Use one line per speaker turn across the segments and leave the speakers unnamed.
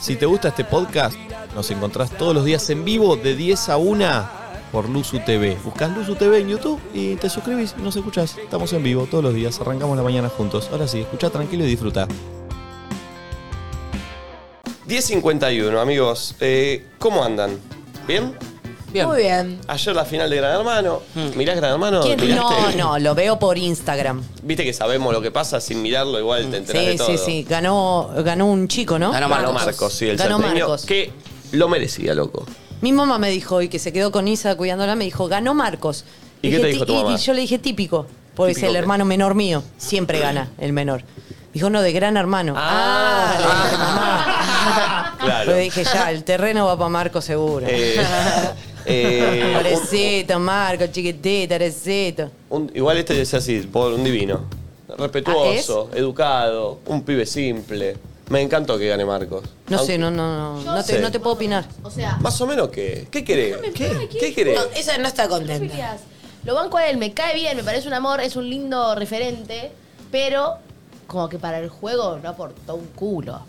Si te gusta este podcast, nos encontrás todos los días en vivo de 10 a 1 por Luzu TV. Buscás Luzu TV en YouTube y te suscribís y nos escuchás. Estamos en vivo todos los días, arrancamos la mañana juntos. Ahora sí, escucha tranquilo y disfruta.
10.51, amigos. Eh, ¿Cómo andan? ¿Bien?
Bien.
Muy bien.
Ayer la final de Gran Hermano. ¿Mirás Gran Hermano?
Hmm. ¿Quién? No,
¿Miraste?
no, lo veo por Instagram.
Viste que sabemos lo que pasa, sin mirarlo igual te enterás de
Sí,
todo.
sí, sí. Ganó, ganó un chico, ¿no?
Ganó Marcos.
Marcos, sí, el
Ganó
salteño,
Marcos.
Que lo merecía, loco.
Mi mamá me dijo, hoy que se quedó con Isa cuidándola, me dijo, ganó Marcos.
¿Y qué
Dije,
te dijo
"Ti-
tu mamá?
Y yo le dije, típico, porque
Típico
es el
qué.
hermano menor mío. Siempre gana el menor. Dijo, no, de gran hermano.
Ah.
Ah, le dije, mamá.
Claro.
Yo dije, ya, el terreno va para Marcos seguro.
Eh, eh,
Pobrecito, Marcos, chiquitito, pobrecito.
un- igual este es así, por un divino. Respetuoso,
¿Ah,
educado, un pibe simple. Me encantó que gane Marcos.
No
Aunque-
sé, no, no, no. No te,
Sí.
no te puedo opinar.
O sea,
Más o menos que. ¿Qué querés? ¿Qué,
aquí.
¿Qué querés?
ella no está contenta.
Díaz, lo banco a él, me cae bien, me parece un amor, es un lindo referente, pero como que para el juego no aportó un culo.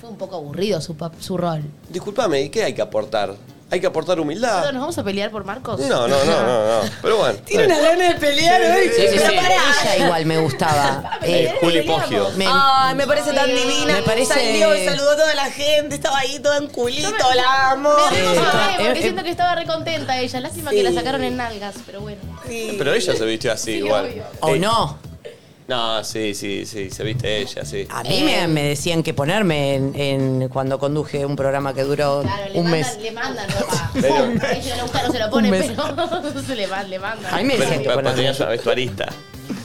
Fue un poco aburrido su, pap- su rol.
Disculpame, ¿y qué hay que aportar? ¿Hay que aportar humildad.
Perdón, ¿Nos vamos a pelear por Marcos?
No, no, no, no, no. Pero bueno. eh.
ganas de pelear hoy.
Sí, sí, sí.
Ella igual me gustaba. Eh,
Eh, Juli Poggio.
me-
Ay, me parece tan divina.
Me parece-
Salió y saludó a toda la gente. Estaba ahí toda en culito.
Yo me-
La amo.
Me re emocioné,
Eh,
porque
eh,
siento que estaba recontenta ella. Lástima que
sí.
la sacaron en nalgas, pero bueno.
Sí.
Pero ella se vistió así igual.
obvio.
¿O
Eh,
no?
No, sí, sí, sí, se viste ella, sí. Eh,
A mí me,
Em.
me decían que ponerme en, en- cuando conduje un programa que duró
Claro, le
un
mandan,
mes.
le mandan ropa.
Pero-
A ella no gusta, no se la pone,
Un mes.
pero se le, man- le mandan.
A mí me
Pero,
decían que
pero
ponerme.
tenías una vestuarista.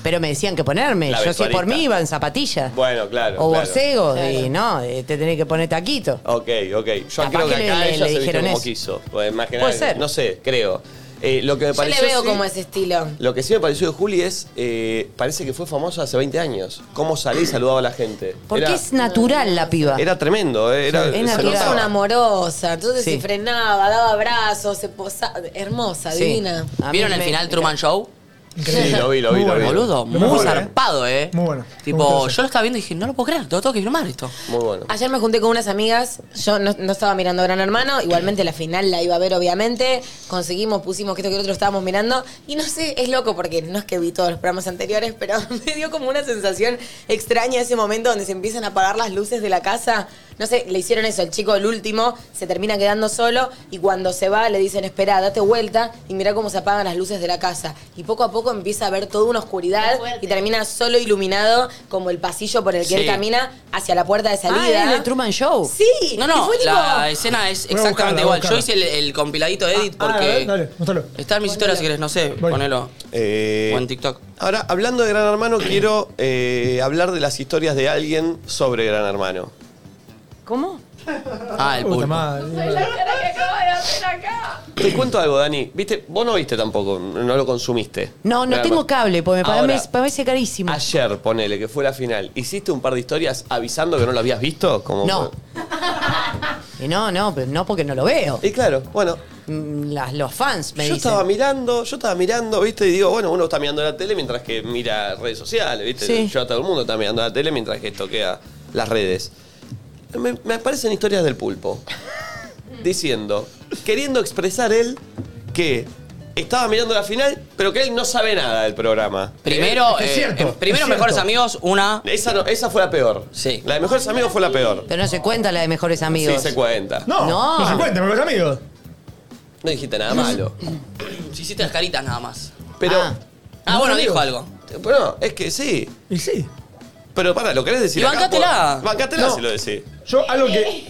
Pero me decían que ponerme.
La
Yo si es por
vestuarista.
mí iba en zapatillas.
Bueno, claro.
o
claro.
borcego. Y no, eh, te tenés que poner taquito.
Ok, ok. Yo
Capaz
creo que,
que le-
acá ella
le- le
se vistió
dijeron
como
eso.
quiso. Pues, más que
Puede
nada,
ser.
No sé, creo. Eh, lo que me
Yo le
pareció,
veo
sí,
como ese estilo.
Lo que sí me pareció de Juli es, eh, parece que fue famosa hace 20 años. Cómo salía y saludaba a la gente.
Porque
era,
es natural la piba.
era tremendo. eh, Era,
Sí, es
se
natural.
notaba.
Era una amorosa. Entonces
Sí.
se frenaba, daba abrazos, se posaba. Hermosa,
Sí.
divina.
A mí
¿Vieron el
me-
final Truman Show?
Sí, lo vi, lo vi,
Muy
lo vi.
bueno,
Boludo,
Muy
muy,
bueno, eh.
zarpado, eh.
Muy bueno. Me
Tipo,
gustó eso.
yo lo estaba viendo y dije, no lo puedo creer, lo tengo que firmar esto. Ah,
Muy bueno.
Ayer me junté con unas amigas, yo no, no estaba mirando Gran Hermano, igualmente la final la iba a ver obviamente, conseguimos, pusimos que esto que el otro estábamos mirando, y no sé, es loco porque no es que vi todos los programas anteriores, pero me dio como una sensación extraña ese momento donde se empiezan a apagar las luces de la casa, no sé, le hicieron eso, el chico, el último, se termina quedando solo, y cuando se va le dicen, espera, date vuelta, y mira cómo se apagan las luces de la casa, y poco a poco empieza a ver toda una oscuridad,
Qué fuerte.
y termina solo iluminado como el pasillo por el que
Sí.
él camina hacia la puerta de
Ah,
salida.
era el Truman Show.
Sí,
oh. No, no,
y fue tipo,
la escena es
Voy a
exactamente
buscarla, voy a
igual. Yo
buscarla.
hice el, el compiladito de Edit
Ah,
porque.
dale, mostralo.
Está en mis historias si querés, no sé,
Voy.
ponelo.
Eh,
O en TikTok.
Ahora, hablando de Gran Hermano, quiero eh, hablar de las historias de alguien sobre Gran Hermano.
¿Cómo?
Ah, el
Puta
pulpo.
madre.
Te cuento algo, Dani. Viste, vos no viste tampoco, no lo consumiste.
No, no
Gran
tengo
Hermano.
cable, porque me pa-
Ahora,
me parece carísimo.
Ayer, ponele, que fue la final. ¿Hiciste un par de historias avisando que no lo habías visto? Como
No. Y no, no, pero no porque no lo veo.
Y claro, bueno,
Mm, las- los fans me
yo
dicen.
estaba mirando, yo estaba mirando, viste, y digo, bueno, uno está mirando la tele mientras que mira redes sociales, viste,
Sí.
yo a todo el mundo está mirando la tele mientras que toquea las redes. Me, me aparecen historias del pulpo, diciendo, queriendo expresar él que estaba mirando la final, pero que él no sabe nada del programa.
Primero,
Es que es
eh,
cierto,
eh, primero
es
mejores
cierto.
amigos, una.
Esa, no- esa fue la peor.
Sí.
La de Mejores Amigos fue la peor.
Pero no se cuenta la de mejores amigos.
Sí, se cuenta. No,
No,
No.
no, se cuenten, mejores amigos.
dijiste nada malo.
Si hiciste las caritas nada más.
Pero,
Ah.
Ah, bueno, dijo algo.
pero no, es que sí.
Y sí.
Pero para, ¿lo querés decir
Y
acá?
bancátela.
Bancátela
No.
si lo decís.
Yo algo que,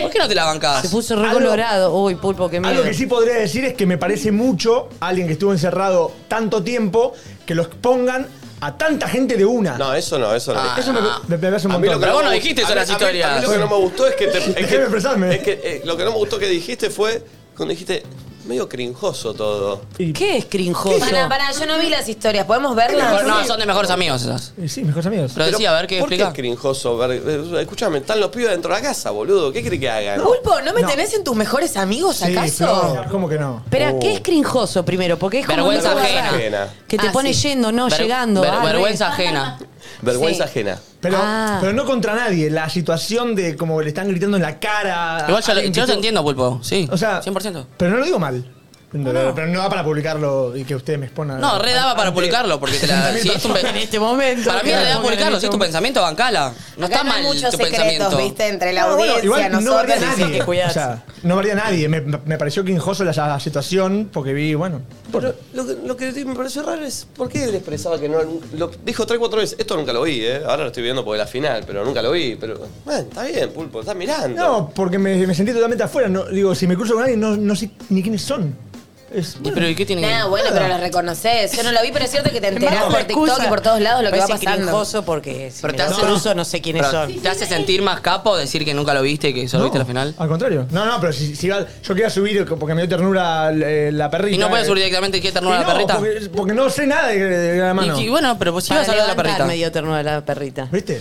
¿Por qué no te la bancás?
Se puso
Algo-
recolorado. Uy, pulpo, qué miedo.
algo que sí podría decir es que me parece mucho a alguien que estuvo encerrado tanto tiempo que lo expongan a tanta gente de una.
No, eso no, eso no.
Ah,
Eso me, me- me parece un
A mí lo
montón.
que
Pero vos no
me-
dijiste eso
a
en
mí-
las
a mí-
historias.
a mí lo que no me gustó es que... Te, es que-
Déjame expresarme.
Es que eh, lo que no me gustó que dijiste fue... Cuando dijiste medio crinjoso todo.
Y-
¿Qué es crinjoso?
Pará, pará, yo no vi las historias, ¿podemos
Mejor-
verlas?
no, son de mejores amigos esas.
y sí, mejores amigos.
Pero decía, a ver qué
¿Por
explica.
qué es crinjoso? Ver- eh, Escúchame, están los pibes dentro de la casa, boludo. ¿Qué crees que hagan?
Pulpo, ¿no me
No.
tenés en tus mejores amigos
Sí,
acaso?
Flor, ¿Cómo que no?
Espera,
Oh.
¿qué es crinjoso primero? Porque es como
Vergüenza
un lugar
ajena.
Ajena.
Que te
Ah,
pone
sí.
yendo, no
Ver-
llegando.
ver-
ah, re.
vergüenza ajena.
Vergüenza
Sí.
ajena.
Pero,
Ah.
pero no contra nadie. La situación de como le están gritando en la cara.
Igual ya lo,
Alguien
yo
que
lo
tú-
entiendo, Pulpo. Sí,
O sea,
100%.
Pero no lo digo mal. Pero, pero no va para publicarlo y que ustedes me expongan.
No, re daba para
Ante-
publicarlo, porque te la, si es un pe-
En este momento.
Para mí re daba
Claro,
publicarlo, si es tu pensamiento, bancala. No
Acá
está
no hay
mal
muchos
tu
secretos,
pensamiento.
viste, entre la
No, bueno,
audiencia,
igual no
nosotros.
varía
nosotros,
nadie.
que
O
cuidarse.
sea, no varía nadie. Me, me pareció quinjosa la, la situación porque vi, bueno.
Pero lo que, lo que me pareció raro es por qué él expresaba que no. Lo, dijo tres, cuatro veces. Esto nunca lo vi, ¿eh? Ahora lo estoy viendo porque la final, pero nunca lo vi. Pero, man, está bien, Pulpo, estás mirando.
No, porque me, me sentí totalmente afuera. No, digo, si me cruzo con alguien, no, no sé ni quiénes son. Es,
¿Y pero ¿y qué tiene que
Nada, bueno, pero lo reconoces. Yo no lo vi, pero es cierto que te enterás por TikTok y por todos lados lo que va
Parece
pasando.
cringoso porque si
Pero
me
te
los
hace-
cruzo no sé quiénes
Pero,
son.
¿Te hace sentir más capo decir que nunca lo viste y que solo
No,
viste la final?
Al contrario. No, no, pero si, si iba- yo quería subir porque me dio ternura eh, la perrita.
¿Y no puedes
eh.
subir directamente qué
Y
ternura la
no,
perrita?
Porque, porque no sé nada de, de la mano.
Y, y bueno, pero pues si ibas a hablar de la
levantar
perrita.
me dio ternura la perrita.
¿Viste?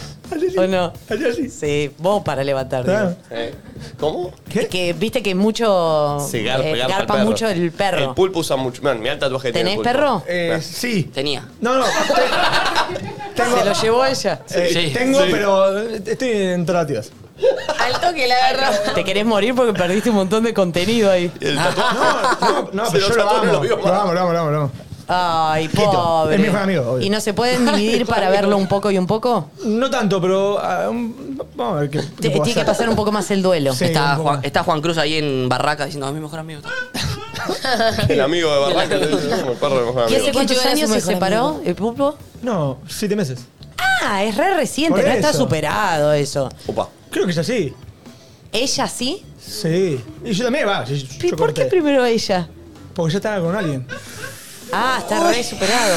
¿O no?
Así, así.
Sí, vos para levantar. digo.
Claro.
Eh, ¿Cómo?
Ah. ¿Qué?
Es que viste que mucho
Se
eh,
garpa, garpa el
garpa
perro.
mucho el perro.
El pulpo usa mucho. Man, mirá el tatuaje que tiene
¿Tenés
el pulpo.
perro?
Eh, sí.
Tenía.
No, no. Tengo,
Se lo llevó ella.
eh,
Sí.
tengo
Sí.
pero eh, estoy en tratativas.
Al toque la agarró.
Te querés morir porque perdiste un montón de contenido ahí.
El tatuaje.
No, no,
Se
pero yo
lo
lo
tatuó, no
amo.
lo vio
Lo
más.
amo, lo amo, lo amo, lo amo.
Ay,
Quito.
pobre.
Es mi mejor amigo, obvio.
¿Y no se pueden dividir para verlo un poco y un poco?
No tanto, pero ah, un- vamos a ver qué, qué
Te-
puedo
tiene que
hacer.
pasar un poco más el duelo.
Sí.
Está
un poco.
Juan, está Juan Cruz ahí en Barraca diciendo, a mi mejor amigo.
El amigo de Barranca. le dice, "Como el perro de mejor amigo".
¿Y hace
Kicho
cuántos
era su
años se
mejor
separó
amigo.
el pulpo?
No, siete meses.
Ah, es re reciente,
Por
no está
eso.
superado eso.
Opa.
Creo que es así.
¿Ella sí?
Sí. Y yo también, va. yo-
¿Y
yo
por qué
corté.
primero ella?
Porque ya estaba con alguien.
Ah, está re superado.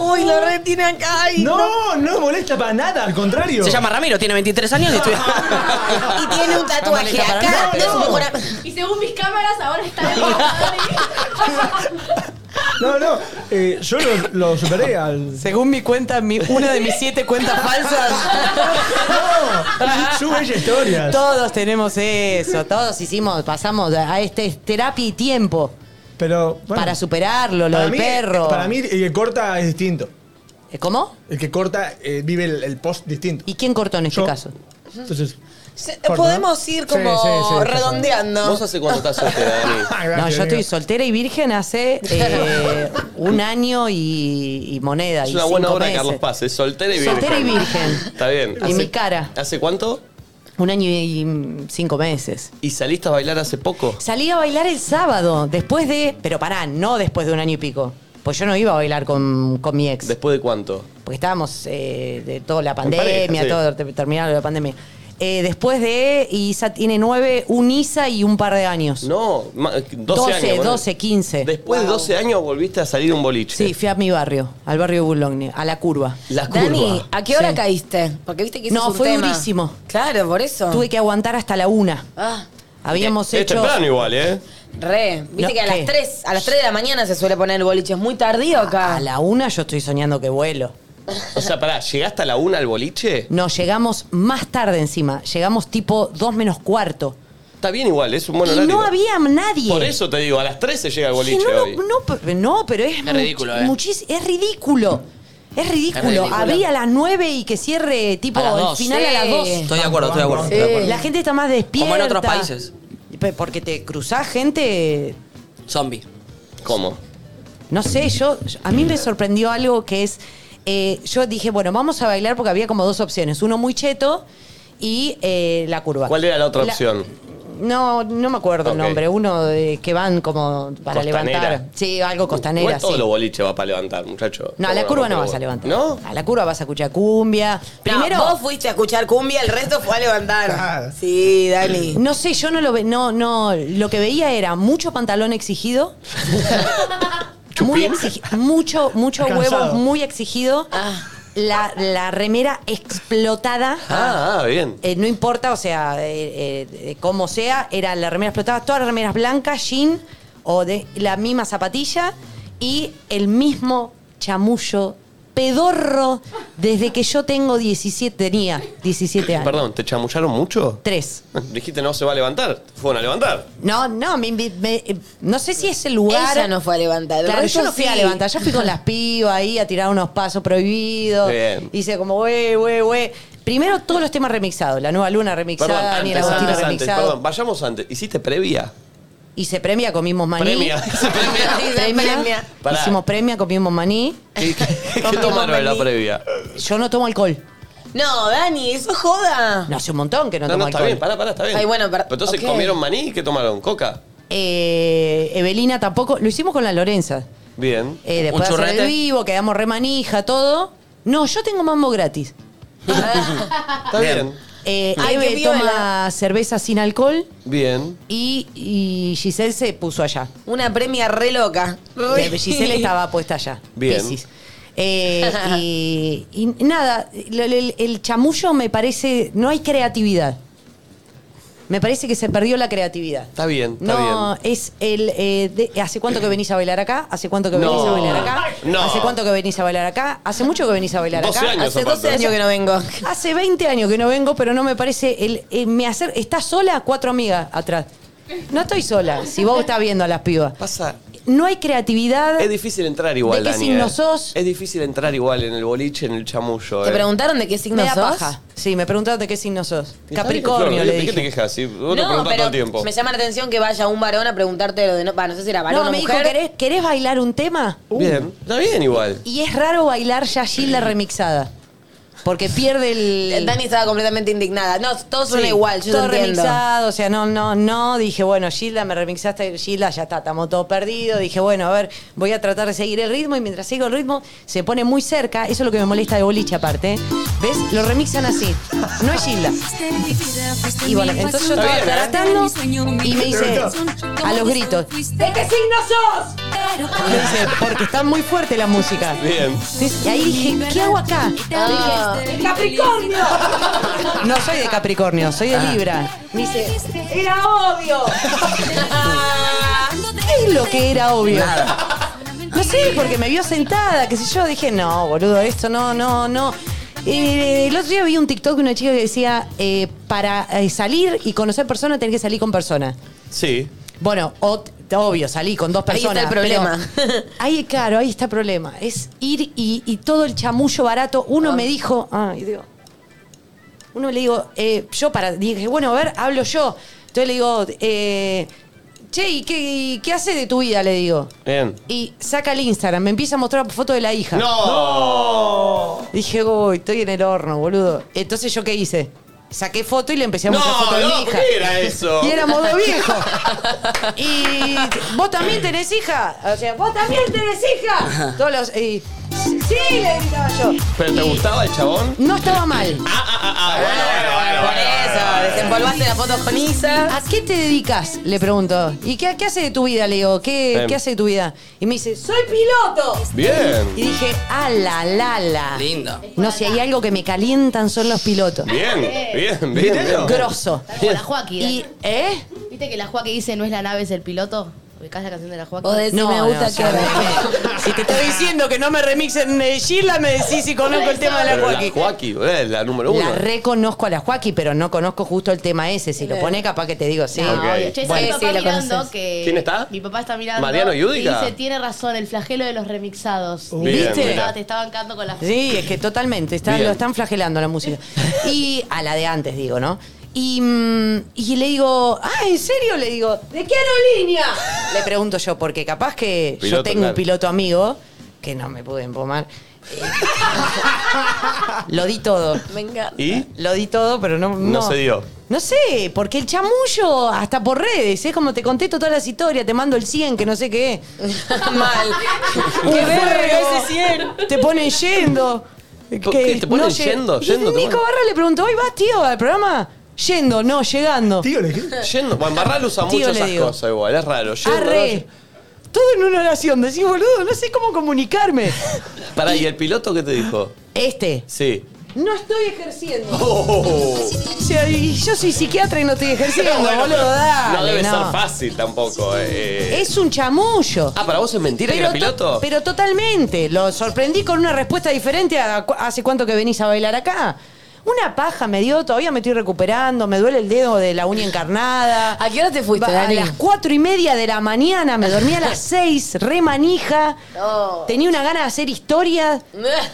Uy, lo retiene acá. Ay,
No, no me molesta para nada, al contrario.
Se llama Ramiro, tiene 23 años y estudia.
Y tiene un tatuaje
Vamos a dejar
acá.
para-
de su mejor am-
Y según mis cámaras, ahora está de moda.
No, no. eh, yo lo, lo superé al.
Según mi cuenta, mi- una de mis siete cuentas falsas.
No, sube ella historias.
Ah, Todos tenemos eso, todos hicimos, pasamos a este terapia y tiempo
Pero. bueno,
para superarlo, lo
para
del
mí-
perro. ¿Eh,
Para mí, el que corta es distinto.
¿Cómo?
El que corta eh, vive el, el post distinto.
¿Y quién cortó en este
Yo.
caso?
Entonces.
Se-
Corta.
Podemos ir como
Sí, sí, sí, está
redondeando.
¿Vos hace cuánto estás soltera, Dani?
Ah,
No,
gracias,
yo estoy
amigo.
soltera y virgen hace eh, un año y, y moneda.
Es
y
una buena
cinco
obra de
meses.
Carlos Paz, es soltera y virgen.
Soltera y virgen.
Está bien.
Y mi cara.
¿Hace cuánto?
Un año y mm, cinco meses.
¿Y saliste a bailar hace poco?
Salí a bailar el sábado, después de. Pero pará, no después de un año y pico. Pues yo no iba a bailar con, con mi ex.
¿Después de cuánto?
porque estábamos eh, de toda la
En pareja,
pandemia,
sí.
todo te- terminado la pandemia. Eh, después de Isa tiene nueve, un Isa y un par de años.
No, ma- 12,
12,
años. ponele.
12, 15.
Después de 12 años volviste a salir a un boliche.
Sí, fui a mi barrio, al barrio de Boulogne, a la curva.
La curva.
Dani, ¿a qué hora
Sí.
caíste? Porque viste que ese
No,
es un
fue
tema.
durísimo.
Claro, por eso.
Tuve que aguantar hasta la una.
Ah,
Habíamos
es
hecho.
temprano igual, ¿eh?
re. Viste
No,
que a las,
¿qué?
3, a las 3 de la mañana se suele poner el boliche. Es muy tardío acá.
A Ah, la una yo estoy soñando que vuelo.
O sea, pará, ¿llegaste a la una al boliche?
No, llegamos más tarde encima. Llegamos tipo dos menos cuarto.
Está bien igual, es un buen
y
horario.
no había nadie.
Por eso te digo, a las 13 llega el
Dije,
boliche
no,
hoy.
no, no, pe- no, pero es, much-
ridículo, ¿eh?
muchis- es ridículo. Es ridículo.
ridículo.
Abría a las 9 y que cierre tipo
A las
el
dos.
final a las
Sí.
2.
Estoy de acuerdo, estoy de acuerdo. estoy de acuerdo.
La gente está más despierta.
Como en otros países.
Pe- Porque te cruzás gente.
Zombie.
¿Cómo?
No sé, yo. yo- A mí me sorprendió algo que es. eh, yo dije, bueno, vamos a bailar porque había como dos opciones. Uno muy cheto y eh, la curva.
¿Cuál era la otra opción?
No, no me acuerdo el
Ok.
nombre. Uno de, que van como para
Costanera.
levantar. Sí, algo costanera.
Igual todos
sí.
los boliches va para levantar, muchacho.
No, a la
Bueno,
curva no
pero
vas a
bueno.
levantar.
¿No?
A la curva vas a escuchar cumbia. Primero,
No, vos fuiste a escuchar cumbia, el resto fue a levantar.
Claro.
Sí, Dani.
no sé, yo no lo ve, no, no, lo que veía era mucho pantalón exigido. muy exigi- mucho, mucho
Cansado.
huevo muy exigido.
Ah.
La, la remera explotada.
Ah, ah, bien.
Eh, no importa, o sea, eh, eh, eh, como sea, era la remera explotada, todas las remeras blancas, jean o de la misma zapatilla y el mismo chamullo pedorro desde que yo tengo 17, tenía 17 años.
Perdón, ¿te chamullaron mucho?
Tres.
Dijiste no se va a levantar. Fueron a levantar.
No, no, me invi- me- eh, no sé si ese lugar.
Ella no fue a levantar. el
Claro,
resto
yo no fui a
sí.
levantar, yo fui con las pibas ahí a tirar unos pasos prohibidos.
Bien.
Hice como, wey, wey, wey. Primero todos los temas remixados, la nueva luna
Perdón,
remixada,
antes,
ni la Agustina
antes, antes,
remixado.
perdón. Vayamos antes. ¿Hiciste previa?
Y se premia, comimos maní.
Premia. ¿Hiciste previa?
Sí, se
Premia.
premia.
Pará.
Hicimos premia, comimos maní.
¿Qué, qué- qué
Comimos
tomaron en la
maní.
previa?
Yo no tomo alcohol.
No, Dani, eso joda.
No, hace un montón que no,
No, no,
tomo
está
alcohol.
bien, pará, pará, está bien.
Ay, bueno, pero-
Pero entonces
ok.
comieron maní y qué tomaron, coca.
Eh, Evelina tampoco. Lo hicimos con la Lorenza.
Bien.
Eh,
¿Un
después de hacer
churrete?
el vivo, quedamos re manija, todo. No, yo tengo mambo gratis.
Está bien.
Eh,
Ay,
Eve
qué viola.
toma cerveza sin alcohol
Bien.
y, y Giselle se puso allá.
Una premia re loca.
Eh, Giselle estaba puesta allá.
Bien.
Piscis. Eh, y, y nada, lo- el, el chamullo me parece. No hay creatividad. Me parece que se perdió la creatividad.
Está bien, está
No,
bien.
es el. eh, de- ¿Hace cuánto que venís a bailar acá? ¿Hace cuánto que venís
No.
a bailar acá?
No.
¿Hace cuánto que venís a bailar acá? ¿Hace mucho que venís a bailar
12
acá?
años
Hace
aparte.
12 años que no vengo.
Hace 20 años que no vengo, pero no me parece. El, eh, me hacer, ¿Estás sola? Cuatro amigas atrás. No estoy sola, si vos estás viendo a las pibas.
Pasa.
No hay creatividad.
Es difícil entrar igual,
¿De qué
Dani,
signo
eh.
sos?
Es difícil entrar igual en el boliche, en el chamullo.
¿Te
eh.
preguntaron de qué
me
signo
da
sos?
paja. Sí, me preguntaron de qué signo sos.
¿Qué
Capricornio,
Flor?
le
¿De qué te
dije.
quejas? Sí, vos te
No,
preguntás todo el
pero
tiempo.
me llama la atención que vaya un varón a preguntarte lo de no, bah, no sé si era varón
No,
o
me dijo,
mujer.
¿querés, ¿querés bailar un tema?
Bien, está bien igual.
Uh. Y es raro bailar Yashil la remixada. Porque pierde el.
Dani estaba completamente indignada. No, todos son igual, yo
todo
te entiendo.
remixado, o sea, no, no, no. Dije, bueno, Gilda, me remixaste, Gilda, ya está, estamos todos perdidos. Dije, bueno, a ver, voy a tratar de seguir el ritmo y mientras sigo el ritmo se pone muy cerca. Eso es lo que me molesta de boliche aparte. ¿eh? ¿Ves? Lo remixan así. No es Gilda. Y bueno, entonces yo
Está
estaba
bien, ¿eh?
tratando y me dice a los gritos, ¿de qué signo sos? Me dice, porque está muy fuerte la música.
Bien.
Entonces, y ahí dije, ¿qué hago acá?
Ah.
¡Capricornio! No soy de Capricornio, soy de Libra. Me dice, ¡era obvio! ¿Qué es lo que era obvio? No sé, porque me vio sentada, qué sé yo. Dije, no, boludo, esto no, no, no. Eh, el otro día vi un TikTok de una chica que decía, eh, para eh, salir y conocer personas tenés que salir con personas.
Sí.
Bueno, o- obvio, salí con dos
Ahí está
personas.
el problema.
pero- ahí, claro, ahí está el problema. Es ir y, y todo el chamullo barato. Uno me dijo, ay, digo, uno le digo, eh, yo para, dije, bueno, a ver, hablo yo. Entonces le digo, eh, che, ¿y qué, y qué hace de tu vida? Le digo.
Bien.
Y saca el Instagram, me empieza a mostrar fotos de la hija.
¡No!
Dije, uy, estoy en el horno, boludo. Entonces, ¿yo qué hice? Saqué foto y le empecé a
No,
mostrar fotos de
no,
mi
¿por
hija.
qué era eso?
Y era modo viejo. Y vos también tenés hija. O sea, vos también tenés hija. Todos los. y, sí, le gritaba yo.
¿Pero te
Y
gustaba el chabón?
No estaba mal.
Ah, ah, ah, ah, bueno, bueno, bueno,
Por
bueno, bueno,
eso,
bueno.
desempolvaste la foto con Isa.
¿A qué te dedicas? Le pregunto. ¿Y qué, qué hace de tu vida? Le digo, ¿qué,
Bien.
qué hace de tu vida? Y me dice, soy piloto.
Eh. Bien.
Y dije, ala, la, la.
Lindo.
No, si hay algo que me calientan son los pilotos.
Bien, bien, bien. bien.
Grosso.
Está como la Joaquín.
Y, ¿eh?
¿Viste que la Joaquín dice no es la nave, es el piloto? ¿Ubicás la canción de la Joaquín?
Vos decís,
No,
me gusta
no,
que...
ya- Si te estoy diciendo que no me remixen eh, Sheila, me decís si conozco el tema de la
Pero la
Joaquín.
Joaquín, eh, la número uno.
La reconozco a la Joaquín, pero no conozco justo el tema ese. Si lo pone, capaz que te digo, sí.
Eh. No,
Ok.
obvio. Che, ¿sabes
Bueno,
mi
sí,
papá
la
mirando
conoces.
que-
¿Quién está?
Mi papá está mirando.
¿Mariano Yudica?
Y dice, tiene razón, el flagelo de los remixados.
Bien,
¿Viste?
mirá.
Estaba- Te está bancando con las...
Sí, es que totalmente. está-
Bien.
lo están flagelando la música. Y a la de antes, digo, ¿no? Y, mm, y le digo, ah, ¿en serio? Le digo, ¿de qué aerolínea? Le pregunto yo, porque capaz que
Piloto,
yo tengo
claro.
un piloto amigo, que no me pude empomar. Eh, lo di todo.
Me encanta.
¿Y?
Lo di todo, pero no, no.
se dio.
No sé, porque el chamullo, hasta por redes, es como te contesto todas las historias, te mando el 100, que no sé qué.
Mal.
Un juego, Te ponen yendo.
¿Por qué? ¿Te ponen yendo?
Y
Yendo, te
Nico
ponen-
Barra le preguntó, ¿hoy vas, tío, al programa? Yendo, no, llegando.
Tío, le dije.
Yendo. Bueno, Barral usa
Tío,
mucho
le
esas
digo.
cosas igual, es raro. Yendo,
Arre. Todo en una oración. Decís, boludo, no sé cómo comunicarme.
¿no? Pará, ¿y el piloto qué te dijo?
Este.
Sí.
No estoy ejerciendo. O sea, y yo soy psiquiatra y no estoy ejerciendo,
Oh. Bueno,
boludo.
pero
dale,
no debe
no.
ser fácil tampoco. eh.
Es un chamullo.
Ah, ¿para vos es mentira que era
to-
piloto?
pero totalmente. Lo sorprendí con una respuesta diferente a cu- hace cuánto que venís a bailar acá. Una paja me dio, todavía me estoy recuperando, me duele el dedo de la uña encarnada.
¿A qué hora te fuiste,
Va-
Dani?
A las cuatro y media de la mañana, me dormí a las seis, re manija.
No.
Tenía una gana de hacer historia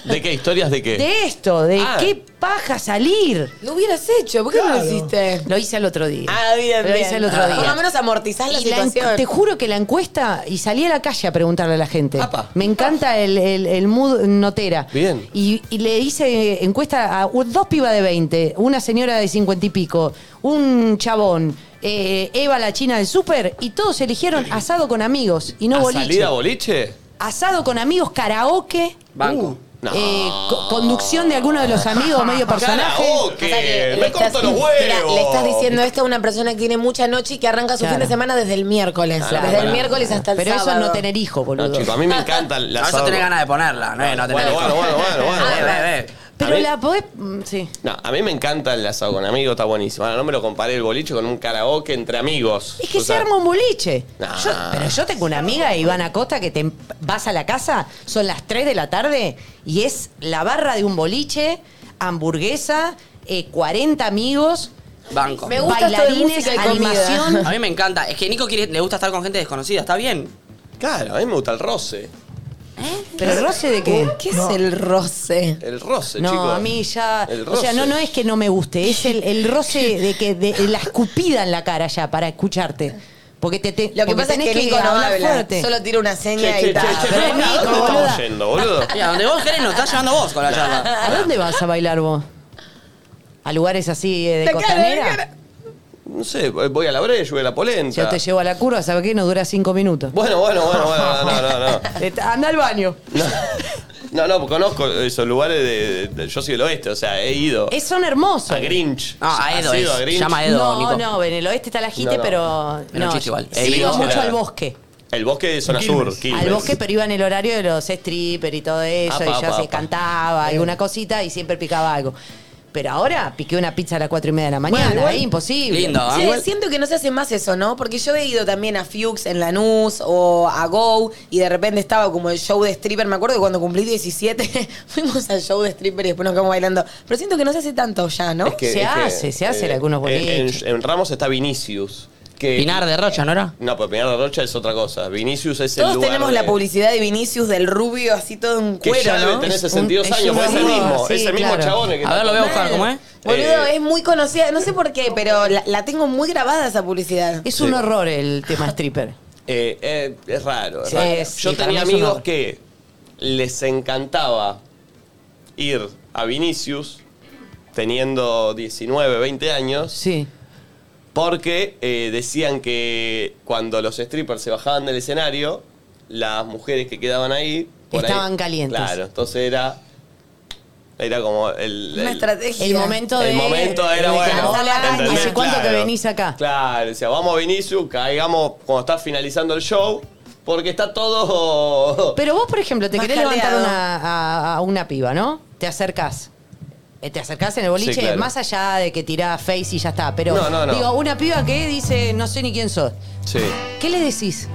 ¿De qué? ¿Historias de qué?
de esto, de
Ah.
qué paja salir.
Lo hubieras hecho, ¿por qué no lo hiciste?
Lo hice al otro día.
Ah, bien,
Lo hice
bien.
el otro día.
Por lo menos amortizás la
Y la en-
situación.
te juro que la encuesta, y salí a la calle a preguntarle a la gente.
Apa.
Me encanta el, el- el mood notera.
Bien.
Y, y le hice encuesta a u- dos pibas de 20, una señora de 50 y pico, un chabón, eh, Eva la china del súper, y todos eligieron asado con amigos y no
¿A
boliche.
salida boliche? Uh,
Asado con amigos, karaoke.
Banco.
No.
eh, co- conducción de alguno de los amigos, medio personaje.
Karaoke,
O sea que
me corto los huevos.
Mira, le estás diciendo esto a una persona que tiene mucha noche y que arranca su
Claro.
fin de semana desde el miércoles.
Claro,
desde
claro.
el miércoles hasta el
Pero eso
sábado.
es no tener hijos, boludo.
No, chico, a mí me encanta la
A veces tenés ganas de ponerla, no, es no tenés
Bueno, bueno, bueno, bueno, bueno.
Ve, ve, ve.
Pero
A mí-
la podés. mm, Sí.
No, a mí me encanta el asado con amigos, está buenísimo. Ahora no me lo comparé el boliche con un karaoke entre amigos.
Es que
O
se
sea,
arma un boliche.
Nah.
Yo- pero yo tengo una amiga, Ivana Costa, que te em- vas a la casa, son las 3 de la tarde, y es la barra de un boliche, hamburguesa, eh, 40 amigos,
Banco.
Me gusta esto de
bailarines,
música y comida.
animación.
A mí me encanta. Es que Nico quiere, le gusta estar con gente desconocida, está bien.
Claro, eh. a mí me gusta el roce.
Pero no sé de qué.
¿Qué es el roce?
El roce,
No,
chicos.
a mí ya.
El
O sea,
roce.
no, no es que no me guste, es el, el roce de que de, la escupida en la cara ya para escucharte. Porque te, te-
Lo que
porque
pasa es
tenés
que Nico no
hablar
habla.
fuerte.
Solo tira una
Che,
seña
che,
y
che,
tal.
che,
pero
pará, ¿a
Nico,
dónde
boluda.
estamos yendo, boludo?
Y a Ah, donde vos querés nos estás llevando vos con la charla.
¿A dónde vas a bailar vos? ¿A lugares así eh, de
La cara,
costanera?
la cara.
No sé, voy a la brecha, voy a la polenta.
Yo te llevo a la curva, ¿sabes qué? No dura cinco minutos.
Bueno, bueno, bueno, bueno, no, no, no.
Et- Anda al baño.
No, no, no, conozco esos lugares de, de- Yo soy del oeste, o sea, he ido
Es, son hermosos.
a Grinch.
No, Ah, a
¿Has
Edo
ido
es.
a Grinch?
Llama a Edo,
no,
Nico.
no, en el oeste está la jite,
No, no.
pero.
Era un
no,
chiste igual.
sí,
Eh,
iba
Grinch
mucho
era-
al bosque.
El bosque de zona
Quilmes.
sur, Quilmes.
Al bosque, pero iba en el horario de los strippers y todo eso,
Apa,
y ya
apa,
se
apa.
cantaba
Eh.
alguna cosita y siempre picaba algo. Pero ahora piqué una pizza a las cuatro y media de la mañana,
igual-
es imposible.
Lindo, ¿ah?
¿eh? Che,
Igual-
siento que no se hace más eso, ¿no? Porque yo he ido también a Fuchs en Lanús o a Go y de repente estaba como el show de stripper. Me acuerdo que cuando cumplí 17 fuimos al show de stripper y después nos quedamos bailando. Pero siento que no se hace tanto ya, ¿no?
Es que-
Se
es que, eh,
hace, se hace en algunos boliches.
En, en Ramos está Vinicius. Que,
Pinar de Rocha, ¿no era?
No, pero Pinar de Rocha es otra cosa. Vinicius es el
Todos
lugar
tenemos
de-
la publicidad de Vinicius del rubio así todo en
Que
cuero,
ya debe
¿no?
tener
Es un-
62
es
años,
un
pues es el
amigo,
mismo.
sí,
es el mismo
claro.
chabón. el que
A ver, lo voy a buscar, ¿cómo es?
Boludo,
Eh,
es muy conocida, no sé por qué, pero la, la tengo muy grabada esa publicidad.
Es
Sí.
un horror el tema stripper.
Eh, eh, es raro. es
Sí,
raro.
sí,
Yo
para
tenía
mí es un
amigos
horror.
que les encantaba ir a Vinicius teniendo 19, 20 años.
Sí.
Porque eh, decían que cuando los strippers se bajaban del escenario, las mujeres que quedaban ahí. por ahí-
Estaban calientes.
Claro, entonces era. Era como el.
Una
el-
estrategia.
El momento de.
el momento era
de
bueno.
cansar la gana.
¿entendés?
¿Hace cuánto que
Claro.
venís acá?
Claro, decía, vamos a Vinicius, caigamos cuando está finalizando el show, porque está todo.
Pero vos, por ejemplo, te
Más
querés
caldeado.
levantar una- a, a una piba, ¿no? Te acercás. Eh, Te acercás en el boliche,
Sí, claro.
más allá de que tirás face y ya está. Pero
No, no, no.
digo, una piba que dice, no sé ni quién sos.
Sí.
¿Qué le decís?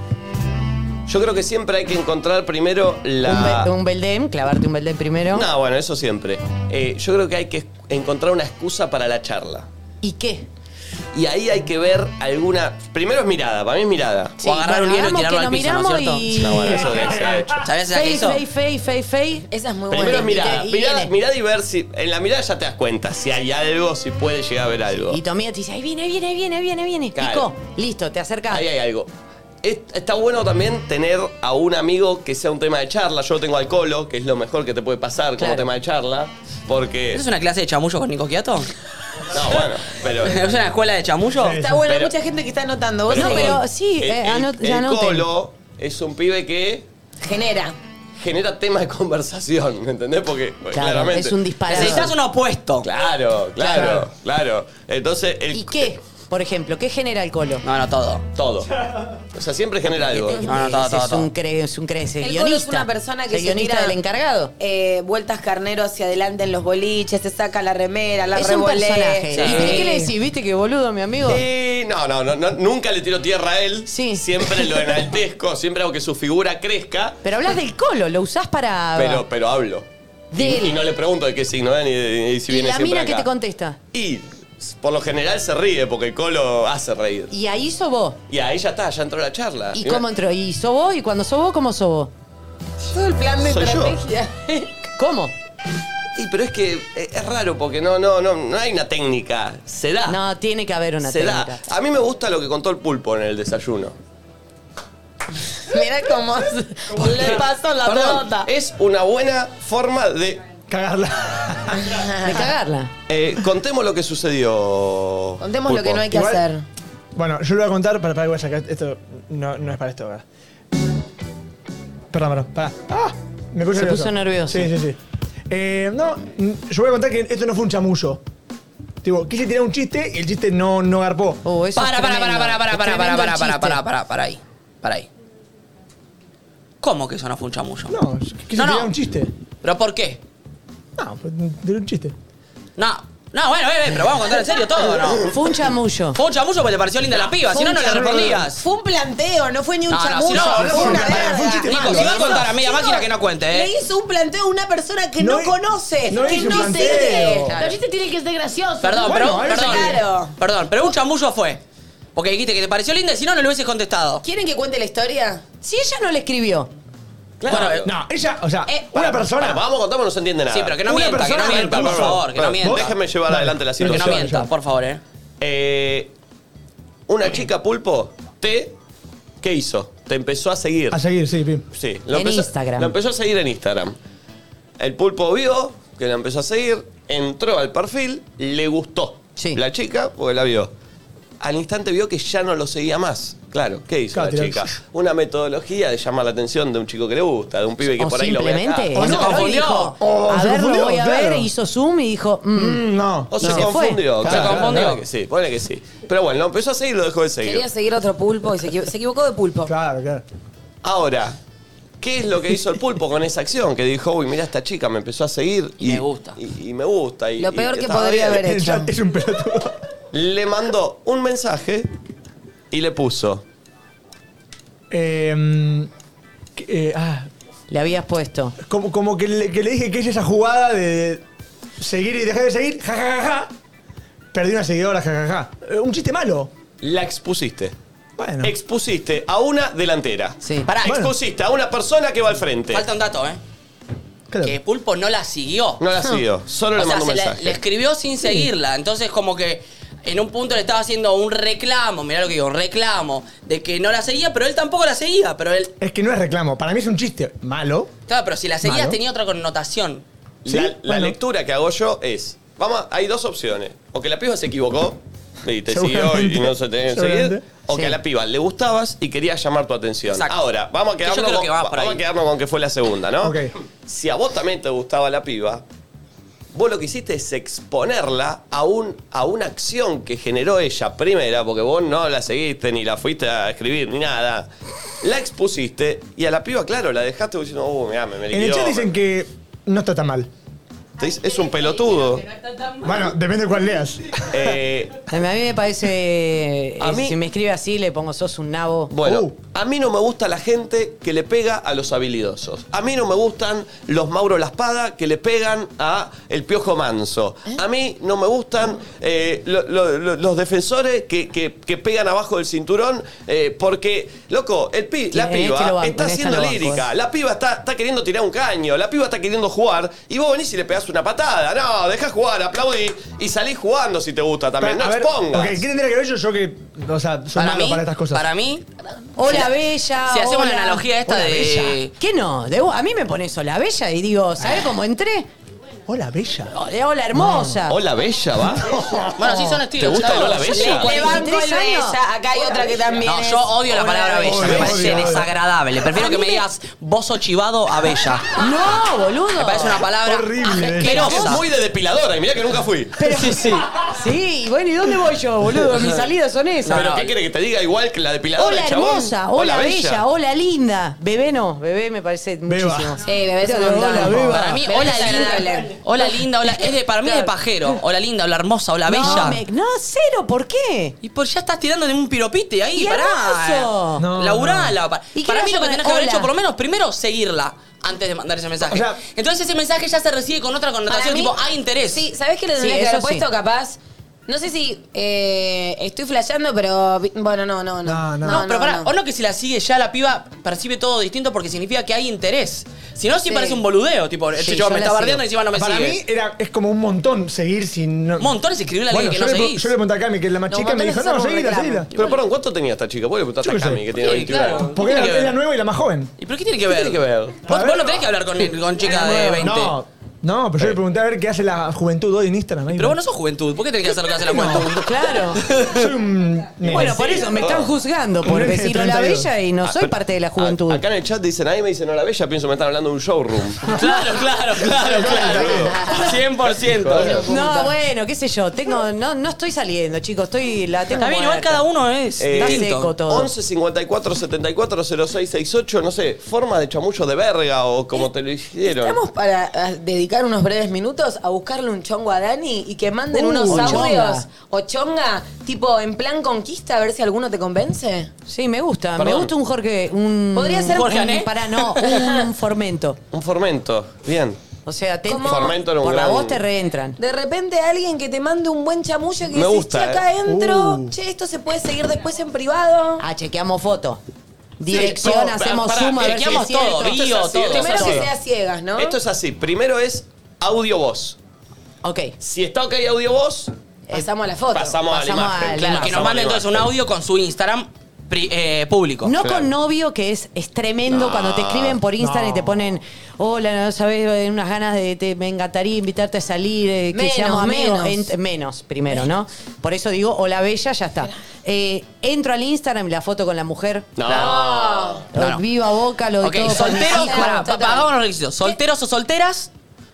Yo creo que siempre hay que encontrar primero la.
Un, be- un beldem, clavarte un beldem primero.
Ah. No, bueno, eso siempre. Eh, yo creo que hay que encontrar una excusa para la charla.
¿Y qué?
Y ahí hay que ver alguna. Primero es mirada, para mí es mirada.
O agarrar un libro y
hagamos
tirarlo
que
al piso, ¿no
nos
es cierto?
miramos y...
No, bueno, eso debe ser.
¿Sabés la que
Fey,
hizo?
fey, fey, fey, fey.
Esa es muy
Primero es
buena.
mirada.
y te- y
Mirada,
viene.
mirada y ver si. En la mirada ya te das cuenta si hay algo, si puede llegar a haber algo.
Y tu amiga te dice, ahí viene, ahí viene, ahí viene, ahí viene, ahí viene.
Claro.
Pico, listo, te acercás.
Ahí hay algo. Es- Está bueno también tener a un amigo que sea un tema de charla. Yo tengo al colo, que es lo mejor que te puede pasar
Claro.
como tema de charla. Porque.
¿Eso es una clase de chamullo con Nico Quiato?
No, bueno, pero.
¿Es una escuela de chamullo?
Sí.
Está bueno, hay
Pero-
mucha gente que está anotando. Vos
No,
sabés,
pero sí,
el,
eh,
el-
anot-
el
anoten.
colo es un pibe que
genera.
genera tema de conversación, ¿me entendés? Porque pues,
Claro,
claramente.
es un disparador.
Necesitas un opuesto.
Claro, claro, claro. Entonces, el,
¿Y qué? Por ejemplo, ¿qué genera el colo? Este,
No, no, todo.
Todo. O sea, siempre genera Ah, algo. Ah,
No, no, todo, todo,
es, un
todo.
cre, es un cre, es el
El
guionista.
Colo es una persona que
el
se
guionista
tira-
del encargado.
Eh, vueltas carnero hacia adelante en los boliches, se saca la remera, la
es
revolea.
un personaje.
Sí.
¿Y pero qué le decís? ¿Viste qué boludo, mi amigo?
Y no, no, no, no, nunca le tiro tierra a él.
Sí.
Siempre lo enaltezco, siempre hago que su figura crezca,
Pero hablas del colo, lo usás para...
pero, pero hablo.
Del-
Y, y no le pregunto de qué signo es ni, de- ni si
y
viene
la
siempre
mina
acá.
que te contesta.
Y por lo general se ríe porque el Colo hace reír.
Y ahí sobó.
Y ahí ya está, ya entró la charla.
¿Y
Mira,
cómo entró? ¿Y sobó? ¿Y cuando sobó? ¿Cómo sobó?
Todo el plan de
Soy yo.
estrategia.
¿Cómo?
y pero es que eh, es raro porque no, no, no, no hay una técnica. Se da.
No, tiene que haber una
se
técnica.
da. A mí me gusta lo que contó el pulpo en el desayuno.
Mira cómo le pasó la
Perdón,
pelota.
Es una buena forma de.
Cagarla.
De cagarla.
eh, contemos lo que sucedió.
Contemos lo
Pulpo.
que no hay que
Igual-
hacer.
Bueno, yo lo voy a contar para, para que voy a sacar. Esto no, no es para esto, ¿verdad? Perdón, perdón, pará. ¡Ah! Me puse
Se puso nervioso.
Sí, sí, sí. Eh, no, mm, yo voy a contar que esto no fue un chamullo. Tipo, quise tirar un chiste y el chiste no, no garpó.
Oh, eso
Para,
es
para, para,
tremendo.
para, para,
Es
para, para,
tremendo
para,
el
para,
chiste.
para, para, para ahí. Para ahí. ¿Cómo que eso no fue un chamullo?
No, quise
No, no.
tirar un chiste.
¿Pero por qué?
No, pues, tiré un chiste.
No. No, bueno, eh, eh, pero vamos a contar en serio todo, ¿no?
Fue un chamullo.
Fue un chamullo porque te pareció linda la piba, si no, no le respondías.
Fue un planteo, no fue ni un
No, no,
chamullo.
si no,
fue
fue un
una
planteo, fue un
verga.
chiste
Nico,
malo.
si va a contar a media
Chicos,
máquina que no cuente,
Le
¿eh?
hizo un planteo a una persona que no,
No hi-
conoce,
no
que
hizo un
no este
planteo.
se
Los chistes tienen que ser graciosos.
Perdón,
Bueno,
pero,
ahí
perdón,
se quedó.
perdón, pero un chamullo fue. Porque dijiste que te pareció linda y si no, no le hubieses contestado.
¿Quieren que cuente la historia?
Si ella no le escribió,
Bueno, eh,
No, ella, o sea,
Eh,
una persona.
Bueno, vamos, contamos, no se entiende nada.
Sí, pero que no
Una
mienta, que
persona
no
me
mienta, por
puso-
favor, que no
Bueno,
mienta.
vos Déjeme llevar adelante la
Que
situación.
no
Yo,
mienta,
yo.
por favor, eh.
Eh, una chica pulpo te. ¿Qué hizo? Te empezó a seguir.
A seguir, sí, pim.
Sí,
En Instagram.
Lo empezó a seguir en Instagram. El pulpo vio que la empezó a seguir, entró al perfil, le gustó
Sí.
la chica porque la vio. Al instante vio que ya no lo seguía más. Claro, ¿qué hizo
Claro,
la
tiró-
chica? Una metodología de llamar la atención de un chico que le gusta, de un pibe que
o
por ahí lo ve. acá.
simplemente
O
o
no,
no,
confundió.
dijo,
O
a
Oh, se
ver, lo
confundió,
voy a
claro.
ver, hizo zoom y dijo, mm,
Mm, no.
O se
No. Se fue.
confundió.
Claro,
Se confundió.
ponele que sí, ponele que sí. Pero bueno, lo empezó a seguir y lo dejó de seguir.
Quería seguir otro pulpo y se, equivo- se equivocó de pulpo.
Claro, claro.
Ahora, ¿qué es lo que hizo el pulpo con esa acción? Que dijo, uy, mira esta chica, me empezó a seguir.
Y me gusta.
Y, y me gusta. y-
Lo
y
peor que
estaba
podría
bien.
haber hecho.
Ella es un pelotudo.
Le mandó un mensaje y le puso.
Eh, mm, que- eh, ah,
le habías puesto.
como, como que, le, que le dije que es esa jugada de seguir y dejar de seguir, jajajaja. Perdí una seguidora, jajaja. Eh, un chiste malo.
La expusiste.
Bueno.
Expusiste a una delantera.
Sí.
Pará,
Bueno.
Expusiste a una persona que va al frente.
falta un dato, eh.
claro.
Que Pulpo no la siguió.
No la siguió, solo le
o sea,
mandó un
se la-
mensaje.
le escribió sin seguirla. Entonces, como que en un punto le estaba haciendo un reclamo, mirá lo que digo, un reclamo, de que no la seguía, pero él tampoco la seguía. Pero él,
Es que no es reclamo. Para mí es un chiste malo.
claro, pero si la seguías
Malo.
tenía otra connotación.
Sí,
La, la
bueno.
lectura que hago yo es, vamos, hay dos opciones. O que la piba se equivocó y te siguió
Seguramente.
y no se tenía que seguir.
Seguramente.
O
Sí.
que a la piba le gustabas y quería llamar tu atención.
Exacto.
Ahora, vamos a
Que yo
quedarnos,
creo
con,
que va por
vamos a
ahí.
quedarnos con que fue la segunda, ¿no?
Ok.
Si a vos también te gustaba la piba, vos lo que hiciste es exponerla a, un, a una acción que generó ella primera, porque vos no la seguiste ni la fuiste a escribir ni nada. La expusiste y a la piba, claro, la dejaste diciendo, uh, mirá, me, me
En el
liquidó,
chat dicen
me-
que no está tan mal.
te dice, es un pelotudo.
Bueno, depende de cuál leas.
Eh,
A mí me parece,
A
eh,
mí-
si me escribe así, le pongo sos un nabo.
bueno,
Uh.
a mí no me gusta la gente que le pega a los habilidosos. A mí no me gustan los Mauro La Espada que le pegan a el Piojo Manso. A mí no me gustan eh, lo- lo- lo- los defensores que, que- que pegan abajo del cinturón eh, porque, loco, el pi- la
en este
piba
lo banco,
está
en esta
haciendo
lo banco,
lírica,
eh.
la piba está, está queriendo tirar un caño, la piba está queriendo jugar y vos venís y le pegás una patada. No, dejá jugar, aplaudí y salís jugando si te gusta también.
A
no
ver,
expongas.
Ok, ¿qué tendría que ver yo? Yo que, o sea, soy
Para
malo
mí,
para estas cosas.
para mí,
Hola,
Si la-
bella.
si hacemos la
hola.
analogía esta
Hola,
de-
bella. ¿Qué no? De- a mí me pones hola, bella y digo, ¿sabes cómo entré?
Hola, bella.
Hola, hola, hermosa.
Hola, bella, va.
Bueno, sí son estilos.
¿Te gusta
claro.
el hola
Yo
bella?
tengo
Le banco el
43 años.
bella. Acá hay otra que también
No,
es-
yo odio la palabra bella,
odio,
me parece
odio, odio.
desagradable. Prefiero que me digas vos o chivado a bella.
No, boludo.
Me parece una palabra
Horrible.
Es
asquerosa.
muy de depiladora y mirá que nunca fui.
Sí, sí.
Sí, bueno, ¿y dónde voy yo, boludo? Mis salidas son esas.
Pero ¿qué quiere que te diga igual que la depiladora,
Hola
chabón?
hermosa, hola, bella, hola linda. Bebé no, bebé me parece
Beba.
muchísimo.
Eh, bebé, eso no
Hola,
está.
beba.
Para mí,
Pero
hola
es
linda,
agradable.
hola linda, hola, es de, para mí es de pajero. Hola linda, hola hermosa, hola bella.
No, me- no, cero, ¿por qué?
Y por ya estás tirando de un piropite ahí,
Y
pará.
hermoso.
No,
Laburala. Pa-
¿Y qué
para
vas
mí
a
lo que
poner?
tenés que haber
Hola.
hecho, por lo menos, primero seguirla antes de mandar ese mensaje.
O sea-
Entonces ese mensaje ya se recibe con otra
Para
connotación,
mí-
tipo, "Ah, hay interés.
Sí, ¿sabés qué le
Sí,
tendría que haber
eso sí.
puesto capaz? No sé si eh, estoy flasheando, pero vi- bueno, no, no, no.
No, no.
No, pero pará, o no que si la sigue ya la piba percibe todo distinto porque significa que hay interés. Si no, sí,
Sí.
parece un boludeo, tipo, el
Sí,
chico
yo
me
la
está
sigo.
bardeando y encima no me
Para
sigue.
mí era, es como un montón seguir sin. No.
Montones escribirle a alguien
Bueno, yo, le,
que no
pre-
seguís.
yo le pregunté a Cami, que es la más
No,
chica, me
montones
dijo:
es hacer
No,
un
seguila,
reclamo.
seguila.
Pero perdón, ¿cuánto tenía esta chica? Vos le preguntaste
Yo
a
qué sé.
Cami, que tiene
Sí,
21
claro.
años.
Porque
¿Qué
era,
tiene que
es la
ver?
nueva y la más joven.
¿Y pero qué tiene que ver?
tiene que ver?
Vos,
A
vos
ver.
no tenés que hablar con, con chica de 20.
No, no, pero yo le pregunté a ver qué hace la juventud hoy en Instagram. ahí.
Pero vos no sos juventud, ¿por qué tenés que hacer lo que hace la juventud?
No, claro.
Soy un. Este,
Bueno, por eso me están juzgando por
Un nene de
decir hola
32.
bella y no
Ah,
soy
pero-
parte de la
a-
juventud.
acá en el chat dicen, ahí me dicen hola bella, pienso que me están hablando de un showroom.
Claro, claro, claro, claro. 100%.
No, bueno, qué sé yo, tengo, no, no estoy saliendo, chicos, estoy, la tengo.
Está bien, igual
muerta.
cada uno es
Eh,
seco
distinto.
todo.
11 54 74 06 68, no sé, forma de chamullo de verga o
Eh,
como te lo hicieron.
Estamos para ah, dedicar unos breves minutos a buscarle un chongo a Dani y que manden
Uh,
unos
o
audios
chonga.
o chonga, tipo en plan conquista, a ver si alguno te convence.
Sí, me gusta, me
Perdón.
gusta un Jorge, un
Podría ser
Jorge,
Jorge Ané.
para no, un formento.
Un formento, bien.
O sea, te,
¿Cómo?
Formento era un
por la
gran-
voz te reentran.
De repente alguien que te mande un buen chamullo que
Me
dices,
gusta,
che, acá
eh.
entro,
Uh.
che, esto se puede seguir después en privado.
Ah, chequeamos foto.
Sí,
Dirección,
pero,
hacemos
pará,
suma, a ver si
chequeamos
es cierto.
todo,
Esto es
bio,
así,
todo.
esto es
Primero
así.
que sea ciegas, ¿no?
Esto es así, primero es audio voz.
Ok.
Si está ok audio voz,
Pasamos a la foto.
pasamos, a la
pasamos
imagen.
al-
Claro, que nos
Pasamos a la
manden entonces un
imagen.
audio con su Instagram pri- eh, público.
No
Claro.
con novio, que es, es tremendo cuando te escriben por Instagram y te ponen, hola, no sabes, eh, unas ganas de, te- me encantaría invitarte a salir, eh, que
Menos,
seamos amigos.
menos.
Ent- menos, primero, ¿no? Por eso digo, hola bella, ya está. Eh, entro al Instagram y la foto con la mujer,
No.
No, no.
viva boca, lo de
Ok,
todo por mis
solteros,
hijos.
pará,
Total.
pa- hagamos los requisitos. Solteros o solteras.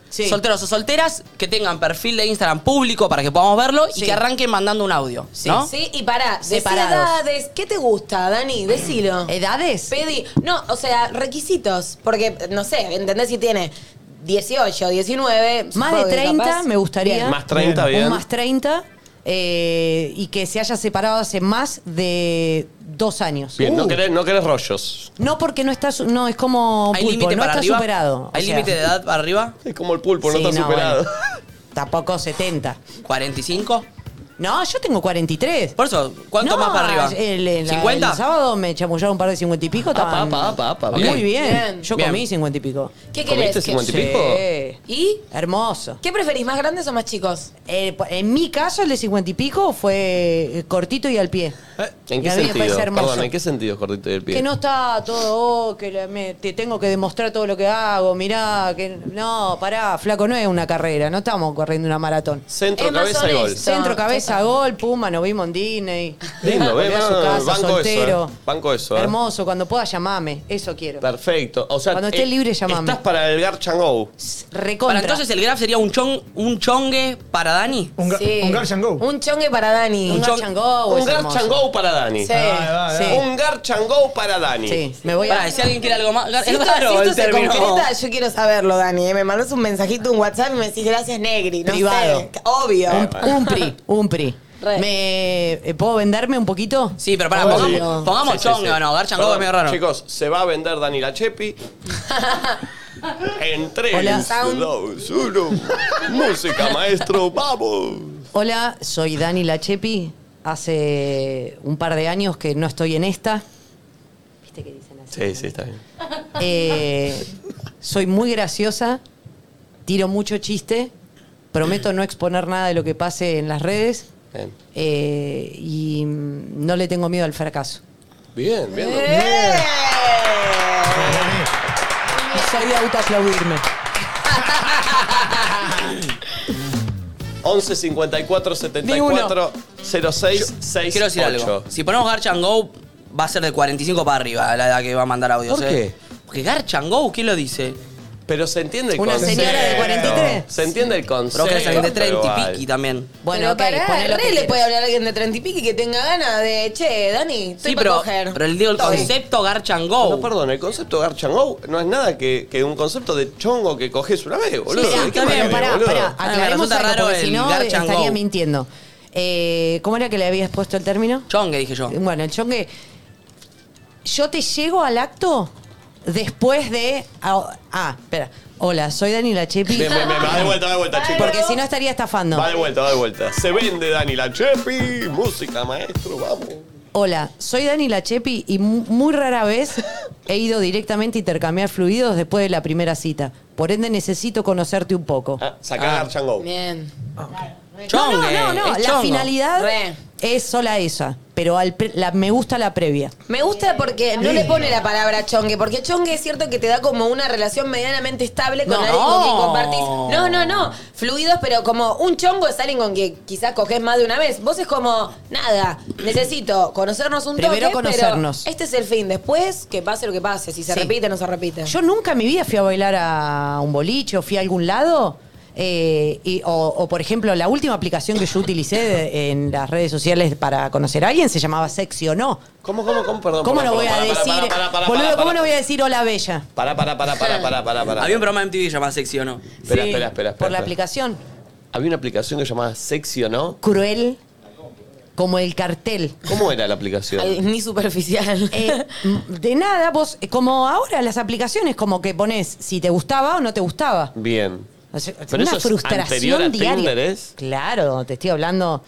Sí.
Solteros o solteras que tengan perfil de Instagram público para que podamos verlo
Sí.
y que arranquen mandando un audio. ¿no?
Sí, y pará, decí
Separados.
edades. ¿Qué te gusta, Dani? Decilo.
¿Edades?
Pedí. No, o sea, requisitos. Porque, no sé, ¿entendés si tiene 18, 19?
Más
supongo
de
que
30
capaz.
me gustaría.
Más 30, bien.
Un más 30 eh, y que se haya separado hace más de dos años.
Bien, no,
Uh.
querés, no querés rollos.
No porque no está, su- no es como
¿Hay
pulpo,
límite
no
para
está
arriba?
superado.
¿Hay
o sea,
límite de edad para arriba?
Es como el pulpo, no
Sí,
está
no,
superado.
bueno. Tampoco 70.
¿45?
No, yo tengo 43.
Por eso, ¿cuánto
No,
más para arriba?
el- el-
¿50?
El sábado me chamullaron un par de 50 y pico.
Apa,
estaban-
apa, apa, apa,
Muy
bien.
bien.
Bien.
Yo
Bien.
comí 50 y pico.
¿Qué
¿Comiste
querés?
50 y
¿Qué-
pico?
Sí.
¿Y?
Hermoso.
¿Qué preferís, más grandes o más chicos?
Eh, po- en mi caso, el de 50 y pico fue eh, cortito y al pie.
¿En
Y
qué
a mí me
sentido?
parece hermoso.
Perdón, ¿en qué sentido, cortito del pie?
Que no está todo, oh, que la- me- te tengo que demostrar todo lo que hago, mirá, que no, pará, flaco, no es una carrera, no estamos corriendo una maratón.
Centro,
Es más
cabeza y gol.
honesto.
Centro, cabeza, gol, Puma, nos vimos en Disney.
Lindo, ¿ves?
Volvé a su
No, no, no,
casa,
banco
soltero.
eso, eh. Banco eso, eh.
Hermoso, cuando pueda llamame, eso quiero.
Perfecto. O sea, eh,
Cuando estés libre, llamame.
Estás para el Garch and Go.
Recontra.
Bueno, entonces el graph sería un, chon, un chongue para Dani.
Un, ga-
Sí.
un Garch and Go.
Un chongue para Dani.
Un
chon-
Garch and Go
un
es
Garch
hermoso.
and Go para Dani.
Sí.
Ah, ah, ah.
Sí.
Un Garch and Go para Dani.
Sí, me voy
Pará,
a...
si alguien quiere algo más.
Si
es
esto,
raro
si
el
esto se
término.
concreta, yo quiero saberlo, Dani. ¿eh? Me mandas un mensajito, un WhatsApp y me decís gracias, Negri. No
Privado.
sé. Obvio.
Un, un pri, un pri.
Re.
Me, eh, ¿Puedo venderme un poquito?
Sí, pero pará,
Obvio.
pongamos, pongamos
Sí, sí,
chongue
sí.
o no. Garchan
Perdón,
es medio raro.
Chicos, se va a vender Dani la Chepi. en 3,
Sound.
2, 1. Música, maestro, vamos.
Hola, soy Dani Lachepi. Hace un par de años que no estoy en esta. ¿Viste que dicen así?
Sí, sí, está bien.
Eh, soy muy graciosa, tiro mucho chiste, prometo no exponer nada de lo que pase en las redes
Bien,
eh, y mm, no le tengo miedo al fracaso.
bien. bien.
Eh.
Soy de autoaplaudirme.
11 54 74 06
Quiero decir algo.
68.
Si ponemos Garch and Go, va a ser de 45 para arriba la edad que va a mandar audios.
¿Por
¿eh?
qué?
Porque Garch and Go, ¿quién lo dice?
Pero se entiende el
¿Una
concepto.
señora de 43?
Se entiende el concepto.
Pero que es alguien de 30 y
igual.
piqui también.
Bueno, ok,
pero
poné
pará,
lo
re
que
le
quieras.
puede hablar a alguien de 30 y pico que tenga ganas de, che, Dani, estoy
Sí,
para
pero,
coger.
pero el, digo, el
Estoy.
concepto Garch and Go.
No, perdón, el concepto de Archangou no es nada que, que un concepto de chongo que coges una vez, boludo.
Sí, sí,
¿De
está
qué
bien,
manera,
pará,
boludo?
Pará,
Ah, me
aclaremos
resulta
algo,
raro
porque si
el
no
Garch and
estaría
Go.
mintiendo. Eh, ¿Cómo era que le habías puesto el término?
Chongue, dije yo.
Bueno, el chongue. Yo te llego al acto después de. Ah, ah, espera. Hola, soy Dani La Chepi.
Bien, bien, bien, va de vuelta, va de vuelta, chicos.
Porque si no estaría estafando.
Va de vuelta, va de vuelta. Se vende Dani la Chepi, música maestro, vamos.
Hola, soy Dani La Chepi y mu- muy rara vez he ido directamente a intercambiar fluidos después de la primera cita. Por ende, necesito conocerte un poco.
Ah, sacá Archangou.
Bien.
Chongue.
no, no, no.
Oh. es
La
chongo.
finalidad
Re.
es sola esa. Pero al pre- la- me gusta la previa.
Me gusta porque no le pone la palabra chongue, porque chongue es cierto que te da como una relación medianamente estable con
No.
alguien con quien compartís. No, no, no. Fluidos, pero como un chongo es alguien con quien quizás coges más de una vez. Vos es como, nada, necesito conocernos un
Primero
toque,
conocernos.
pero este es el fin. Después, que pase lo que pase. Si se
Sí.
repite, no se repite.
Yo nunca en mi vida fui a bailar a un boliche o fui a algún lado. eh, y- o, o, por ejemplo, la última aplicación que yo utilicé de- en las redes sociales para conocer a alguien se llamaba Sexy o No.
¿Cómo, cómo, cómo? Perdón.
¿Cómo
perdón,
no voy
perdón,
a
pará,
decir,
pará, pará, pará,
boludo,
pará,
cómo
pará.
no voy a decir hola bella?
Pará, pará, pará, pará, pará, pará, pará.
Había un programa en MTV llamado Sexy o no.
Espera,
Sí,
espera, espera,
Por
espera.
la aplicación.
Había una aplicación que llamaba Sexy o no.
Cruel como el cartel.
¿Cómo era la aplicación?
Al- ni superficial.
Eh, m- de nada, vos, eh, como ahora las aplicaciones, como que pones si te gustaba o no te gustaba.
Bien.
O sea,
Pero eso
una
es anterior
frustración
a
diaria.
Tinder, ¿eh? ¿es?
Claro, te estoy hablando.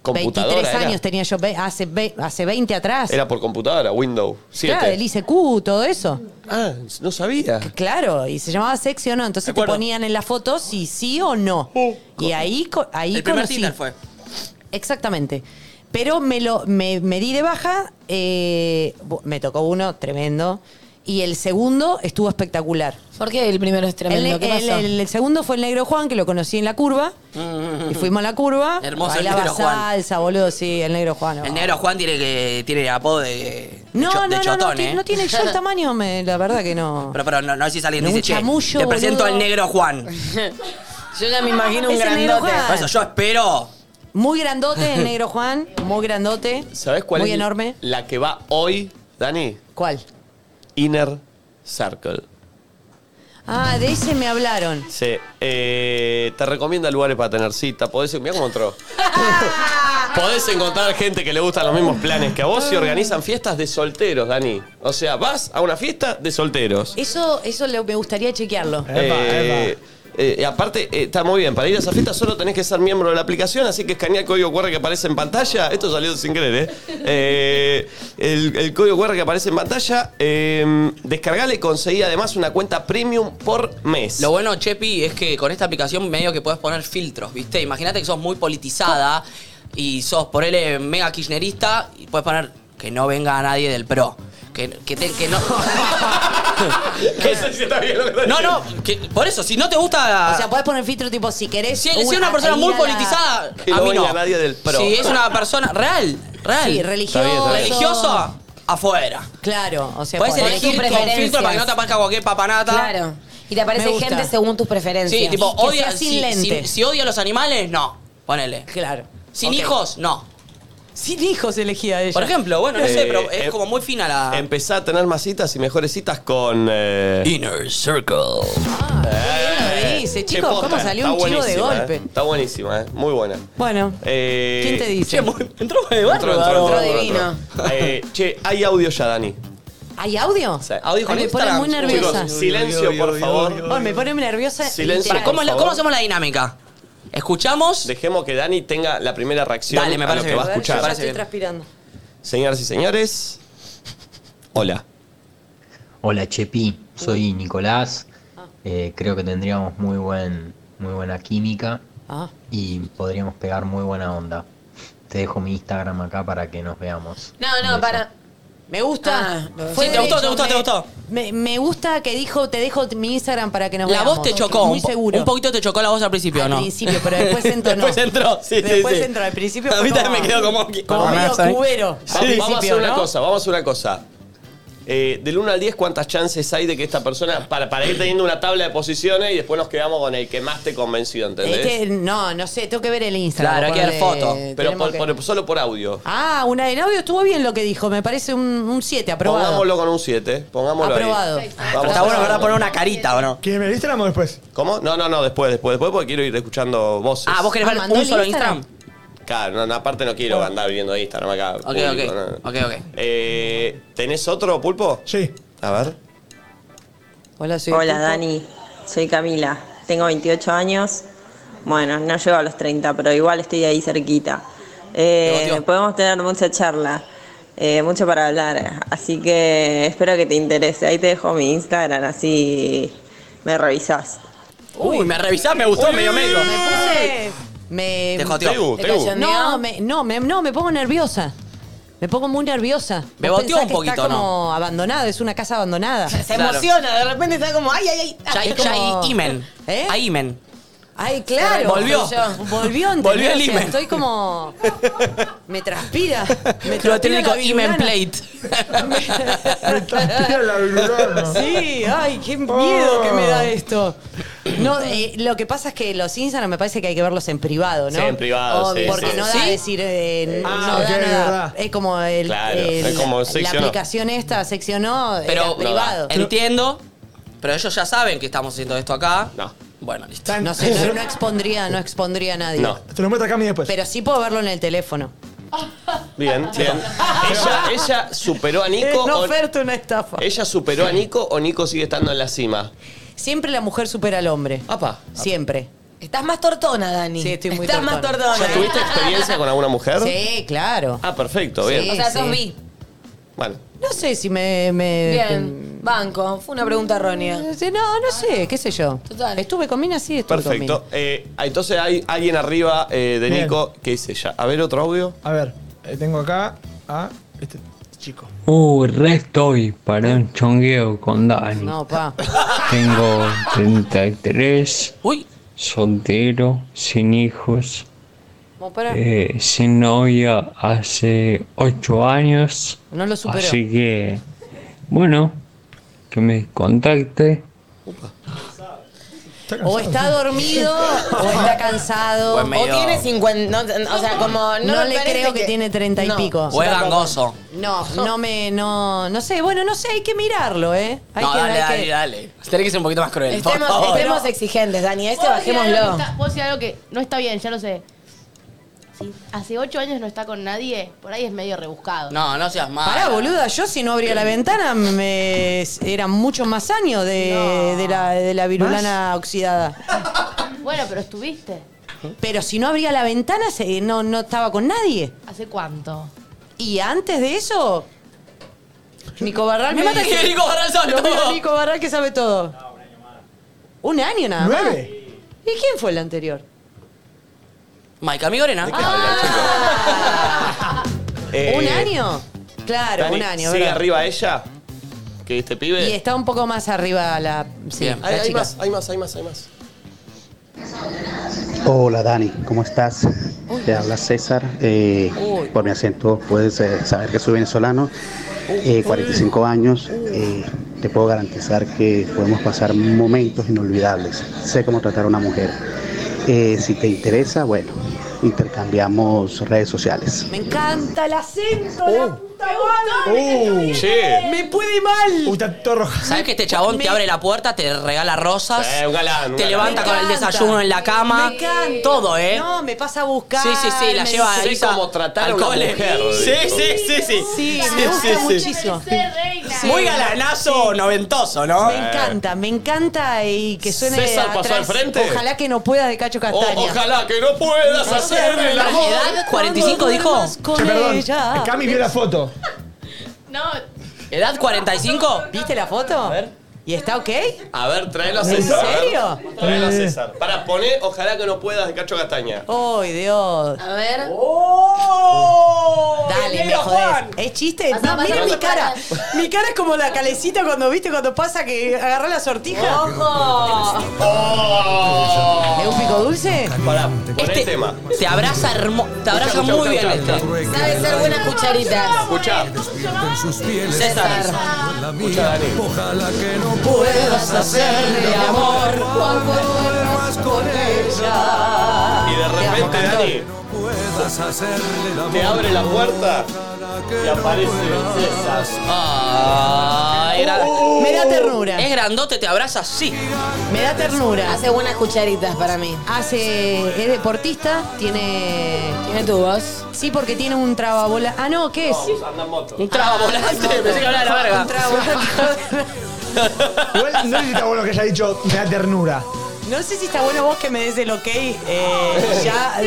Computadora
23
era.
años tenía yo, ve- hace, ve- hace 20 atrás.
Era por computadora, Windows 7.
claro, del ICQ, todo eso.
Ah, no sabía.
Claro, y se llamaba sexy o no. Entonces te
acuerdo.
ponían en la foto si sí o no.
Uh,
y ahí, co- ahí
El primer
conocí.
Tinder fue.
Exactamente. Pero me lo me, me di de baja, eh, bu- me tocó uno tremendo. Y el segundo estuvo espectacular.
¿Por qué el primero es tremendo?
El,
¿Qué
el-
pasó?
el- el segundo fue el negro Juan, que lo conocí en la curva. Y fuimos a la curva.
Hermoso el
bailaba
negro Juan.
salsa, boludo, sí, el negro Juan.
El
oh.
negro Juan tiene que tiene apodo de, de
No,
cho-
no,
de
no,
chotón,
no, ti-
¿eh?
no tiene yo el tamaño, me- la verdad que no.
Pero, pero no, no si alguien
No,
dice,
un chamullo,
che, te presento
boludo".
al negro Juan.
Yo ya me imagino un
Es el negro
grandote.
Juan.
Por eso yo espero.
Muy grandote el negro Juan, muy grandote.
¿Sabes cuál
Muy
es
enorme.
la que va hoy, Dani?
¿Cuál?
Inner Circle.
Ah, de ese me hablaron.
Sí. Eh, te recomienda lugares para tener cita. Podés, mirá cómo entró. Podés encontrar gente que le gustan los mismos planes que a vos y organizan fiestas de solteros, Dani. O sea, vas a una fiesta de solteros.
Eso, eso lo- me gustaría chequearlo.
Eh, eh, aparte, eh, está muy bien. Para ir a esa fiesta solo tenés que ser miembro de la aplicación, así que escanear el código QR que aparece en pantalla. Esto salió sin querer, ¿eh? Eh, el, el código QR que aparece en pantalla, eh, descargale y conseguí además una cuenta premium por mes.
Lo bueno, Chepi, es que con esta aplicación medio que puedes poner filtros, ¿viste? Imagínate que sos muy politizada y sos, por él, mega kirchnerista y puedes poner que no venga nadie del pro. Que, que, te- que no.
no sé si está bien lo que está
No,
diciendo.
no, que- por eso, si no te gusta.
O sea, podés poner filtro tipo si querés.
si, si es Ah. una persona muy
ir a la-
politizada,
Que
a
no
mí no.
venga nadie del pro.
Si es una persona real, real.
Sí,
Está bien, está
religioso.
bien.
religioso, afuera.
Claro, o sea,
Puedes
podés-
elegir
tus
con filtro
preferencias.
para que no te aparezca cualquier papanata.
Claro. Y te aparece
Me gusta.
gente según tus preferencias.
Sí, tipo,
Y que
odia,
sea sin
si,
lente.
si- si odia a los animales, no. Ponele.
Claro.
Sin
Ok.
hijos, no.
Sin hijos elegía ella.
Por ejemplo, bueno, no
Eh,
sé, pero es
em-
como muy fina la.
Empezá a tener más citas y mejores citas con. eh,
Inner Circle.
Ah, dice,
che,
chicos,
posta,
¿cómo salió
está
un chivo de
buenísima,
golpe?
eh. Está buenísima, eh. muy buena.
Bueno,
Eh,
¿quién te dice?
Che, muy- entró de
Entró,
barro.
entró,
bárbaro.
entró, entró,
divino.
entró. Eh, che, hay audio ya, Dani.
¿Hay audio?
Sí.
Audio con
Ay, me pone
Instagram.
muy nerviosa.
Chicos, silencio, por favor.
Ay, me pone nerviosa.
Silencio.
literal.
Para,
¿Cómo, es la-
Por favor.
cómo hacemos la dinámica? Escuchamos.
Dejemos que Dani tenga la primera reacción
Dale, me parece
a lo que
bien.
va a
A ver, yo
escuchar.
ya
Parece
estoy
bien.
transpirando.
Señoras y señores, hola.
Hola Chepi, soy Nicolás. Eh, creo que tendríamos muy buen, muy buena química
Ah.
y podríamos pegar muy buena onda. Te dejo mi Instagram acá para que nos veamos.
No, no,
Un beso.
para.
Me gusta.
Ah,
Fue
sí, te gustó,
derecho,
te gustó,
me-
te gustó.
Me, me gusta que dijo, te dejo mi Instagram para que nos
La
veamos.
voz te chocó.
Muy
un po-
seguro.
Un poquito te chocó la voz al principio,
Al
¿no?
principio, pero después entonó.
después entró, sí, sí,
Después
sí.
entró, al principio
A mí
fue
también me quedó como...
Como
Como
medio
nada, ¿sabes?
Va-
cubero. al
vamos a hacer
principio,
una
¿no?
cosa, vamos a hacer una cosa. Eh, del 1 al 10, ¿cuántas chances hay de que esta persona, para, para ir teniendo una tabla de posiciones y después nos quedamos con el que más te convenció, ¿entendés?
Este, no, no sé, tengo que ver el Instagram.
Claro, hay que ver
porque
fotos,
Pero
tenemos
por-
que-
por- solo por audio.
Ah, una de audio estuvo bien lo que dijo, me parece un 7, aprobado.
Pongámoslo con un 7, pongámoslo ahí.
Aprobado.
Vamos
Está
a
bueno,
hacerlo.
¿verdad? Poner una carita, ¿o no?
¿Quieres ver el Instagram o después?
¿Cómo? No, no, no, después, después, después, porque quiero ir escuchando voces.
Ah, ¿vos querés
Ah,
ver
¿mandó
un
el
solo
Instagram?
Instagram?
Claro, no, no, aparte no quiero andar viendo Instagram acá.
Ok, ok, ok, ok.
Eh, ¿Tenés otro, Pulpo?
Sí.
A ver.
Hola, soy
Hola
Pulpo.
Dani, soy Camila, tengo 28 años, bueno, no llego a los 30, pero igual estoy ahí cerquita. Eh,
Te batió.
podemos tener mucha charla, eh, mucho para hablar, así que espero que te interese. Ahí te dejo mi Instagram, así me revisás.
Uy, me revisás, me gustó medio medio.
Me puse. Me.
Te joteó.
Tegu,
¿Te
Tegu.
cayó?
No, me, no, me, no, me pongo nerviosa. Me pongo muy nerviosa.
Me
Vos
boteó
pensás
un
que
poquito,
Está como abandonada, es una casa abandonada.
Se
Claro.
emociona, de repente está como, ay, ay, ay.
Ya hay,
Es como-
ya hay imen.
¿Eh?
Hay imen.
Ay, claro.
Volvió.
Volvió. ¿entendés?
Volvió el
O sea,
imen.
Estoy como. Me transpira. Me
Lo
transpira
técnico
la
imen
virulana.
plate.
la Oh. virulana.
Sí, ay, qué miedo que me da esto. No, eh, lo que pasa es que los Instagram me parece que hay que verlos en privado, ¿no?
Sí, en privado, sí,
Porque
sí,
no
sí.
da decir, eh,
Ah,
no
ok,
da
es
nada.
verdad.
Es como el,
Claro,
el-
es como seccionó.
la aplicación esta, seccionó,
Pero
era privado.
no, entiendo, pero ellos ya saben que estamos haciendo esto acá.
No.
Bueno, listo.
Tan-
No sé, no, no expondría, no expondría a nadie.
No.
Te lo muestro acá a mí después.
Pero sí puedo verlo en el teléfono.
Bien, bien. ella, ella superó a Nico.
no
o-
oferta una estafa.
¿Ella superó a Nico o Nico sigue estando en la cima?
Siempre la mujer supera al hombre.
Apa.
Siempre.
Estás más tortona, Dani.
Sí, estoy muy
Estás
tortona.
más tortona.
¿Ya tuviste experiencia con alguna mujer?
Sí, claro.
Ah, perfecto, bien.
Sí.
O sea, sos bi.
Bueno,
No sé si me... me- Eh,
Bien. Banco. Fue una pregunta errónea.
Sí, No, no sé, qué sé yo.
Total.
Estuve con Mina, sí, estuve
perfecto.
con
Eh, entonces hay alguien arriba eh, de
Bien.
Nico que dice ya. A ver, otro audio.
A ver, eh, tengo acá a este chico.
Uh, re estoy para un chongueo con Dani.
Mina. No, pa.
Tengo 33,
Uy,
soltero, sin hijos,
Como para-
eh, sin novia hace 8 años.
No lo superó.
Así que, bueno, que me contacte.
O está dormido o está cansado.
Buen medio.
O tiene 50. No, o sea, como. No,
No,
me
le
parece
creo que, tiene treinta y
No.
pico.
o es gangoso.
No, no me, no, no sé. Bueno, no sé, hay que mirarlo, ¿eh. Hay
no,
que,
dale,
hay
dale,
que-
dale. Tenés que ser un poquito más cruel, por
Estemos,
favor.
estemos exigentes, Dani. Este
¿Puedo decir algo
bajémoslo.
que está- puedo decir algo que no está bien, ya lo sé. Si hace ocho años no está con nadie, por ahí es medio rebuscado.
No, no seas malo.
Pará, boluda, yo si no abría la ventana me eran muchos más años de, de la, de la virulana oxidada.
Bueno, pero estuviste.
Pero si no abría la ventana se- no, no estaba con nadie.
¿Hace cuánto?
Y antes de eso, Nico Barral
Me mata
dice-
que Nico Barral sabe
Lo mira
todo.
Nico Barral que sabe todo. un año nada más.
¿Nueve?
¿Y quién fue el anterior?
Mike, amigo Arena.
Eh,
¿Un año? Claro,
Dani,
un año.
¿Sigue
¿verdad?
arriba ella? Que este pibe.
Y está un poco más arriba la, sí,
Bien.
la
Hay, hay
chica.
más, hay más, hay más, hay más.
Hola Dani, ¿cómo estás? Te habla César. eh,
Uy.
por mi acento puedes eh, saber que soy venezolano. eh, 45 años. eh, te puedo garantizar que podemos pasar momentos inolvidables. Sé cómo tratar a una mujer. Eh, si te interesa, bueno, intercambiamos redes sociales.
Me encanta el acento,
Oh.
la puta madre.
Che.
Me puede mal.
Uy, está todo rojo.
¿Sabes que este chabón te abre la puerta, te regala rosas?
Eh, un galán, un
te
galán.
levanta
Me
con el
encanta.
desayuno en la cama.
Me encanta.
Todo, ¿eh?
No, me pasa a buscar.
sí, sí, sí, la
me-
lleva
sé
ahí. Isa,
cómo tratar a
al
una
cole.
mujer,
Sí,
digo.
sí, sí, sí.
Sí, me gusta muchísimo.
Ser reina.
Muy galanazo noventoso, ¿no?
Me encanta, me encanta y que suene
Eh. César pasó
atrás.
al frente.
Ojalá que no pueda de Cacho Castaña.
O- ojalá que no puedas hacerme el amor.
edad? 45 dijo.
Duermas con
Che, perdón.
ella.
Cami vio la foto.
No,
¿Edad 45?
¿Viste la foto?
ver.
Y ¿Y está ok?
A ver, tráelo a
¿En
César. a ver.
serio?
Tráelo a César. Para poner, ojalá que no puedas de Cacho Castaña.
¡Ay, Dios!
A ver.
¡Oh!
Dale, me jodés. Es chiste.
Pasá,
No,
pasá,
miren mi
pasá,
cara.
pasá.
Mi cara es como la calecita cuando viste cuando pasa que agarrá la sortija.
¡Ojo!
¿Es un pico dulce?
Para poner
Este
tema.
te abraza, hermo- te abraza
escuchá,
muy bien
escuchá,
este.
Sabe ser buenas cucharitas.
Escuchá,
César.
escuchá, Dani.
Puedas hacerle amor.
Y de repente, Dani, te abre la puerta y aparece César. Ah,
Ay, era-
Me da ternura.
Es grandote, te abraza así.
Me da ternura.
Hace buenas cucharitas para mí.
Hace. Es deportista. Tiene.
¿Tiene tu voz?
Sí, porque tiene un trababola. Ah, no, ¿qué es?
Anda en moto.
Un trababolante. Pensé que hablaba de la verga.
Ah, Un trababola.
Igual no sé si está bueno que haya dicho me da ternura.
No sé si está bueno vos que me des el ok. eh, ya.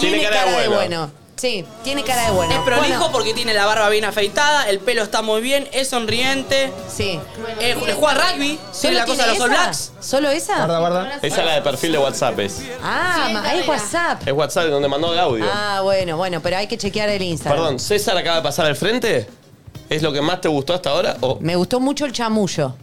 Tiene cara
Tiene cara
de bueno.
de bueno.
Sí, tiene cara de bueno.
Es prolijo
Bueno,
porque tiene la barba bien afeitada, el pelo está muy bien, es sonriente.
sí.
Eh, le juega rugby, tiene la cosa de los
tiene
All
esa?
Blacks.
¿Solo
Guarda,
esa?
guarda.
Esa es la de perfil de WhatsApp. Es,
Ah,
Sí,
ma-
esa
ahí es
era.
WhatsApp.
es WhatsApp donde mandó el audio.
Ah, bueno, bueno, pero hay que chequear el Instagram.
Perdón, ¿César acaba de pasar al frente? ¿Es lo que más te gustó hasta ahora o
Me gustó mucho el chamullo.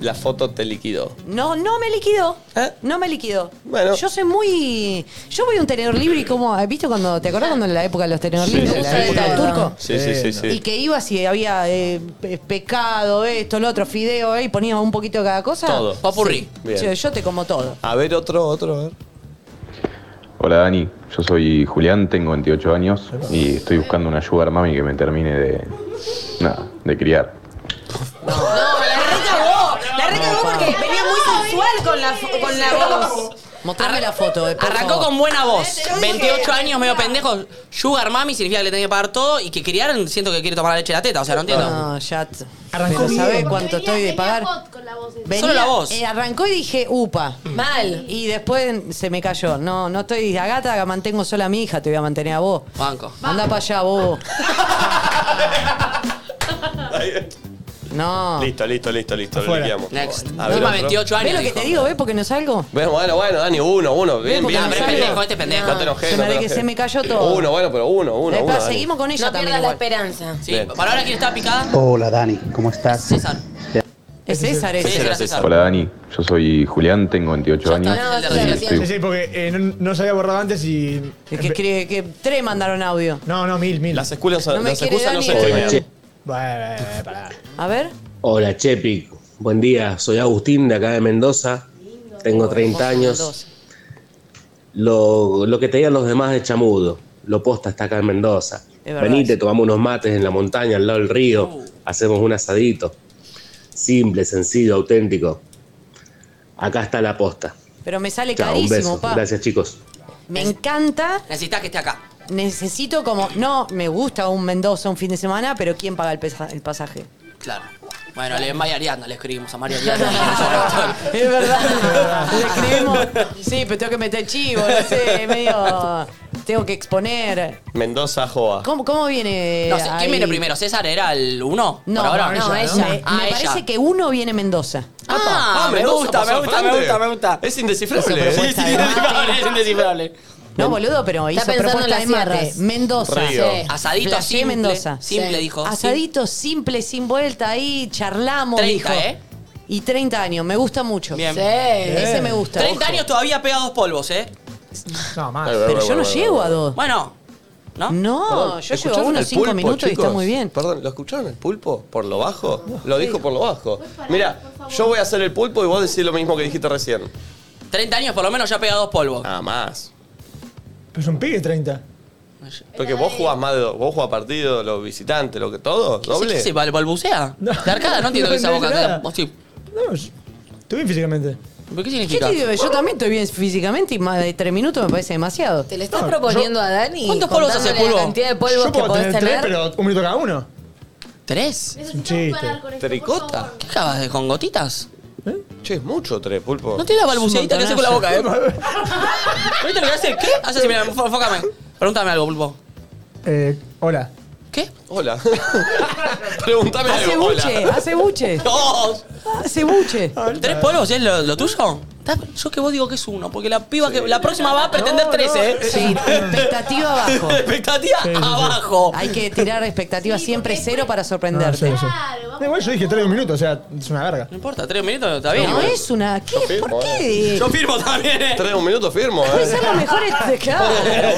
la foto te liquidó?
No, no me liquidó.
¿Eh?
No me liquidó.
Bueno.
Yo soy muy. Yo voy a un tenedor libre y como. ¿Viste cuando. ¿Te acordás cuando en la época de los tenedores
Sí,
libres?
sí,
la
sí.
época del turco.
Sí, sí, sí,
Y
sí.
que iba si había eh, pe- pecado, esto, lo otro, fideo, eh, y ponía un poquito de cada cosa.
Todo.
Papurri.
Bien.
Yo, yo te como todo.
A ver, otro, otro, a ver.
Hola Dani, yo soy Julián, tengo 28 años y estoy buscando una sugar mami que me termine de. nada, de criar.
No, la recagó. La recagó porque venía muy sensual con la, fo- con la voz.
Mostrame la foto. eh, por
Arrancó
favor.
con buena voz. 28 años, medio pendejo. Sugar Mami significa que le tenés que pagar todo y que criaron, siento que quiere tomar la leche de la teta, o sea, no entiendo.
No, ya. t-
Arrancó
pero
bien.
¿Sabés
Porque
cuánto estoy de pagar?
Ven.
Solo la voz.
eh, arrancó y dije, upa.
Mal.
Y después se me cayó. No, no estoy gata, que mantengo sola a mi hija, te voy a mantener a vos.
Banco.
Anda para allá, vos. No.
Listo, listo, listo, listo, lo
Afuera.
liquidamos.
Next.
A ver,
Toma
otro.
28
¿Ves
años.
lo que
dijo.
te digo? ¿Ves porque no salgo?
Bueno, bueno, bueno, Dani, uno, uno. Bien,
Ven,
bien.
porque
Ah, pero es pendejo,
no salgo.
este es pendejo.
No te enojes,
Se
no
me-
te
que
enojes.
se me cayó todo.
Uno, bueno, pero uno, uno,
Eh,
uno.
pa,
Dani.
seguimos con ella
No
también
pierdas la
igual.
esperanza.
Sí,
Bien.
para ahora quien está picada,
Hola Dani, ¿cómo estás?
César.
Es César ese.
Sí, era César.
Hola Dani, yo soy Julián, tengo 28
Ya está,
años
el de
No,
y
recién.
estoy
Sí, sí, porque eh, no, no se había borrado antes y.
El que escribe, que tres mandaron audio.
No, no, mil, mil.
Las excusas
No me
las
quiere
excusas no
Dani,
se
eh.
streamean.
Bueno, bueno, pará.
A ver.
Hola Chepi, buen día, soy Agustín de acá de Mendoza, tengo 30 años.
Dos.
Lo, lo que te digan los demás es chamudo, lo posta está acá en Mendoza.
Es verdad. Uh.
Venite, tomamos unos mates en la montaña, al lado del río, hacemos un asadito. Simple, sencillo, auténtico. Acá está la posta.
Pero me sale
Chao, un
carísimo,
beso.
pa.
Gracias chicos.
Me encanta.
Necesitas que esté acá.
Necesito como. No, me gusta un Mendoza un fin de semana, pero ¿quién paga el, pesa- el pasaje?
Claro. Bueno, le María Ariadna le escribimos a María Ariadna.
Es verdad. Le escribimos. Sí, pero tengo que meter chivo, no sé, medio. Tengo que exponer.
Mendoza, Joa.
¿Cómo, cómo viene?
Ah. No sé,
eh, ahí?
¿quién viene primero? ¿César era el uno?
No,
Por ahora.
no, ella. Me,
Ah,
me
ella.
parece que uno viene Mendoza.
Ah, me
Mendoza
gusta,
pasó
me
al
gusta, me
frente.
gusta, me gusta.
Es indescifrable.
Esa propuesta
Sí, sí,
de
sí,
mate.
sí, sí,
Es indescifrable.
No, boludo, pero hizo
Está pensando en
propuesta
las
de mate.
sierras.
Mendoza.
Río.
Sí.
Asadito
Flashé
simple.
Mendoza.
Simple,
Sí.
dijo.
Asadito simple, sin vuelta ahí, charlamos.
30,
dijo.
¿eh?
Y 30 años, me gusta mucho.
Bien.
Sí.
Ese me gusta.
30
ojo.
años todavía pega dos polvos, ¿eh?
No, más.
Ahí va.
Pero yo no llego a dos.
Bueno, ¿no?
No,
Perdón,
yo llego a
¿escucharon el
unos 5
pulpo,
minutos y está
chicos?
muy bien.
Perdón, ¿lo escucharon el pulpo? ¿Por lo bajo? Lo dijo por lo bajo. Mira, yo voy a hacer el pulpo y vos decís lo mismo que dijiste recién.
30 años por lo menos ya pega dos polvos.
Nada más.
Pero es un pibe 30.
Porque vos jugás más de dos. Vos jugás partido, los visitantes, lo que todo,
¿Qué se-
doble.
qué se bal- balbucea?
No.
De arcada Ah, no entiendo
No,
que esa
no
boca.
dice nada.
o sí.
No, es- estoy bien físicamente.
¿Pero ¿Qué
¿Qué
significa?
te digo? Yo también estoy bien físicamente y más de 3 minutos me parece demasiado.
¿Te le estás proponiendo a Dani?
¿Cuántos polvos hace
contándole
Pulvo?
La cantidad de polvos
yo
que
puedo
podés
tener,
tener.
tres, pero un minuto cada uno.
¿Tres?
un chiste.
Tricota.
¿Qué acabas de con gotitas?
¿Eh? Che, es mucho tres, pulpo.
No te la balbuceadita que hace con la boca, ¿eh? eh? ¿Viste lo que hace? ¿Qué? Hace así, mira, enfó- enfócame. Pregúntame algo, pulpo.
Eh, hola.
¿Qué?
Hola. Pregúntame
Hace
algo.
buche,
Hola.
hace buche. Hace buche.
¿Tres polvos es lo, lo tuyo? Ta- Yo que vos digo que es uno, porque la piba que. La próxima va a pretender
No,
tres,
no,
¿eh?
Sí, expectativa abajo.
Expectativa abajo.
Hay que tirar expectativas siempre cero para sorprenderte.
No, Ah, sí, Da Igual yo dije tres minutos, o sea, es una verga.
No importa, tres minutos está bien.
No
igual.
es una. ¿Qué?
firmo,
¿Por
eh.
qué?
Yo firmo también, ¿eh?
Tres un minuto firmo, ¿eh?
Puede ser la mejor. este- Claro.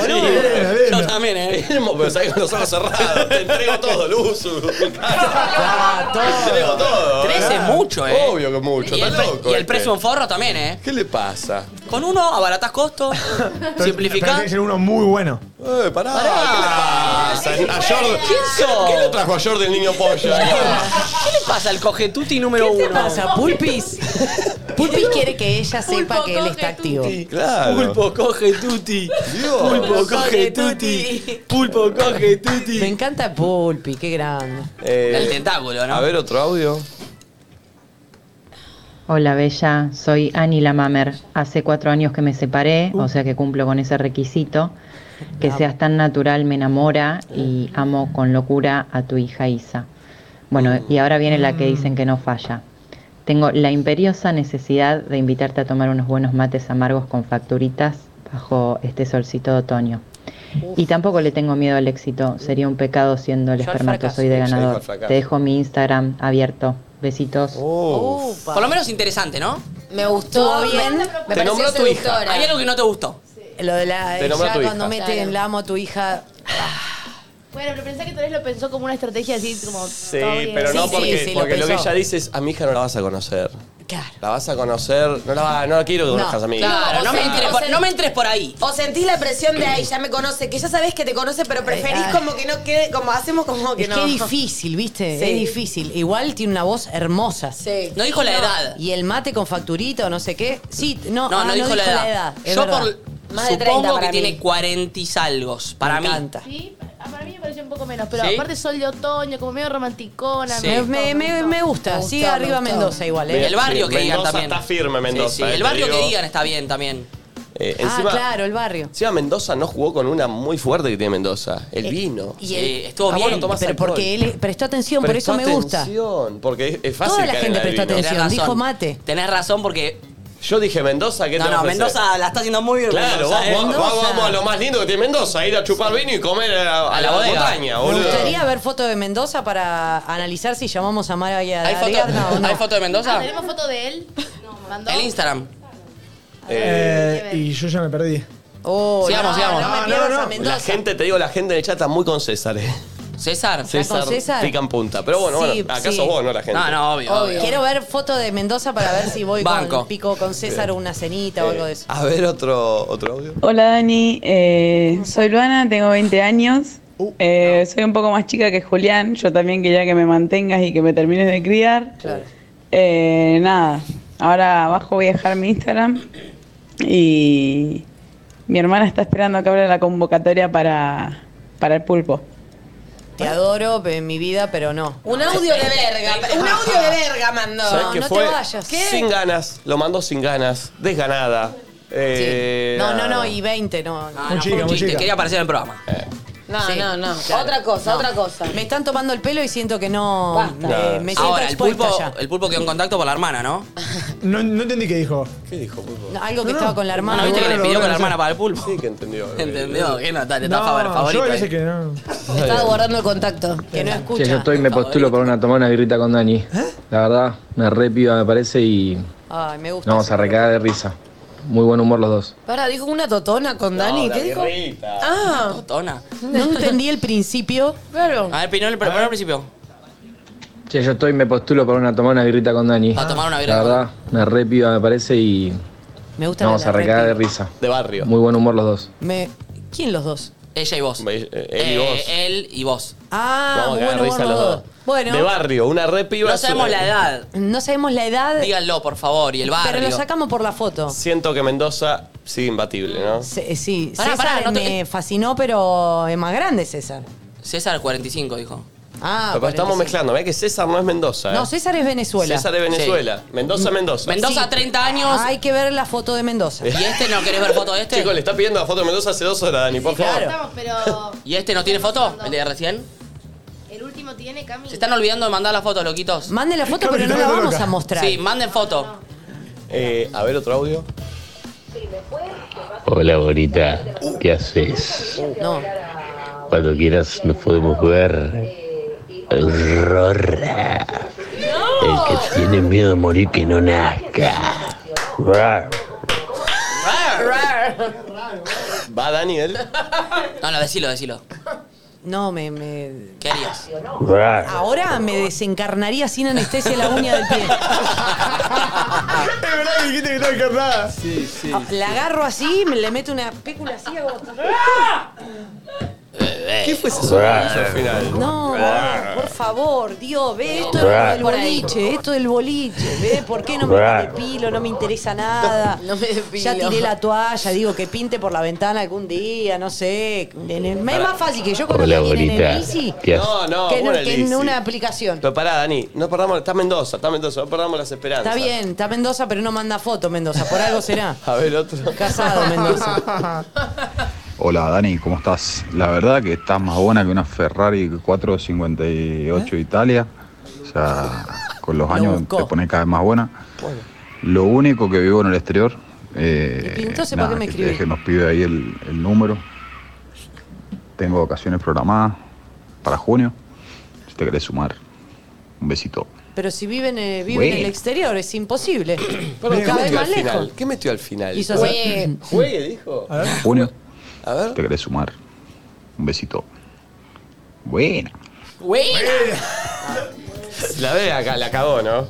Sí,
Yo también, ¿eh?
Firmo, pero salgo con los ojos cerrados. Te entrego todo, Luz. Te entrego todo.
Tres
¿eh?
es mucho, ¿eh?
Obvio que es mucho.
Y el,
Está
pre-
loco.
y el
este.
precio en forro también, ¿eh?
¿Qué le pasa?
Con uno abaratás costos,
Pero tiene
simplificás.
que ser uno muy bueno.
Eh, pará, ¿qué le pasa? A Jordan-
¿Quién sos?
¿Qué le trajo a Jordan el niño polla?
¿Qué le pasa al cogetuti número
¿Qué
uno?
pasa, Pulpis? Pulpis quiere que ella sepa que él está activo.
Claro.
Pulpo coge tuti.
Dios.
Pulpo coge tuti. Pulpo coge tuti.
Me encanta Pulpi, qué grande.
Eh,
El tentáculo, ¿no?
A ver, otro audio.
Hola Bella, soy Ani la Mamer. Hace cuatro años que me separé,
Uh.
o sea que cumplo con ese requisito. Que seas tan natural me enamora y amo con locura a tu hija Isa. Bueno, y ahora viene la que dicen que no falla. Tengo la imperiosa necesidad de invitarte a tomar unos buenos mates amargos con facturitas bajo este solcito de otoño. Y tampoco le tengo miedo al éxito, sería un pecado siendo el
Yo al
espermatozoide
fracaso.
ganador.
Yo al fracaso.
Te dejo mi Instagram abierto. Besitos.
Upa.
Por lo menos interesante, ¿no?
Me gustó
Estuvo bien.
bien. Me pareció seductora.
Hay algo que no te gustó.
Lo de la.
Te nombró
Ya
tu hija.
cuando meten
Claro.
la amo a tu hija.
Bueno, pero pensé que tal vez lo pensó como una estrategia así, como.
Sí, pero no
Sí, sí,
porque,
sí, lo
porque lo, que
pensó.
ella dice es, a mi hija no la vas a conocer.
Claro.
La vas a conocer, no la, va- no la quiero que
No,
conozcas a mi hija.
Claro,
o
no me,
sea,
entres
o
por,
sea-
no me entres por ahí.
O sentís la presión de ahí, ya me conoce, que ya sabés que te conoce, pero preferís
ay.
como que no quede, como hacemos como que
Es
no.
que es difícil, ¿viste?
Sí.
Es difícil. Igual tiene una voz hermosa.
Sí.
No dijo la edad.
Y el mate con facturito, no sé qué. Sí, no,
No,
ah,
no, dijo, la edad.
Es
Yo
verdad.
por,
Más de 30
supongo que
para mí.
tiene 40 y salgos. Para
Me
mí.
encanta.
Sí, pa- Ah, para mí me pareció un poco menos, pero
¿Sí?
aparte sol de otoño, como medio romanticona.
Sí.
Me,
gustó,
me- me- me gusta.
gustó,
Sigue
me
arriba
gustó.
Mendoza igual,
Bien,
¿eh?
El barrio
sí,
que digan
Mendoza
también.
está firme, Mendoza,
Sí, sí,
eh, te
El barrio que
digo.
digan está bien también.
Eh,
Ah,
encima,
claro, el barrio.
encima Mendoza no jugó con una muy fuerte que tiene Mendoza. El vino.
Eh, Y
Sí,
él-
estuvo
Ah,
bien.
bueno, tomás
pero
alcohol.
porque él prestó atención,
Prestó
por eso me gusta.
atención, Porque es- es fácil
Toda la
caer en
gente
del
prestó
vino.
atención.
Tenés razón.
dijo mate.
Tenés razón porque.
Yo dije Mendoza, ¿qué
No,
te va a
no,
ofrecer?
Mendoza la está haciendo muy bien.
Claro,
Mendoza,
vamos,
¿eh?
Mendoza.
vamos- vamos a lo más lindo que tiene Mendoza, ir a chupar vino y comer a, a
A la
la,
bodega.
montaña,
Me
boludo.
gustaría ver fotos de Mendoza para analizar si llamamos a Mara y a
¿Hay
Ariadna o
foto,
no.
¿Hay foto de
Ah,
Mendoza?
¿Tenemos foto de él? ¿Mandó?
El Instagram.
Eh, y yo ya me perdí.
Oh,
Sigamos,
no,
sigamos. Ah,
No, me
No, no,
pierdas
no.
a
La
Mendoza.
gente, te digo, la gente en el chat está muy con César, eh.
César.
con César?
pica en punta. Pero bueno,
Sí,
bueno, acaso
sí.
vos, no la gente.
No, no, obvio. obvio.
Quiero ver fotos de Mendoza para ver si voy
Banco.
con Pico con César o una cenita o algo de eso.
Eh, A ver, otro, otro audio.
Hola Dani, Eh, soy Luana, tengo 20 años, Eh, soy un poco más chica que Julián, yo también quería que me mantengas y que me termines de criar. Eh, nada, ahora abajo voy a dejar mi Instagram y mi hermana está esperando que abra la convocatoria para, para el pulpo.
Te adoro en mi vida, pero no.
Un audio de verga. Un audio de verga
¿Sabés
mandó.
no
qué
te
fue?
vayas. ¿Qué?
Sin ganas, lo mandó sin ganas, desganada. Eh,
No,
nada.
no, no, y 20, no. no.
Ah,
Muy
no,
chica,
fue un
muy
chiste,
chica.
Quería aparecer en el programa.
No,
Sí,
no, no.
claro.
Otra cosa,
No.
otra cosa.
Me están tomando el pelo y siento que no.
Basta.
eh, me siento
Ahora, el
expuesta
pulpo,
ya.
el pulpo quedó en contacto con la hermana, ¿no?
No, no entendí qué dijo.
¿Qué dijo, Pulpo?
No, algo
No,
que
no.
estaba con la
No,
hermana.
no, viste que le
bueno,
pidió con la
bueno,
hermana
sí.
para el pulpo.
Sí que entendió. eh.
Entendió que no está, le está fa-
No,
favorito.
yo
eh.
dice que no.
Estaba guardando el contacto.
que no escucha.
Che, yo estoy, me postulo para una tomar una birrita con Dani.
¿Eh?
La verdad, una re piba me parece y
Ay, me
nos
gusta.
vamos
ese
a recagar de risa. Muy buen humor los dos.
Para, dijo una totona con Dani.
No,
¿Qué
la
dijo?
birrita.
Ah,
Totona.
No entendí el principio.
claro.
A ver, Pinol, pero por el principio.
Che, yo estoy, me postulo para una tomar una birrita con Dani.
Para tomar una birra
La
con-
verdad, una re piba me parece y
Me gusta
nos vamos
la
a recagar de
repi.
risa.
De barrio.
Muy buen humor los dos.
Me... ¿Quién los dos?
Ella y vos.
Eh, él y vos.
Él y vos.
Ah,
Vamos a cagar
bueno,
risa
bueno,
los dos.
bueno.
De barrio, una repiba.
No sabemos la edad.
No sabemos la edad,
Díganlo, por favor, y el barrio.
pero lo sacamos por la foto.
Siento que Mendoza sigue imbatible, ¿no?
C- sí,
Pará,
César
pará, no te-
me fascinó, pero es más grande César.
César 45 dijo.
Ah,
Pero estamos
45.
mezclando. Ve que César no es Mendoza. ¿eh?
No, César es Venezuela.
César es Venezuela. Mendoza, Mendoza.
Mendoza 30 años.
Hay que ver la foto de Mendoza.
¿Y este no querés ver foto de este?
Chicos, le está pidiendo la foto de Mendoza hace dos horas, Dani, por favor.
Estamos, pero.
¿Y este no tiene foto? ¿El de recién?
El último tiene Cami.
Se están olvidando de mandar las fotos, loquitos.
Manden la foto, pero no la vamos a mostrar.
Sí, manden foto.
Eh, a ver, otro audio.
Hola, bonita. ¿Qué haces?
No.
Cuando quieras nos podemos ver. Rorra. El que tiene miedo a morir que no nazca. Rar.
¿Va Daniel?
No, no, decilo, decilo.
No, me, me-
¿Qué harías?
Ahora me desencarnaría sin anestesia la uña del pie.
Es verdad que dijiste que estaba encarnada.
Sí, sí.
Ah,
La agarro así, me le meto una pécula así, hago...
¿Qué fue ese sonido al final?
No, por favor, Dios, ve esto es del boliche, esto del boliche, ve por qué no me depilo, no me interesa nada.
No me depilo.
Ya tiré la toalla, digo que pinte por la ventana algún día, no sé. En el- es más fácil que yo con
Hola,
en
bonita.
el bici
¿Qué haces?
No, no,
que, en-
bueno,
que en
Lizzy.
una aplicación.
Pero pará, Dani, no perdamos, está Mendoza, está Mendoza, no perdamos las esperanzas.
Está bien, está Mendoza, pero no manda foto Mendoza, por algo será.
A ver, otro.
Casado Mendoza.
Hola Dani, ¿cómo estás? La verdad que estás más buena que una Ferrari 458
¿Eh?
Italia. O sea, con los años te pones cada vez más buena. Lo único que vivo en el exterior. Eh,
Y pintó, sé por
nada,
qué me
que te
escribí.
dejen los pibes ahí el, el número. Tengo vacaciones programadas para junio. Si te querés sumar, un besito.
Pero si viven, eh, viven en el
Güey.
exterior, es imposible.
Perdón, ¿qué
cada vez
metió al
más
final?
lejos.
¿Qué metió al final?
Hizo así.
Juegue. Juegue, dijo.
Junio.
A ver.
Te querés sumar, un besito. Buena.
La ve acá, la cagó, ¿no?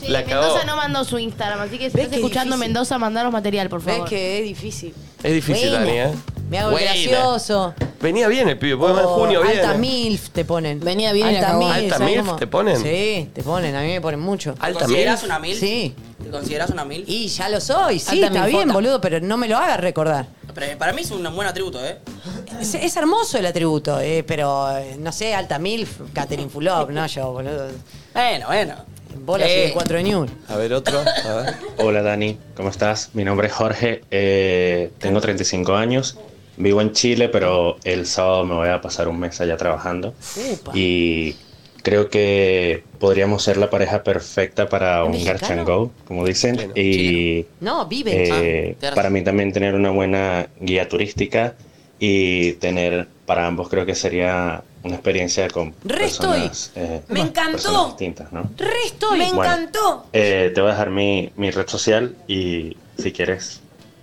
Sí,
la cagó.
Mendoza no mandó su Instagram, así que si estás escuchando Mendoza, mandanos material, por
Ves
favor.
que es difícil.
Es difícil,
Buena.
Dani, ¿eh?
Me hago el
Buena.
gracioso.
Venía bien el pibe, porque en
O
junio viene.
Alta MILF te ponen. Venía
bien y
Alta
acabó.
MILF.
¿Alta
¿sabes
MILF
cómo?
te ponen?
Sí, te ponen. A mí me ponen mucho.
¿Alta
¿Considerás una mil?
Sí.
¿Te considerás una mil?
Y ya lo soy. Sí,
Alta
está
milfota.
bien, boludo, pero no me lo hagas recordar.
Pero para mí es un buen atributo, ¿eh?
Es, es hermoso el atributo, eh, pero eh, no sé, Alta MILF, Catherine Fulop, no yo, boludo.
Bueno, bueno.
Bola
Eh.
4 en 1.
A ver, otro. A ver.
Hola Dani, ¿cómo estás? Mi nombre es Jorge, eh, tengo 35 años, vivo en Chile, pero el sábado me voy a pasar un mes allá trabajando y creo que podríamos ser la pareja perfecta para un
¿Mexicano?
Garchan Go, como dicen, y
No, vive.
eh,
Ah, tenés
para
razón.
mí también tener una buena guía turística y tener para ambos creo que sería una experiencia con
Re estoy.
personas, eh,
Me encantó.
personas distintas, ¿no?
Resto, me
Bueno.
encantó.
Eh, te voy a dejar mi, mi red social y si quieres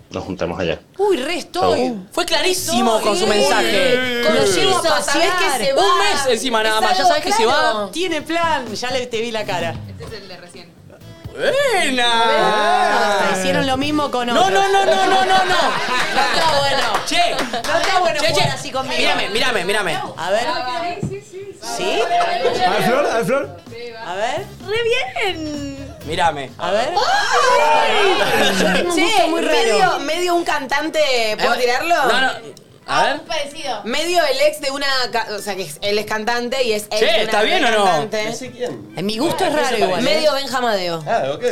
nos juntamos allá.
Uy, resto.
Chau.
Fue Uh, clarísimo con su mensaje.
Lo llevo a
Conciso, sabés
pasear.
que se va.
Un mes encima nada
Es
más, ya
algo
sabés que se
claro.
va. Este
Tiene plan, ya le te vi la cara.
¡Buena!
Ah, hicieron lo mismo con
No,
otro.
no, no, no, no, no, no.
No está bueno.
Che,
No está bueno
che,
jugar
che.
así conmigo.
Mírame, mírame, mírame.
A ver. Ah, ¿Sí?
A ver, Flor, a ver, Flor.
A ver.
Re bien.
Mírame.
A ver.
Yo tengo un
Sí,
gusto muy raro.
medio-
Medio, un cantante, ¿puedo
Eh,
tirarlo?
No, no. A ver.
parecido.
Medio el ex de una. ca- O sea, que es- él es cantante y es ex
Che,
de una
¿está bien o no?
cantante.
No sé quién.
Mi gusto es raro igual. ¿eh? Oh.
Medio Benjamadeo.
Ah, ok.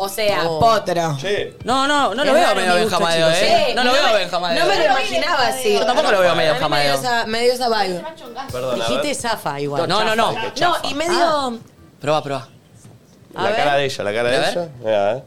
O sea, Potro.
Che.
Oh. No, no, no lo
Es
veo
raro
medio
mi gusto,
Benjamadeo,
chicos.
¿eh?
Sí,
No lo veo
me-
Benjamadeo.
No me lo imaginaba así.
Yo tampoco lo veo medio
A mí Me dio
Benjamadeo.
esa, me dio esa vibe.
Perdón, a
Dijiste
ver.
zafa igual.
No, no, no.
No, y medio.
Proba, proba.
A
La
ver.
cara de ella, la cara de
A ver.
ella. Mirá, eh.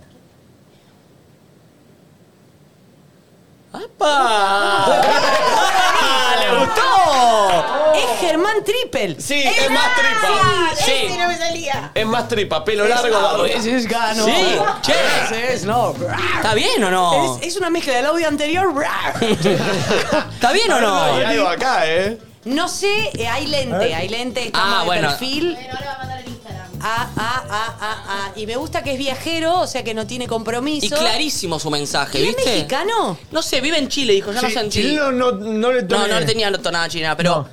¡Ah! ¡Le gustó!
Es Germán Triple.
Sí, es más
Ah.
tripa.
Ese no me salía.
Es más tripa, pelo largo. barba.
es gano.
Sí, che.
Ah, Ese es no.
¿Está bien o no?
Es, es una mezcla del audio anterior.
¿Está bien o no?
Hay algo acá, ¿eh?
No sé, eh, hay lente, hay lente, estamos
Ah,
de
bueno.
perfil. Ah, ah, ah, ah, ah. Y me gusta que es viajero, o sea que no tiene compromiso.
Y clarísimo su mensaje,
¿Y es
¿viste?
mexicano?
No sé, vive en Chile, dijo, ya no
Sí,
sé en Chile.
Chileno no, no le
No,
tomé.
no le tenía tonada chilena, pero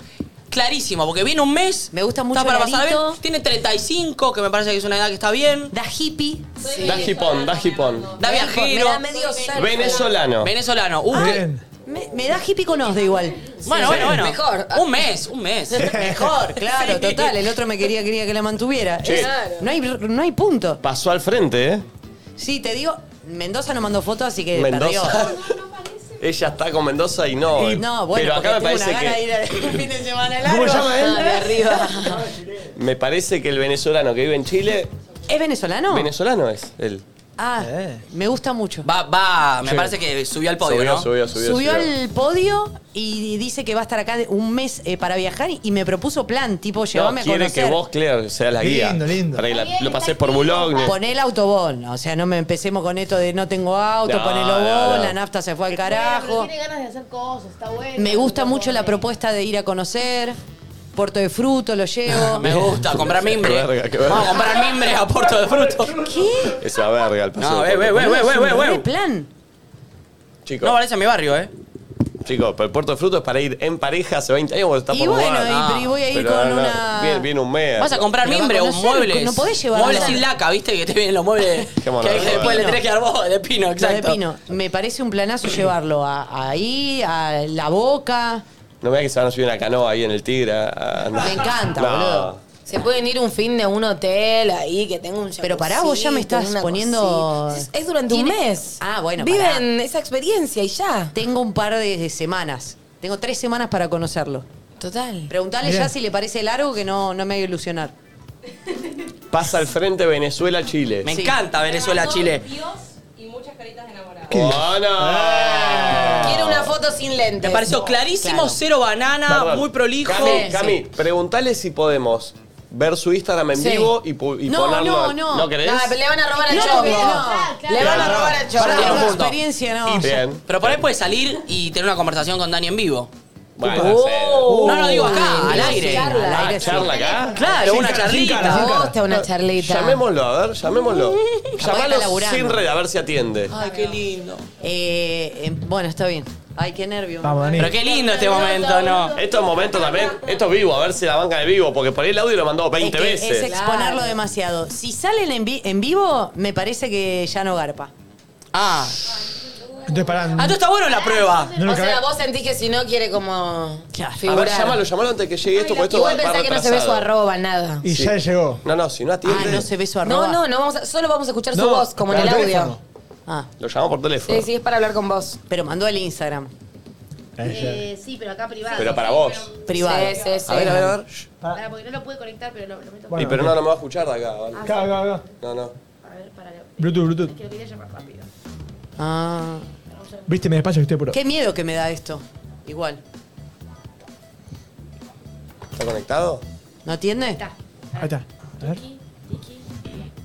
clarísimo, porque viene un mes.
Me gusta mucho
está para
el
pasar
arito.
bien. Tiene 35, que me parece que es una edad que está bien.
Da hippie.
Da jipón, da jipón.
Da
Me
viajero.
da medio Ah, sal.
Venezolano.
Venezolano. Uh, qué-
Me, me da hippie con os de igual.
Bueno, bueno, bueno.
Mejor.
Un mes, un mes.
Mejor, claro, total. El otro me quería, quería que la mantuviera.
Che.
Es- no, hay, no hay punto.
Pasó al frente, ¿eh?
Sí, te digo, Mendoza no mandó fotos, así que
Mendoza. Ella está con Mendoza y no.
perdió.
eh.
No, bueno,
pero
porque
acá me
tengo
parece
una gana
que.
de ir a- un fin de semana largo.
¿Cómo se llama él?
Ah,
arriba.
Me parece que el venezolano que vive en Chile,
¿Es venezolano?
venezolano es él.
Ah, me gusta mucho.
Va, va, me
Eh. Sí.
parece que subió al podio,
Subió,
¿no?
subió, subió,
Subió al podio y dice que va a estar acá de- un mes eh, para viajar y, y me propuso plan, tipo,
No,
llévame a
quiere
conocer.
que vos, Claire, seas la guía.
Lindo, lindo.
Para que la- lo pases por Boulogne.
Poné el autobol, o sea, no me empecemos con esto de no tengo auto,
No, no,
ponelo vos,
no.
la nafta se fue al
Bueno, pero
carajo.
tiene ganas de hacer cosas, está bueno.
Me gusta mucho la propuesta de ir a conocer, Puerto de Fruto, lo llevo.
Me gusta, comprar mimbre.
Qué verga, qué verga.
Vamos a comprar mimbre a Puerto de Fruto.
¿Qué?
Esa verga, el paseo.
No,
de
ve, ve,
Puerto.
ve, ve, ve, ve, ve.
plan?
Chicos,
No parece mi barrio, ¿eh?
chicos, pero el Puerto de Fruto es para ir en pareja hace 20 años, está
Y
por
bueno,
jugar. Ah,
y- pero y voy a ir
Pero
con
no, no,
una-
Viene, viene un mes.
Vas a comprar
Pero
mimbre
va a
o
conocer,
muebles.
no podés llevar
Muebles
nada.
sin laca, viste que te vienen los muebles.
Qué mono,
que hay-
qué
después le
pino.
tenés que dar vos, de pino,
Lo de
exacto.
Pino, me parece un planazo llevarlo a- ahí, a la boca.
No veas que se van a subir una canoa ahí en el Tigre.
Me encanta,
boludo.
Se pueden ir un fin de un hotel ahí que tenga un
Pero pará, vos ya me
jacuzzi, con
estás
una
poniendo-
cosita. Es durante un
Tiene-
mes.
Ah, bueno.
Viven
esa experiencia y ya. Tengo un par de, de semanas. Tengo tres semanas para conocerlo.
Total.
Preguntale
Bien.
ya si le parece largo que no, no me voy a ilusionar.
Pasa al frente Venezuela-Chile.
Me encanta Venezuela-Chile.
¡Oh, no!
Quiero una foto sin lentes.
Me Eh. pareció clarísimo, cero banana,
Perdón.
muy prolijo.
Cami, Cami, preguntale si podemos ver su Instagram en
Sí.
vivo y, pu- y
No,
ponerlo.
no,
al-
no.
¿No querés?
Nah, pero le van a robar a
No,
Chombo.
porque
No, le van a robar a Chombo.
Para, tiene un punto.
Y- Bien.
Pero por ahí puedes salir y tener una conversación con Dani en vivo.
Bueno,
Oh.
sí.
No, no, digo acá,
Sí,
al aire.
sí,
Al
Ah,
aire, sí.
¿Charla acá?
Claro, una charlita.
Me gusta una charlita.
Llamémoslo, a ver, llamémoslo.
está
Llamalo
laburando.
sin red, a ver si atiende.
Ay,
Ah, qué lindo.
Eh, em, bueno, está bien. Ay, qué nervio.
Pero qué lindo este momento, ¿no?
Estos momentos también, esto es vivo, a ver si la banca de vivo, porque por ahí el audio lo mandó 20
Es que
veces.
Es exponerlo demasiado. Si salen en, vi- en vivo, me parece que ya no garpa.
Ah.
Entonces, pará.
Ah, tú está bueno la prueba.
o sea, vos sentís que si no quiere como
a ver,
figurar.
llámalo, llámalo antes que llegue esto, porque esto va,
Igual
va
pensá que no se ve su
retrasado.
arroba, nada.
Y ya llegó.
No, no, si no atiende.
Ah, no
se ve su
No, no, no, vamos a- solo vamos a escuchar su
No,
voz, como en el
al
audio.
teléfono. Lo llamamos por teléfono.
Ah. Sí, sí, es para hablar con vos.
Pero mandó el Instagram.
Eh, sí, pero acá privado.
Pero para vos.
Privado.
Sí, sí, sí.
A ver, a ver, a ver.
Pará, porque no lo puede conectar, pero lo, lo meto.
y, pero no, no me va a escuchar de acá. Vale.
Acá, acá, acá.
No, no.
A ver, para.
Bluetooth, Bluetooth.
Es que lo quería llamar rápido.
Ah.
Viste, me despacho que estoy apurado.
Qué miedo que me da esto. Igual.
¿Está conectado?
¿No atiende?
Ahí está. A ver.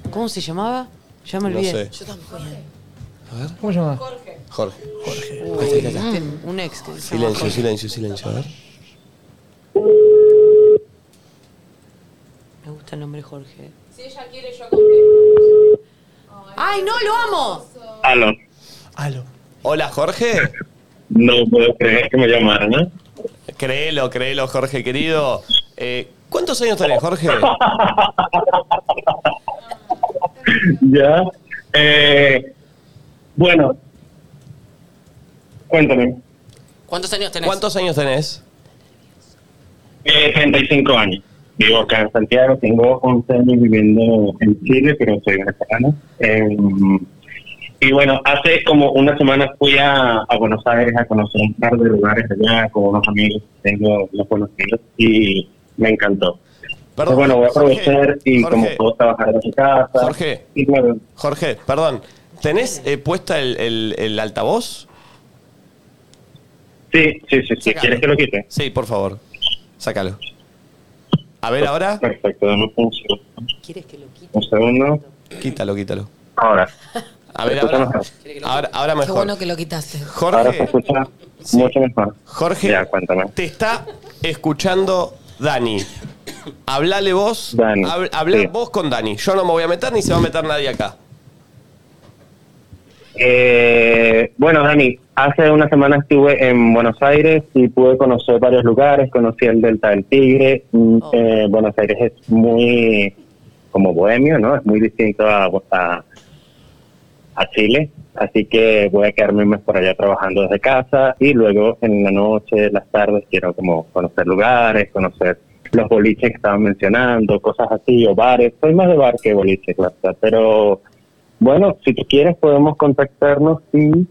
¿Cómo se llamaba? Ya me
No
olvidé.
sé.
Yo tampoco.
¿Cómo se llama?
Jorge. Jorge.
Mm.
mm, Un ex que se llama
Silencio,
Jorge.
silencio, silencio. A ver.
Me gusta el nombre Jorge.
Si ella quiere, yo
¡Ay, no, lo amo!
Aló.
Hola, Jorge.
No puedo creer que me llamaran, ¿eh?
Créelo, créelo, Jorge, querido. Eh, ¿Cuántos años tenés, Jorge?
Ya. Eh, bueno. Cuéntame.
¿Cuántos años tenés?
¿Cuántos años tenés?
Eh, 35 años. Vivo acá en Santiago, tengo 11 años viviendo en Chile, pero soy venezolano. Eh, y bueno, hace como una semana fui a, a Buenos Aires a conocer un par de lugares allá con unos amigos que tengo, los conocidos, y me encantó. Pero bueno, voy a aprovechar y como puedo trabajar desde casa.
Jorge.
Y bueno,
Jorge, perdón. ¿Tenés eh, puesta el, el- el altavoz?
Sí, sí, sí, sí. ¿Quieres que lo quite?
Sí, por favor. Sácalo. A ver ahora.
Perfecto, dame un segundo.
¿Quieres que lo quite?
Un segundo.
Quítalo, quítalo.
Ahora.
A ver,
Escucha
ahora,
mejor.
ahora, ahora
Qué
mejor.
bueno que lo quitaste.
Ahora se
Jorge,
escucha mucho mejor.
Jorge.
Ya, cuéntame.
te está escuchando Dani. Hablale vos.
Dani,
hab- hablá
sí.
vos con Dani. Yo no me voy a meter ni se va a meter nadie acá.
Eh, bueno, Dani, hace una semana estuve en Buenos Aires y pude conocer varios lugares. Conocí el Delta del Tigre. Mm, eh, Buenos Aires es muy como bohemio, ¿no? Es muy distinto a, a, a Chile. Así que voy a quedarme un mes por allá trabajando desde casa y luego en la noche, las tardes, quiero como conocer lugares, conocer los boliches que estaban mencionando, cosas así, o bares. Soy más de bar que boliche, claro, pero bueno, si tú quieres podemos contactarnos y,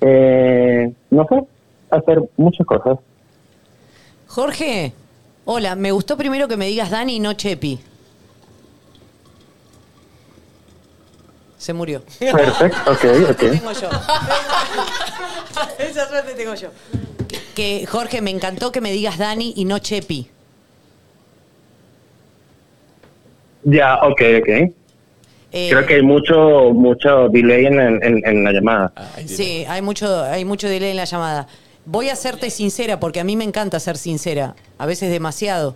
eh, no sé, hacer muchas cosas.
Jorge, Hola, me gustó primero que me digas Dani y no Chepi. Se murió.
Perfecto, ok, ok.
tengo yo. Esa suerte tengo yo. Que Jorge, me encantó que me digas Dani y no Chepi.
Ya, ok, ok.
Eh,
Creo que hay mucho, mucho delay en, la- en- en la llamada.
Sí, hay mucho, hay mucho delay en la llamada. Voy a serte sincera porque a mí me encanta ser sincera, a veces demasiado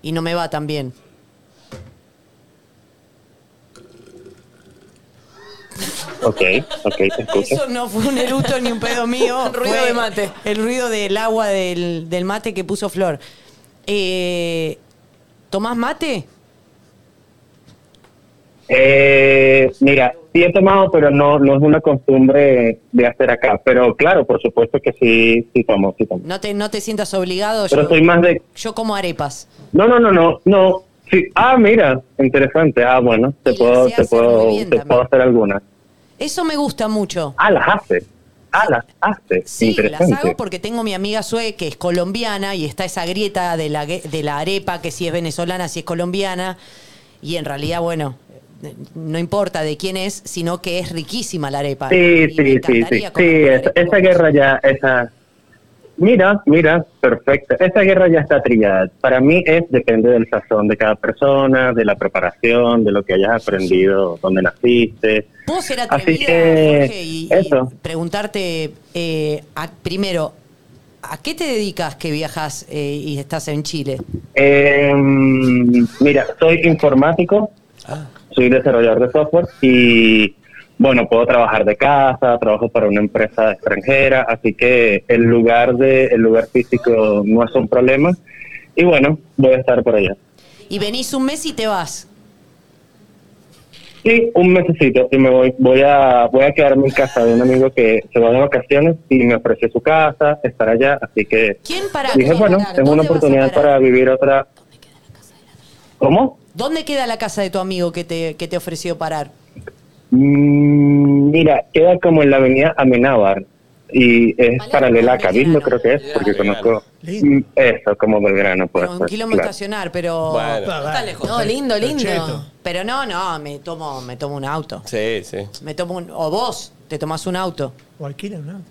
y no me va tan bien.
Ok, ok, te escucho.
Eso no fue un eruto ni un pedo mío.
Un ruido
fue
de mate.
El ruido del agua del, del mate que puso Flor. Eh, ¿Tomás mate?
Eh, mira, sí he tomado, pero no, no es una costumbre de hacer acá. Pero claro, por supuesto que sí, sí tomo, sí tomo.
No te, no te sientas obligado.
Pero
yo,
soy más de-
Yo como arepas.
No, no, no, no, no. Sí. Ah, mira, interesante. Ah, bueno, te puedo, te puedo, te puedo hacer algunas.
Eso me gusta mucho.
Ah, las haces. Ah, las haces.
Sí, las
interesante.
hago porque tengo mi amiga Sue, que es colombiana, y está esa grieta de la, gue- de la arepa, que si es venezolana, si es colombiana. Y en realidad, bueno, eh, no importa de quién es, sino que es riquísima la arepa.
Sí, sí, sí, sí. Sí, esa,
este
esa guerra ya, esa. Mira, mira, perfecto. Esa guerra ya está trillada. Para mí es, depende del sazón de cada persona, de la preparación, de lo que hayas aprendido, donde naciste.
¿Puedo ser
Así
atrevida,
que,
Jorge, y, y
eso.
preguntarte eh, a- primero, ¿a qué te dedicas que viajas eh, y estás en Chile?
Eh, mira, soy informático, soy desarrollador de software y bueno, puedo trabajar de casa, trabajo para una empresa extranjera, así que el lugar de el lugar físico no es un problema y bueno, voy a estar por allá.
Y venís un mes y te vas.
Sí, un mesecito y me voy voy a voy a quedarme en casa de un amigo que se va de vacaciones y me ofreció su casa, estar allá, así que
para-
dije, bueno, es una oportunidad para vivir otra ¿Cómo?
¿Dónde queda la casa de tu amigo que te, que te ofreció parar?
Mm, Mira, queda como en la avenida Amenábar y es paralela a Cabildo, creo que es, porque conozco Mm, eso, como Belgrano. Pues,
Un
pues,
kilómetro
claro.
estacionar, pero...
Bueno.
no está lejos.
No, lindo, lindo.
Pero no, no, me tomo, me tomo un auto.
Sí, sí.
Me tomo un, o vos te tomás un auto.
O alquilan un auto.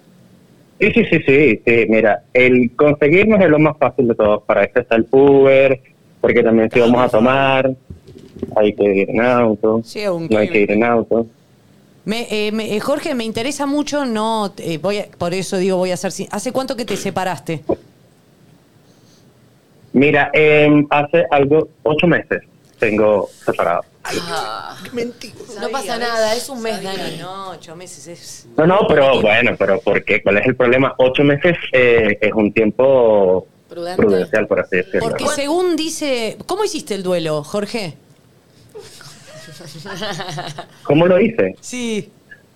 Sí, sí, sí, sí, sí, mira, el conseguirnos es lo más fácil de todos, para eso está el Uber, porque también si vamos a tomar, hay que ir en auto,
Sí, un
no hay
crimen.
que ir en auto.
Me, eh, me- eh, Jorge, me interesa mucho, no, eh, voy a- por eso digo voy a hacer... sin- ¿Hace cuánto que te separaste?
Mira, em, hace algo, ocho meses tengo separado.
Ah, No pasa nada, es un mes, Dani.
No, ocho meses es.
No, no, pero bueno, pero ¿por qué? ¿Cuál es el problema? Ocho meses eh, es un tiempo
Prudente.
prudencial, por así decirlo.
Porque según dice... ¿Cómo hiciste el duelo, Jorge?
¿Cómo lo hice?
Sí.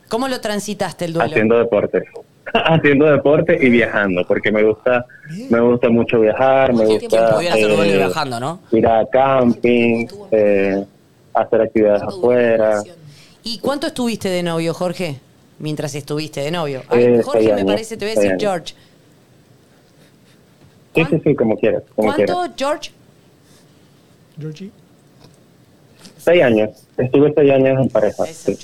¿Cómo lo transitaste el duelo?
Haciendo deporte. Haciendo deporte y viajando, porque me gusta me gusta mucho viajar, me gusta
Hubiera sido
eh,
duelo viajando, ¿no?
ir a camping, eh, hacer actividades afuera.
¿Y cuánto estuviste de novio, Jorge? Mientras estuviste de novio.
Eh,
Ay,
seis
Jorge me
años,
parece, te voy a
seis
decir
años.
George.
Sí, sí, sí, como quieras, como quieras.
¿Cuánto, George?
Georgie.
Seis años, estuve seis años en pareja. sí.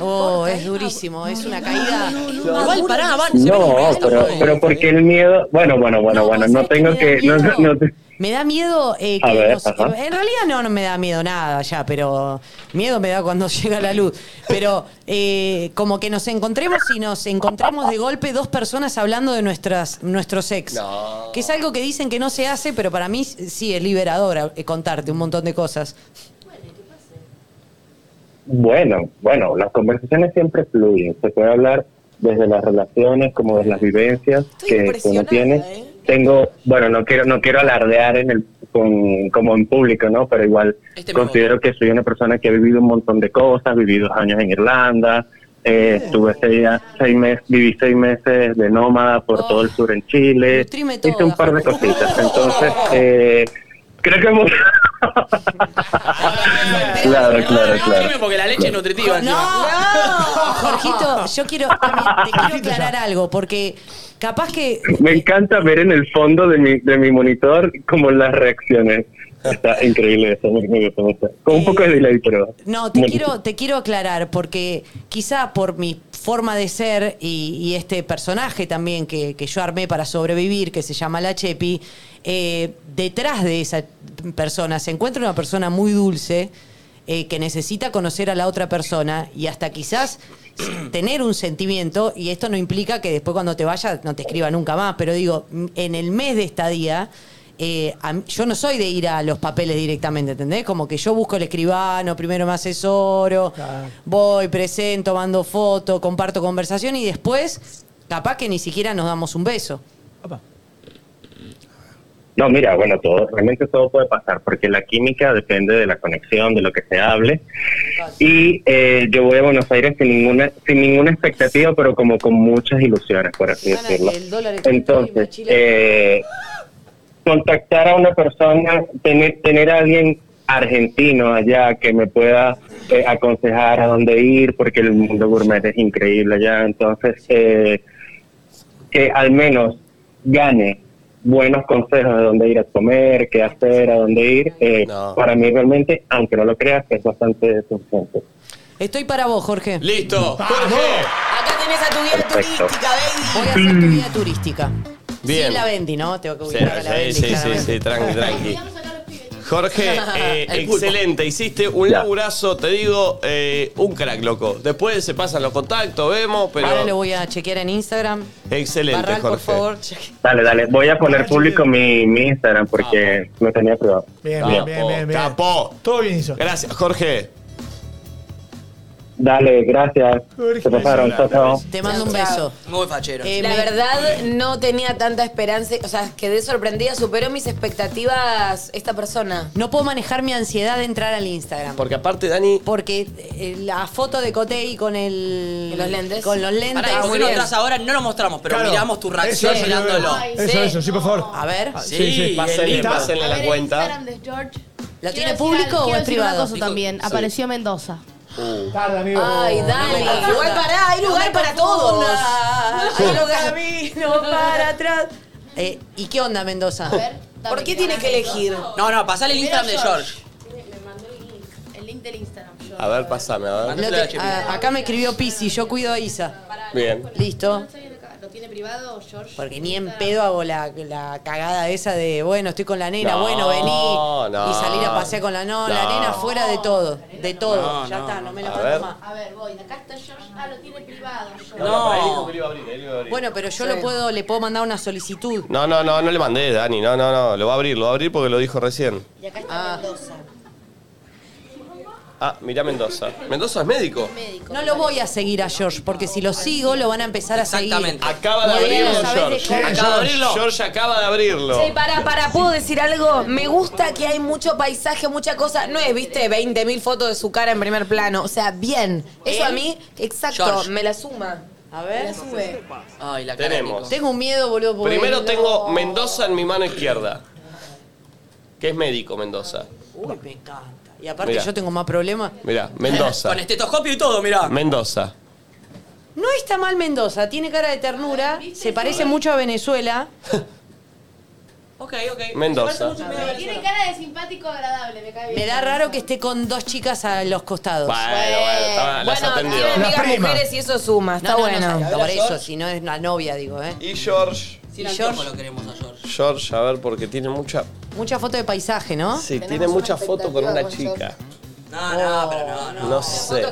Oh, es durísimo, es una caída.
Igual, pará, va-
No, pero, pero porque el miedo, bueno, bueno, bueno, bueno, no tengo que, no, no- no-
Me da miedo eh,
A
que
ver,
los-
ajá.
en realidad no, no me da miedo nada ya, pero miedo me da cuando llega la luz. Pero eh, como que nos encontremos y nos encontramos de golpe dos personas hablando de nuestras nuestros ex. Que es algo que dicen que no se hace, pero para mí sí es liberador eh, contarte un montón de cosas.
Bueno, bueno, las conversaciones siempre fluyen. Se puede hablar desde las relaciones como desde las vivencias que uno tiene. Tengo, bueno, no quiero no quiero alardear en el con- como en público, ¿no? Pero igual considero que soy una persona que ha vivido un montón de cosas, viví dos años en Irlanda, eh, estuve seis, seis meses, viví seis meses de nómada por todo el sur en Chile, hice un par de cositas. Entonces, eh, Creo que hemos... claro, claro, claro.
Porque la leche es nutritiva. encima.
Jorgito, yo quiero, también te quiero aclarar algo, porque capaz que
Me encanta ver en el fondo de mi, de mi monitor como las reacciones. Está increíble eso, me, me gusta mucho. Con un poco de delay, pero...
No, te
Muy-
quiero, te quiero aclarar, porque quizá por mi forma de ser y, y este personaje también que, que yo armé para sobrevivir, que se llama La Chepi, eh, detrás de esa persona se encuentra una persona muy dulce eh, que necesita conocer a la otra persona y hasta quizás tener un sentimiento, y esto no implica que después cuando te vayas no te escriba nunca más, pero digo, en el mes de estadía, eh, a mí- yo no soy de ir a los papeles directamente, ¿entendés? Como que yo busco el escribano, primero me asesoro, voy, presento, mando foto, comparto conversación y después capaz que ni siquiera nos damos un beso.
No, mira, bueno, todo, realmente todo puede pasar, porque la química depende de la conexión, de lo que se hable. Y eh, yo voy a Buenos Aires sin ninguna, sin ninguna expectativa, pero como con muchas ilusiones, por así decirlo. Entonces, eh, contactar a una persona, tener, tener a alguien argentino allá que me pueda eh, aconsejar a dónde ir, porque el mundo gourmet es increíble allá. Entonces, eh, que al menos gane buenos consejos de dónde ir a comer, qué hacer, a dónde ir, eh, para mí realmente, aunque no lo creas, es bastante suficiente.
Estoy para vos, Jorge.
Listo.
Acá tenés a tu guía
Perfecto.
turística, baby. Voy a hacer tu guía turística.
Bien.
Sí, la Bendy, ¿no? Tengo que
Sí,
ubicar a la
sí,
Bendy.
sí, sí,
claramente.
sí, tranqui, tranqui. Jorge, eh,
El pulpo.
excelente, hiciste un laburazo, te digo, eh, un crack, loco. Después se pasan los contactos, vemos, pero...
Ahora lo voy a chequear en Instagram.
Excelente,
Barral, por
Jorge.
favor.
Dale, dale, voy a poner público mi, mi Instagram porque no tenía privado.
Ah, Bien,
Capo,
bien, bien, bien, bien.
capo.
Todo bien hizo.
Gracias, Jorge.
Dale, gracias.
Jorge,
Se pasaron, chao, chao.
Te mando un beso.
Muy fachero.
Eh, la verdad no tenía tanta esperanza, o sea, quedé sorprendida, superó mis expectativas esta persona.
No puedo manejar mi ansiedad de entrar al Instagram.
Porque aparte, Dani...
Porque eh, la foto de Cotei con el.
Con los lentes.
Con los lentes.
Pará, ¿y por qué no entras ahora? No lo mostramos, pero
Claro.
miramos tu reacción
Eso, eso,
mirándolo.
Ay,
Eso, eso, sí, por favor.
A ver.
Sí, sí.
Pásenle,
Elita.
pásenle
A ver,
la
el
cuenta.
Instagram de George.
¿La
Quiero
tiene
decir
público
algo-
o
quiero
es
decir una
privado?
cosa también.
Sí.
Apareció Mendoza.
Uh.
Tarda, amigo.
Ay, dale, igual pará, hay lugar para todos. Hay lugar.
camino para atrás. Eh, ¿Y qué onda, Mendoza?
¿Por qué tiene que elegir?
No, no, pasale el
Primero
Instagram de George.
El link del Instagram.
A ver, pasame, a ver.
No te- a- acá me escribió Pisi, yo cuido a Isa.
Bien.
Listo.
¿Lo tiene privado, George?
Porque ni en pedo hago la, la cagada esa de, bueno, estoy con la nena,
No,
bueno, vení.
no.
y salir a pasear con la no, la
No.
nena fuera de todo, de todo.
No,
ya
no,
está, no me la
A
falta
ver.
más.
A ver, voy. Acá está George. Ah, lo tiene privado, George.
No.
Bueno, pero yo lo puedo, le puedo mandar una solicitud.
No, no, no, no le mandé, Dani. No, no, no. Lo va a abrir, lo va a abrir porque lo dijo recién.
Y acá está Mendoza.
Ah, mirá Mendoza. Mendoza es médico.
No lo voy a seguir a George, porque si lo sigo, lo van a empezar a seguir. Exactamente.
Acaba de abrirlo, George.
Acaba de abrirlo.
George acaba de abrirlo.
Sí, para, para, ¿puedo decir algo? Me gusta que hay mucho paisaje, mucha cosa. No es, viste, 20.000 fotos de su cara en primer plano. O sea, bien. Eso a mí, exacto,
George.
me la suma.
A ver.
Me la sube.
Ay, la cara de
Tenemos.
Tengo un miedo, boludo. porque-
Primero tengo Mendoza en mi mano izquierda. Que es médico, Mendoza.
Uy, me encanta. Y aparte
Mirá.
yo tengo más problemas.
Mirá, Mendoza.
Con estetoscopio y todo, mirá.
Mendoza.
No está mal Mendoza, tiene cara de ternura, se parece mucho a Venezuela.
Ok, ok.
Mendoza.
Tiene cara de simpático agradable, me cae bien.
Me da raro que esté con dos chicas a los costados.
Bueno, bueno, está, las
Bueno,
atendió.
tiene amigas mujeres y eso suma, está
No, no, no,
bueno.
no, por eso, si no es una novia, digo, ¿eh?
Y George.
Y George,
George, a ver, porque tiene mucha.
mucha foto de paisaje, ¿no?
Sí, tiene mucha foto con una chica.
No,
Oh.
no, pero no, no.
No sé.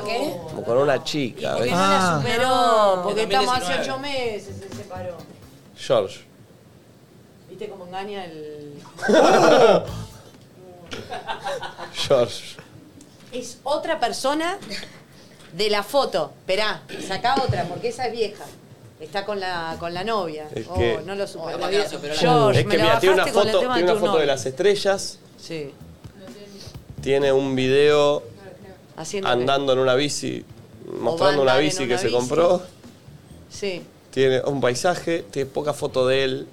Como Con una chica. ¿ves?
Ah. Pero, porque
En 2019.
estamos hace ocho meses, se separó.
George.
¿Viste cómo engaña el...?
George.
Es otra persona de la foto. Esperá, saca otra, porque esa es vieja. Está con la, con la novia.
Es
oh,
que-
no lo supe.
capaz que la superó la
George,
es
me
que
la
mira, tiene una
bajaste con el
foto,
tema
tiene una
tu
foto de
novia.
las estrellas,
Sí,
tiene un video
haciendo...
andando en una bici, mostrando
va a
una
andar en
bici
una
que se
bici.
compró,
Sí.
tiene un paisaje, tiene poca foto de él.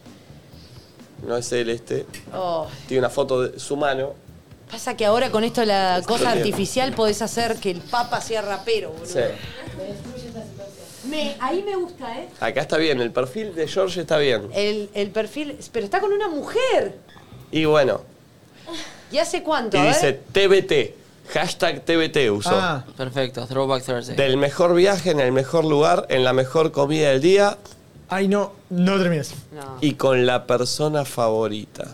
No es él este.
Oh.
Tiene una foto de su mano.
Pasa que ahora con esto de la cosa
bien.
artificial podés hacer que el Papa sea rapero, boludo.
Sí.
Me- ahí me gusta, ¿eh?
Acá está bien, el perfil de George está bien.
El, el perfil. Pero está con una mujer.
Y bueno,
¿Y hace cuánto?
y
A
¿eh?
ver.
dice TBT. Hashtag TBT usó.
Ah.
Perfecto, Throwback Thursday.
Del mejor viaje en el mejor lugar, en la mejor comida del día
Ay, no, no termines.
y con la persona favorita.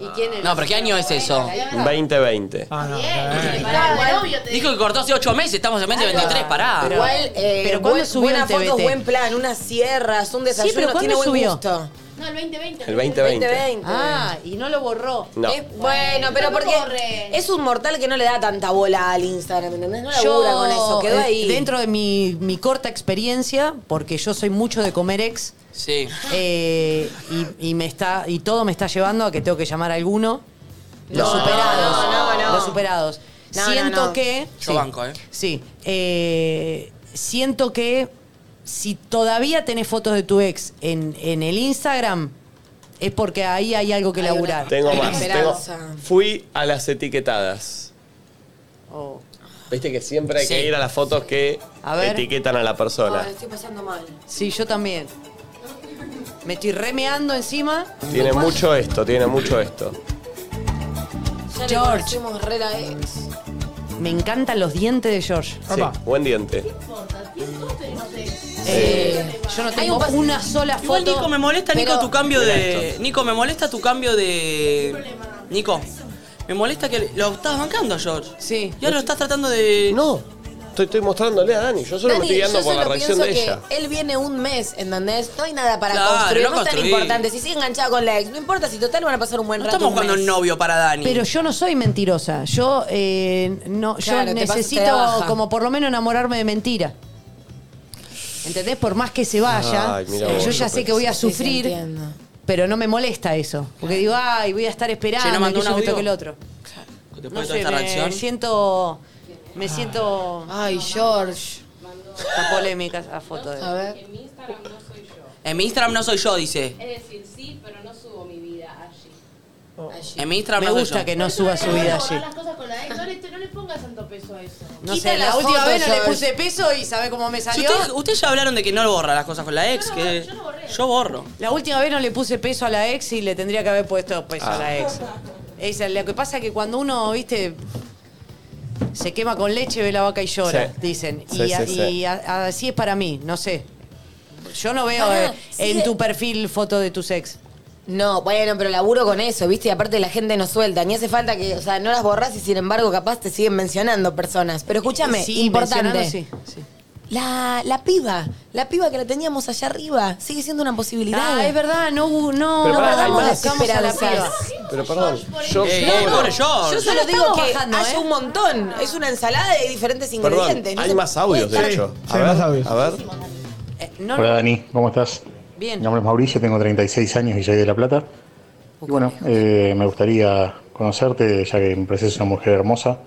No, pero ¿qué año es eso?
2020.
Ah,
Ah.
Ah,
Dijo que cortó hace 8 meses, estamos en 2023, pará.
Igual, eh,
Pero ¿cuándo
buen-
subió
buena
en
foto,
TBT?
buen plan, unas sierras, un desayuno,
pero ¿cuándo
tiene buen
subió?
gusto.
No, el 2020.
El 2020.
Ah, y no lo borró.
No.
Es- bueno, pero
No lo
porque
borres.
es un mortal que no le da tanta bola al Instagram, ¿entendés? No labura con eso, quedó
eh,
ahí.
Dentro de mi, mi corta experiencia, porque yo soy mucho de comer ex,
Sí.
eh, y, y me está, y todo me está llevando a que tengo que llamar a alguno. Los
No,
superados.
no, no.
Los superados.
No, no,
siento
no.
que.
Yo banco, ¿eh?
Sí. eh, siento que si todavía tenés fotos de tu ex en, en el Instagram, es porque ahí hay algo que laburar.
Tengo más. Tengo,
Esperanza.
fui a las etiquetadas. Oh. Viste que siempre hay que
Sí.
ir a las fotos que
A ver.
etiquetan a la persona.
estoy pasando mal.
Sí, yo también. Me estoy remeando encima.
Tiene mucho esto, tiene mucho esto.
Ya le
George.
conocimos re la ex.
Me encantan los dientes de George.
Sí, buen diente.
Eh, yo no tengo una sola foto.
Igual Nico, me molesta, Nico,
Pero-
tu cambio
Mira
de.
esto.
Nico, me molesta tu cambio de. Nico, me molesta que lo estás bancando, George.
Sí.
Ya lo estás tratando de.
No, estoy, estoy mostrándole a Dani. Yo solo me
Dani,
estoy
yo
guiando por la
solo
reacción
pienso
de
que
ella.
él viene un mes, ¿entendés? No hay nada para
Claro,
construir,
no
no, es tan
construí.
importante. Si sigue enganchado con la ex, no importa, si total van a pasar un buen
No
rato.
estamos
un
jugando
mes.
un novio para Dani.
Pero yo no soy mentirosa. Yo eh, no,
Claro,
yo
te pas-
necesito
te da baja.
como por lo menos enamorarme de mentira. ¿Entendés? Por más que se vaya,
Ay, mira vos,
yo ya
López.
sé que voy a
Sí, sí,
sufrir,
entiendo.
pero no me molesta eso. Porque digo, ay, voy a estar esperando
Che, ¿no mandó
que
un
yo me
audio?
toque el otro.
Después
No
de
sé,
toda esta
me
reacción.
siento. Me siento. Ay, George. Está polémica esa foto de.
A ver.
En mi Instagram no soy yo, dice.
Es decir, sí, pero no subo mi vida allí.
En mi Instagram
Me
no soy
gusta
yo.
que no suba su vida allí.
Las cosas con la ex, no le, no le pongas tanto peso a eso.
No
Quita
sé, la
las
última
fotos,
vez no le
George.
puse peso y sabe cómo me
Si
salió.
ustedes, ustedes ya hablaron de que no borra las cosas con la ex, que yo, borro.
La última vez no le puse peso a la ex y le tendría que haber puesto peso
Ah.
a la ex. Esa, lo que pasa es que cuando uno, viste, se quema con leche, ve la vaca y llora,
Sí.
dicen.
Sí,
y
sí,
a-
sí.
y a- así es para mí, no sé. Yo no veo
Pará,
eh,
sí,
en
eh.
tu perfil foto de tus ex.
No, bueno, pero laburo con eso, ¿viste? Y aparte la gente no suelta, ni hace falta que, o sea, no las borras y sin embargo capaz te siguen mencionando personas. Pero escúchame,
Sí,
importante.
mencionando, sí, sí.
La, la piba, la piba que la teníamos allá arriba, sigue siendo una posibilidad.
Ah, es verdad, no, no,
Pero
no
pará, hay
perdamos
más.
la esperanza.
Pero perdón, yo
Ey,
solo-
pobre George.
Yo solo
No
digo
estamos
que
bajando,
hay
¿eh?
un montón. Es una ensalada de diferentes
Perdón,
ingredientes. no
hay
se-
más audios, de
Puede
hecho.
Sí,
A
hay
ver,
más audios.
a ver.
Eh, no,
Hola Dani, ¿cómo estás?
Bien.
Mi nombre es Mauricio, tengo 36 años y soy de La Plata. Y bueno, eh, me gustaría conocerte, ya que me pareces una mujer hermosa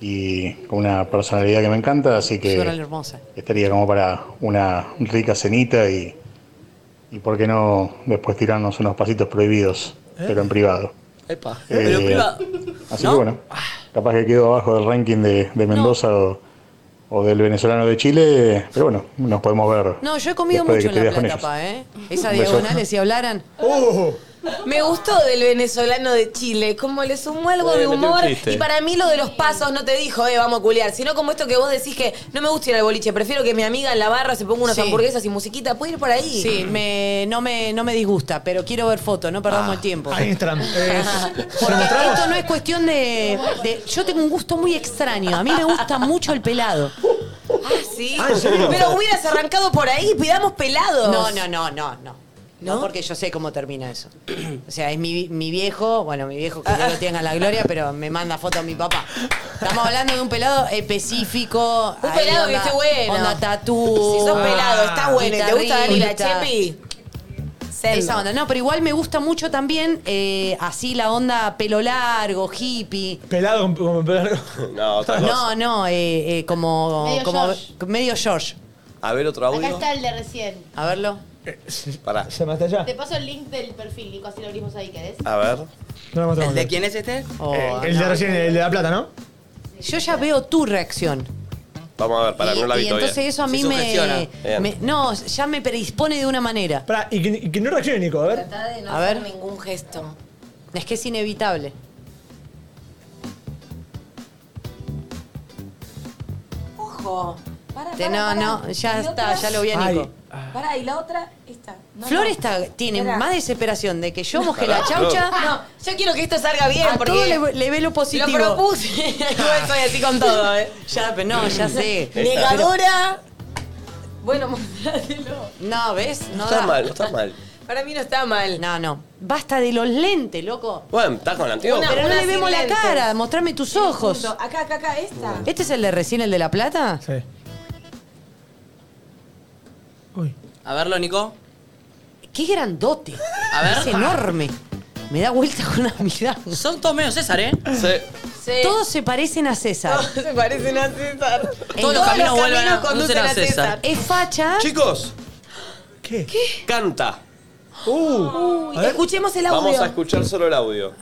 y con una personalidad que me encanta, así
Yo era la
que
hermosa.
estaría como para una rica cenita y, y por qué no después tirarnos unos pasitos prohibidos,
¿Eh?
pero en privado.
Epa.
Eh, Así que bueno, capaz que quedo abajo del ranking de, de Mendoza o, o del venezolano de Chile, pero bueno, nos podemos ver.
No, yo he comido
después de que
mucho en La
te veas
Plata,
con
pa, ¿eh? Esas
Un beso.
diagonales, si hablaran.
Uh.
Me gustó del venezolano de Chile, como le sumó algo
Eh,
de
metió un
humor.
chiste.
Y para mí lo de los pasos no te dijo, eh, vamos a culiar, sino como esto que vos decís que no me gusta ir al boliche, prefiero que mi amiga en la barra se ponga unas
Sí.
hamburguesas y musiquita, puede ir por ahí.
Sí, me, no, me, no me disgusta, pero quiero ver fotos, no perdamos
Ah.
el tiempo.
A Instagram. Es- ¿Se
Porque
lo mostramos?
esto no es cuestión de, de- Yo tengo un gusto muy extraño. A mí me gusta mucho el pelado.
Ah, sí.
Ah, ¿en serio?
Pero hubieras arrancado por ahí, pidamos pelados.
No, no, no, no, no. No, porque yo sé cómo termina eso. O sea, es mi, mi viejo, bueno, mi viejo que no lo tenga en la gloria, pero me manda foto a mi papá. Estamos hablando de un pelado específico.
Un
ahí
pelado que
onda-
esté bueno.
Onda tatú.
Si sos
Ah,
pelado, está bueno. y ¿Te gusta Dani la
guitarrista.
Chepi? Selva.
Esa onda. No, pero igual me gusta mucho también eh, así la onda pelo largo, hippie.
Pelado con, con pelado.
No, otra cosa.
No, no, eh, eh, como,
Medio
como
George.
medio George.
A ver otro
Acá
audio. Eh,
está el de recién.
A verlo.
Pará.
Se me está allá.
Te paso el link del perfil, Nico, así lo abrimos ahí, ¿querés?
A ver.
No lo mostramos.
¿El de quién es este?
Oh,
Eh, el de recién, el de La Plata, ¿no?
Yo ya veo tu reacción.
Vamos a ver, para, no la
Y
vi todavía.
entonces eso a mí me, me- No, ya me predispone de una manera.
y, que, y que no reaccione, Nico, a ver.
Trata de no
A
hacer
ver.
ningún gesto.
Es que es inevitable.
Ojo. Para,
Te-
para,
no,
para.
no, ya
Y
está,
otra-
ya lo vi a Nico. Ay,
Para, y la otra, esta. No,
Flor
no.
está, tiene
Pará.
más desesperación de que yo moje la
Pará,
chaucha.
No, yo quiero que esto salga bien,
A
porque
todo le, le ve lo positivo.
Lo propuse. Igual soy así con todo, ¿eh?
Ya, pero no, ya sé.
Negadora. Bueno, mostrátelo.
No, ¿ves?
No
No
está
da.
mal, no está mal.
Para mí no está mal.
No, no. Basta de los lentes, loco.
Bueno, estás con el antiguo.
pero no le
sin
vemos la
lentes.
cara. Mostrame tus ojos.
Punto. Acá, acá, acá, esta.
¿Este es el de recién, el de La Plata?
Sí.
A verlo, Nico.
Qué grandote.
A ver.
Es enorme. Me da vuelta con la mirada.
Son todos medio César, ¿eh?
Todos se parecen a César.
Todos se parecen a César.
En
Todos los caminos vuelven a- conducen a César.
Es facha.
Chicos.
¿Qué?
Canta.
Uy,
A ver.
Uh. escuchemos el
Vamos a
audio.
escuchar solo el audio.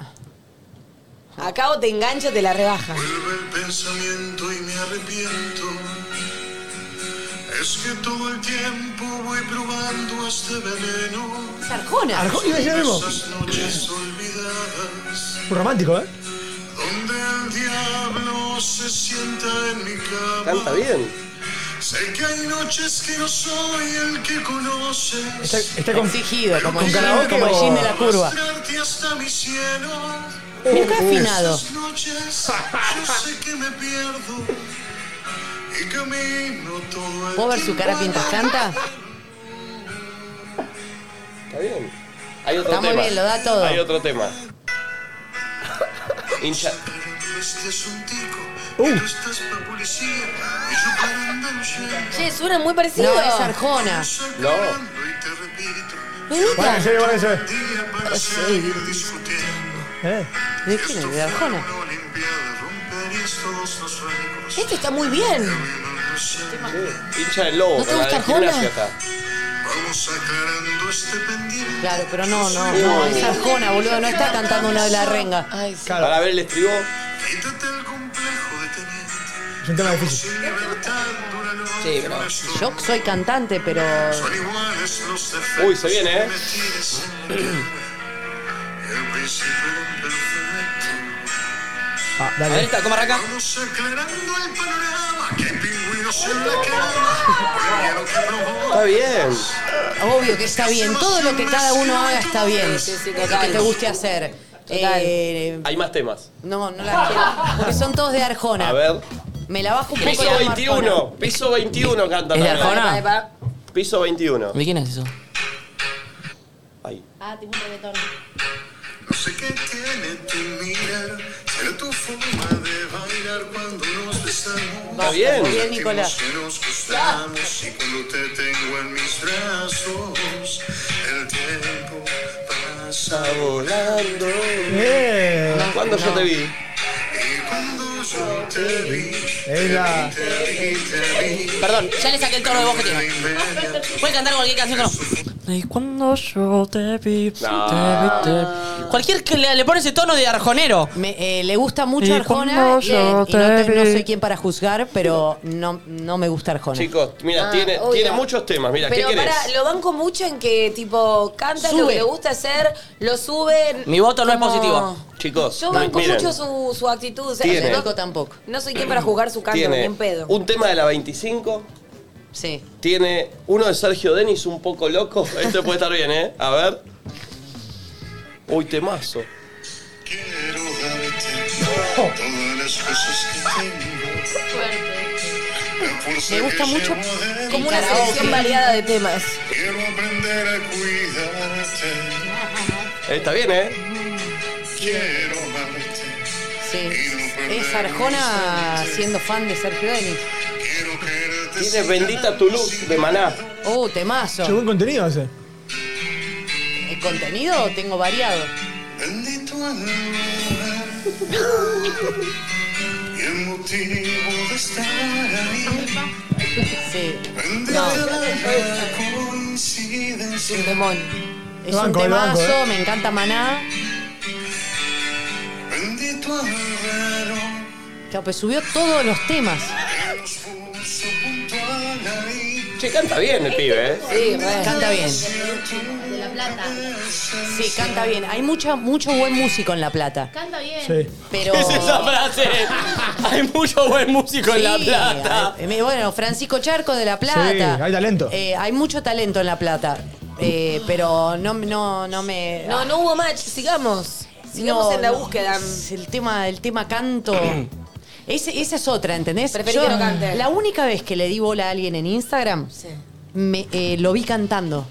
Acá o te engancha o te la rebaja.
pensamiento y me arrepiento. Es que todo el tiempo voy probando este veneno.
Arjona.
Arjona, iba a decir lo mismo.
Esas noches olvidadas,
Un romántico, ¿eh?
donde el diablo se sienta en mi cama.
Canta bien.
Sé que hay noches que no soy el que conoces.
Está, está con,
Exigido, como
con
el-
karaoke
como el
o-
jean de la curva.
Mostrarte hasta mi cielo.
Mira qué afinado.
Esas noches, yo sé que me pierdo. Y camino todo el
¿Puedo ver su cara mientras canta?
Está bien. Hay otro
Está muy
tema.
bien, lo da todo.
Hay otro tema. Hincha.
Este es un tico,
Uh.
pero estás pa' policía. Y yo para Andalucía.
Che, suena muy parecido.
No, es Arjona.
No.
Bueno, sí, bueno, sí. Eh.
¿De quién es? ¿De Arjona?
Este está muy bien.
Hincha del lobo.
¿No te
con la
gusta
del gimnasio
Arjona?
acá.
Vamos aclarando este pendiente.
Claro, pero no, no, no. Es Arjona, boludo. No está cantando una de la renga.
Ay, sí.
Para ver el estribo.
Es un tema difícil.
Sí, pero Yo soy cantante, pero.
Uy, se viene, ¿eh?
Ah,
A ver
dale.
esta, ¿cómo arranca?
Vamos aclarando el panorama. Que hay pingüinos en la cama. Prohibieron que probó.
Está bien.
Obvio que está bien. Todo lo que cada uno haga está bien.
Sí, sí,
Lo
total.
que te guste hacer. Eh,
Hay más temas.
no, no la quiero. Porque son todos de Arjona.
A ver.
Me la bajo un poco.
Piso
la marcona.
21. Piso 21 canta.
¿Es de
también.
Arjona?
Ahí va.
Piso 21.
¿De quién es eso?
Ay.
Ah, tipo un reggaetón.
No sé qué tiene tu mirar, será tu forma de bailar cuando nos besamos.
Está bien.
Muy bien, Nicolás.
Que nos gustamos y cuando te tengo en mis brazos, el tiempo pasa volando.
Eh.
¿Cuándo yo te vi?
Y cuando yo te vi,
Es la-
te vi, te vi.
Perdón, ya le saqué el tono de voz que tiene. Puede cantar cualquier canción que no. Y cuando yo te vi, te vi, te- Cualquier que le, le pone ese tono de arjonero.
Me, eh, le gusta mucho
Y
Arjona
cuando
y,
yo
y no,
eh,
te-
te
no
vi.
soy quien para juzgar, pero no, no me gusta Arjona.
Chicos, mira,
Ah,
tiene,
obvio.
tiene muchos temas. Mira, ¿qué
Pero
querés?
para, lo banco mucho en que, tipo, canta lo
Sube.
que le gusta hacer, lo sube.
Mi voto no es
como-
positivo.
Chicos,
Yo banco
miren,
mucho su, su actitud. o sea,
Tiene.
yo
Nico
no,
tampoco.
no soy quien para jugar su canto, ni
tiene
en pedo.
un tema de la 25,
Sí.
tiene uno de Sergio Denis un poco loco. Este puede estar bien, ¿eh? A ver. Uy, temazo.
Quiero darte todas las cosas que tengo. La fuerza
Me gusta
que
mucho
llevo adentro.
Como una selección variada de temas.
Quiero aprender a cuidarte.
Está bien, ¿eh?
Quiero amarte.
Sí. Es Arjona siendo fan de Sergio Denis.
Quiero quererte.
Tiene Bendita tu luz de Maná.
Oh, temazo.
Che, buen contenido ese.
El contenido tengo variado.
Bendito amor. Y el motivo de estar ahí.
Sí.
Bendita la coincidencia.
Es un demonio. Es
Banco,
un
el banco,
temazo,
eh.
me encanta Maná.
Bendito herrero
Claro, pues subió todos los temas.
puso punto a la I.
Che, canta bien el pibe, ¿eh?
Sí, canta bien.
De La Plata.
Sí, canta bien. Hay mucha, mucho buen músico en La Plata.
Canta bien.
Pero...
Es esa frase. Hay mucho buen músico en La
Sí,
Plata.
hay- eh, bueno, Francisco Charco de La Plata.
Sí, hay talento.
Eh, hay mucho talento en La Plata. Eh, pero no, no, no me.
No, no hubo match, sigamos. Sigamos en la búsqueda.
El tema, el tema canto. Ese- esa es otra, ¿entendés?
Preferí que no cante.
La única vez que le di bola a alguien en Instagram, me, eh, lo vi cantando.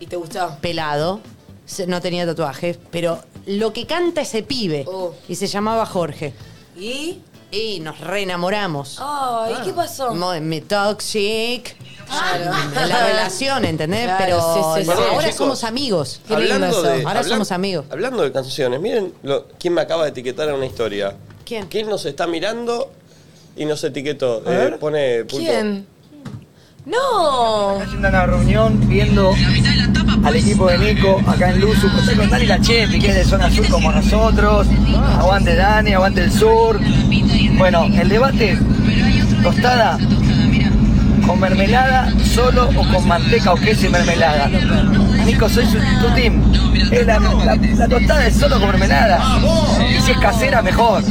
¿Y te gustó?
Pelado. se- No tenía tatuajes, pero lo que canta ese
Oh.
pibe. Y se llamaba Jorge.
¿Y?
Y nos reenamoramos. Ah.
Ay, ¿qué pasó?
Mo- Me toxic. La relación, ¿entendés?
Claro,
Pero
sí, sí, sí.
ahora
Chicos,
somos amigos.
Hablando de,
ahora
hablan-
somos amigos.
Hablando de canciones, miren lo- quién me acaba de etiquetar en una historia.
¿Quién?
¿Quién nos está mirando y nos etiquetó? Eh, pone pulpo.
¿Quién? No.
haciendo una reunión viendo al equipo de Nico acá en Luzu. Estoy con Dani La Chepi, que es de zona sur como nosotros. Aguante Dani, aguante el sur. Bueno, el debate, tostada con mermelada solo o con manteca o queso y mermelada. Nico, soy su, tu team. Eh, la, la- la tostada es solo con mermelada. Y si es casera, mejor.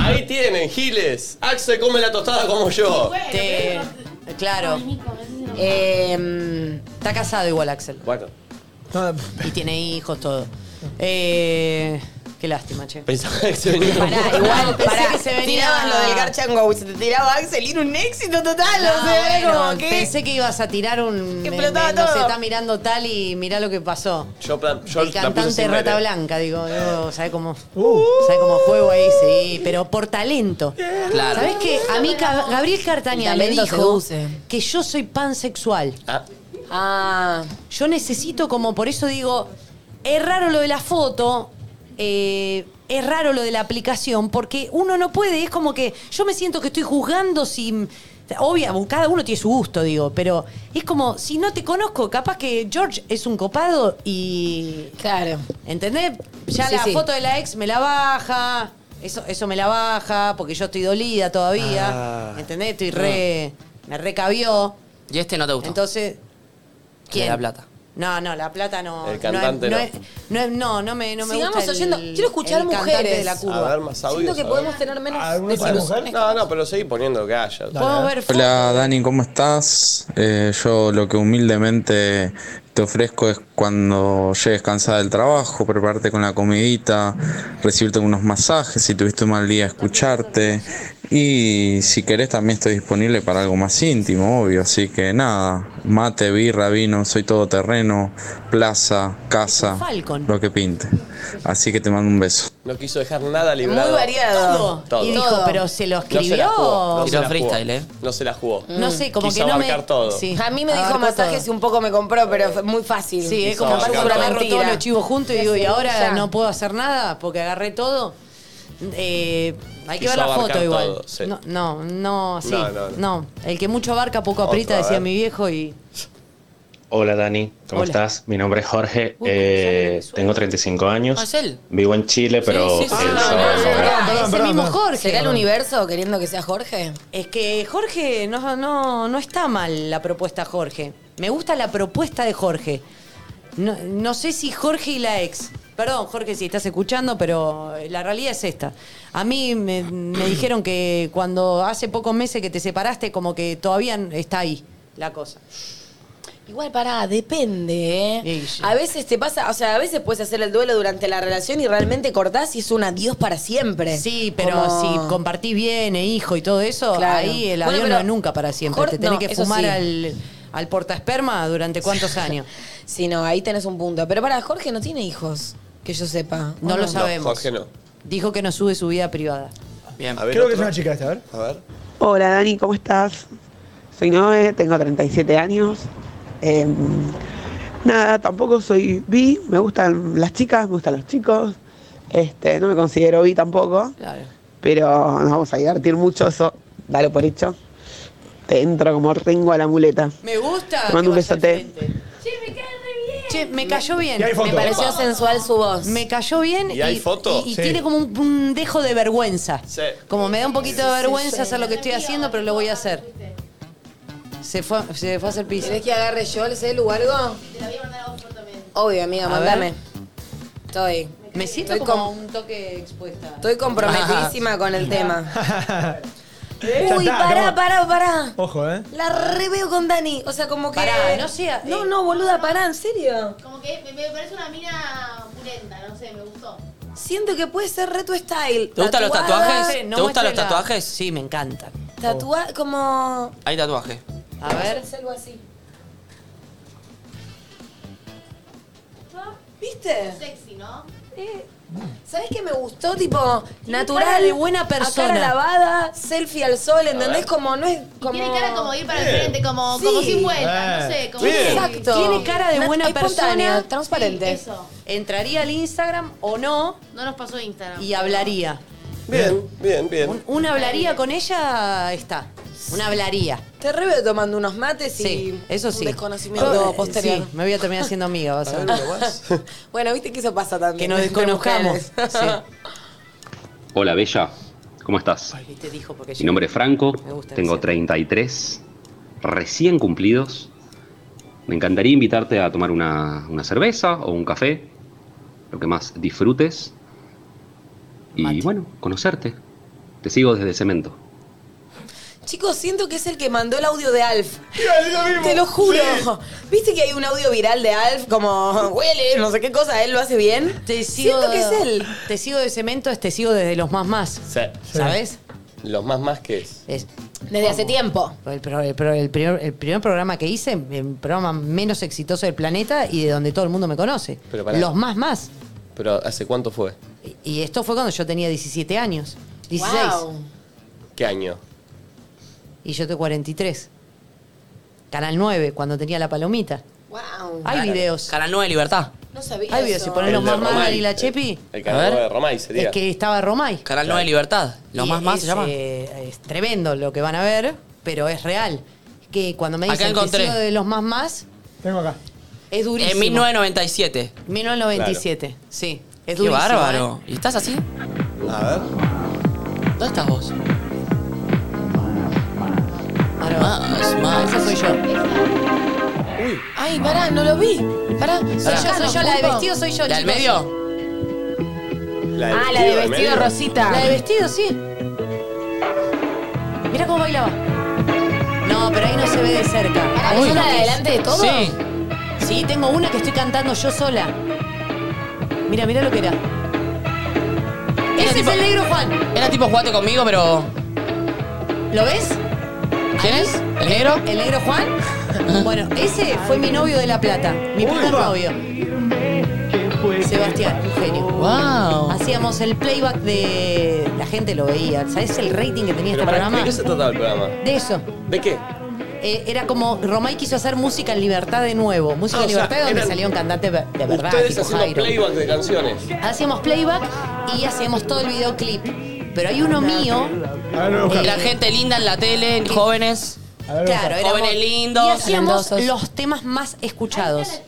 Ahí tienen, Giles. Axel come la tostada como yo.
Te- claro. Eh, está casado igual, Axel.
Bueno.
Y tiene hijos, todo. Eh, qué lástima, che.
Pensaba que se venía.
Pará, igual pensé que se venía.
Tirabas lo del garchango, se te tiraba Axel y era un éxito total.
No,
o sea, era
bueno,
como que-
pensé que ibas a tirar un.
Que
me-
explotaba
me- nos
todo.
está mirando tal y mirá lo que pasó.
Yo, plan- yo
El
la puse
cantante
sin ver,
Rata
eh.
Blanca, digo, digo ¿sabes cómo? ¿Sabe cómo juego ahí? Sí, pero por talento.
Claro.
¿Sabes qué? A mí Ga- Gabriel Cartaña
El
me
talento
dijo
seduce.
que yo soy pansexual.
Ah.
Ah.
Yo necesito como, por eso digo, es raro lo de la foto, eh, es raro lo de la aplicación, porque uno no puede, es como que yo me siento que estoy juzgando si... Obvio, cada uno tiene su gusto, digo, pero es como, si no te conozco, capaz que George es un copado y...
Claro.
¿Entendés? Ya
Sí,
la
sí.
foto de la ex me la baja, eso, eso me la baja, porque yo estoy dolida todavía,
Ah.
¿entendés? Estoy re... Me recabió.
Y este no te gustó.
Entonces, ¿quién?
De La Plata.
No, no, la plata no.
El cantante
no.
no.
es- No, es- no, no me, no me
Sigamos
gusta. el-
oyendo. Quiero escuchar
el
mujeres.
cantante de la curva.
A ver, más audios,
Siento que
a ver.
podemos tener menos desilusiones.
No, no, pero seguí poniendo que haya.
¿eh?
Hola Dani, ¿cómo estás? Eh, yo lo que humildemente te ofrezco es cuando llegues cansada del trabajo, prepararte con la comidita, recibirte unos masajes, si tuviste un mal día, escucharte. Y si querés también estoy disponible para algo más íntimo, obvio. Así que nada, mate, birra, vino, soy todoterreno, plaza, casa,
Falcon.
lo que pinte. Así que te mando un beso.
No quiso dejar nada librado.
Muy variado. Todo.
Todo.
Y dijo,
Todo.
pero se lo
No se la
escribió.
jugó, No se
Tiró
la jugó.
freestyle, ¿eh?
No se la jugó.
No sé, como
Quiso
que no me-
abarcar todo.
A mí me dijo
Abarcó
masajes
todo.
y un poco me compró, pero fue muy fácil.
Sí, es como
Capaz
yo
fue una
agarro
mentira.
todos los chivos juntos y digo, y ahora
Ya.
no puedo hacer nada porque agarré todo. Eh, hay que
Quiso
ver la
abarcar
foto igual.
todo, sí.
No, no, no, sí.
No,
No,
no, no.
El que mucho abarca, poco
Otro,
aprieta,
a
decía
ver.
mi viejo y.
Hola Dani, ¿cómo
Hola.
estás? Mi nombre es Jorge, eh, tengo 35 años.
Ah, ¿es él?
Vivo en Chile, pero eh,
Sí, sí, sí.
el
Ah,
sábado me voy a-
Ah,
Perdón,
ese
perdón,
mismo
perdón.
Jorge.
¿Será
¿Será
el
el universo queriendo que sea Jorge?
Es que Jorge no, no, no está mal la propuesta Jorge. Me gusta la propuesta de Jorge. No, no sé si Jorge y la ex. Perdón, Jorge, si estás escuchando, pero la realidad es esta. A mí me, me dijeron que cuando hace pocos meses que te separaste, como que todavía está ahí la cosa.
Igual, pará, depende, ¿eh? A veces te pasa, o sea, a veces puedes hacer el duelo durante la relación y realmente cortás y es un adiós para siempre.
Sí, Pero si compartís bien e hijo y todo eso,
Claro.
ahí el
Bueno,
adiós
pero
no es nunca para siempre.
Jor-
te tenés
no,
que
eso
fumar
sí.
al, al portaesperma durante cuántos años.
Sí, no, ahí tenés un punto. Pero pará, Jorge no tiene hijos, que yo sepa. ¿o
No lo sabemos.
Jorge no.
Dijo que no sube su vida privada.
Bien.
Creo que es una chica esta, a ver.
A ver.
Hola Dani, ¿cómo estás? Soy Noé, tengo 37 años. Eh, nada, tampoco soy bi, me gustan las chicas, me gustan los chicos. Este, no me considero bi tampoco, pero nos vamos a divertir mucho, eso dalo por hecho. Te entro como ringo a la muleta.
Me gusta.
Te mando un besote.
Che, me cae re bien.
Che, me cayó bien.
Y hay foto.
Me pareció
Epa.
sensual su voz. Me cayó bien.
¿Y hay foto?
Y, y
Sí.
tiene como un, un dejo de vergüenza.
Sí.
Como me da un
Sí,
poquito de
sí,
vergüenza
sí.
hacer lo que estoy haciendo, pero lo voy a hacer. Se fue, se fue a hacer piso.
¿Querés que agarre yo el celu o algo? Te la voy a mandar a vos también. Obvio, amiga,
A
mandame.
ver.
Estoy.
Me siento
Estoy
como
com-
un toque expuesta.
Estoy comprometidísima con el tema. Uy,
está,
pará,
¿cómo?
pará, pará.
Ojo, ¿eh?
La reveo con Dani. O sea, eh. como que.
Pará, no sea-
No, no, boluda, pará, en serio.
Como que me, me parece una mina pulenta, no sé, me gustó.
Siento que puede ser re tu style.
¿Te gustan los
Tatuada,
tatuajes? ¿Te gustan los
muestra la-
tatuajes?
Sí, me encantan.
Tatua como.
Oh, Hay tatuaje.
A ver.
Algo así. ¿Viste?
Sexy, ¿no?
Eh.
¿Sabes qué me gustó? Tipo,
Tiene
natural.
cara de buena
a
persona.
cara lavada, selfie al sol, ¿entendés?
ver.
Como no es. Como...
Tiene cara como de ir para el frente, como, como
Sí.
sin vuelta, no sé. Como
Exacto.
Tiene cara de
Nat-
buena
espontáneo,
persona.
transparente.
Entraría al Instagram o no
No nos pasó Instagram.
y hablaría.
Bien, bien, bien.
Una hablaría con ella está. Una hablaría.
Te re veo tomando unos mates y
Sí, eso sí.
un desconocimiento
Eh,
posterior.
sí, me voy a terminar siendo amiga, vas a ver.
Bueno, viste que eso pasa
Que
también.
nos
entre
desconozcamos.
mujeres.
Sí.
Hola, Bella. ¿Cómo estás?
Viste, dijo porque
Mi nombre es Franco,
Me gusta
tengo
ese.
33, recién cumplidos. Me encantaría invitarte a tomar una, una cerveza o un café, lo que más disfrutes. Y bueno, conocerte. Te sigo desde Cemento.
Chicos, siento que es el que mandó el audio de Alf. Te lo juro. ¿Viste que hay un audio viral de Alf? Como huele, no sé qué cosa, él lo hace bien.
Te sigo,
siento que es él.
Te sigo de cemento es te sigo desde los más más. ¿Sabes?
Los más más que es.
Es-
Desde hace tiempo.
El, pro- el pro- el primer, el primer programa que hice, el programa menos exitoso del planeta y de donde todo el mundo me conoce.
Pero pará.
Los más más.
Pero ¿hace cuánto fue?
Y esto fue cuando yo tenía 17 años. 16.
¿Qué año?
Y yo tengo 43. Canal 9, cuando tenía la palomita.
Wow.
Hay videos.
Canal 9 Libertad.
No sabía.
Hay videos. Si ponen
El
los
de
más más
Romay.
y la Chepi.
El
A
canal
ver.
de Romay sería.
Es que estaba Romay.
Canal 9 Libertad. Los
Y
más más se
es,
llama.
eh, es tremendo lo que van a ver, pero es real. Que cuando me
Acá
dicen que
encontré.
sigo de los más más.
Tengo acá.
Es durísimo.
En 1997.
1997, sí.
Qué
Es durísimo.
bárbaro.
¿eh?
¿Y estás así?
A ver.
¿Dónde estás vos?
Ahora más,
más.
Ese soy yo.
Ay, pará, no lo vi. Pará.
Soy yo, soy yo, la de vestido soy yo,
¿La del
chicos.
medio?
Ah, la de vestido rosita.
La de vestido, sí. Mira cómo bailaba. No, pero ahí no se ve de cerca.
Pará, ¿es una de adelante de todo?
Sí. Sí, tengo una que estoy cantando yo sola. Mira, mira lo que era. Ese es el negro Juan.
Era tipo jugate conmigo, pero.
¿Lo ves?
¿Quién es? ¿El negro?
¿El negro Juan? Bueno, ese fue mi novio de La Plata, mi primer novio. Sebastián, un genio.
Wow.
Hacíamos el playback de. La gente lo veía. ¿Sabes el rating que tenía
Pero
este
pará,
programa?
¿De qué se trataba el programa?
De eso.
¿De qué?
Eh, era como Romay quiso hacer música en libertad de nuevo. Música
Ah, o
en libertad
sea,
donde
eran
salía un cantante ver- de verdad,
Ustedes
tipo
haciendo
Jairo.
playback de canciones.
Hacíamos playback y hacíamos todo el videoclip. Pero hay uno mío.
Ah,
eh,
Y La gente linda en la tele, jóvenes.
Claro, éramos-
jóvenes lindos.
Y hacíamos los temas más escuchados.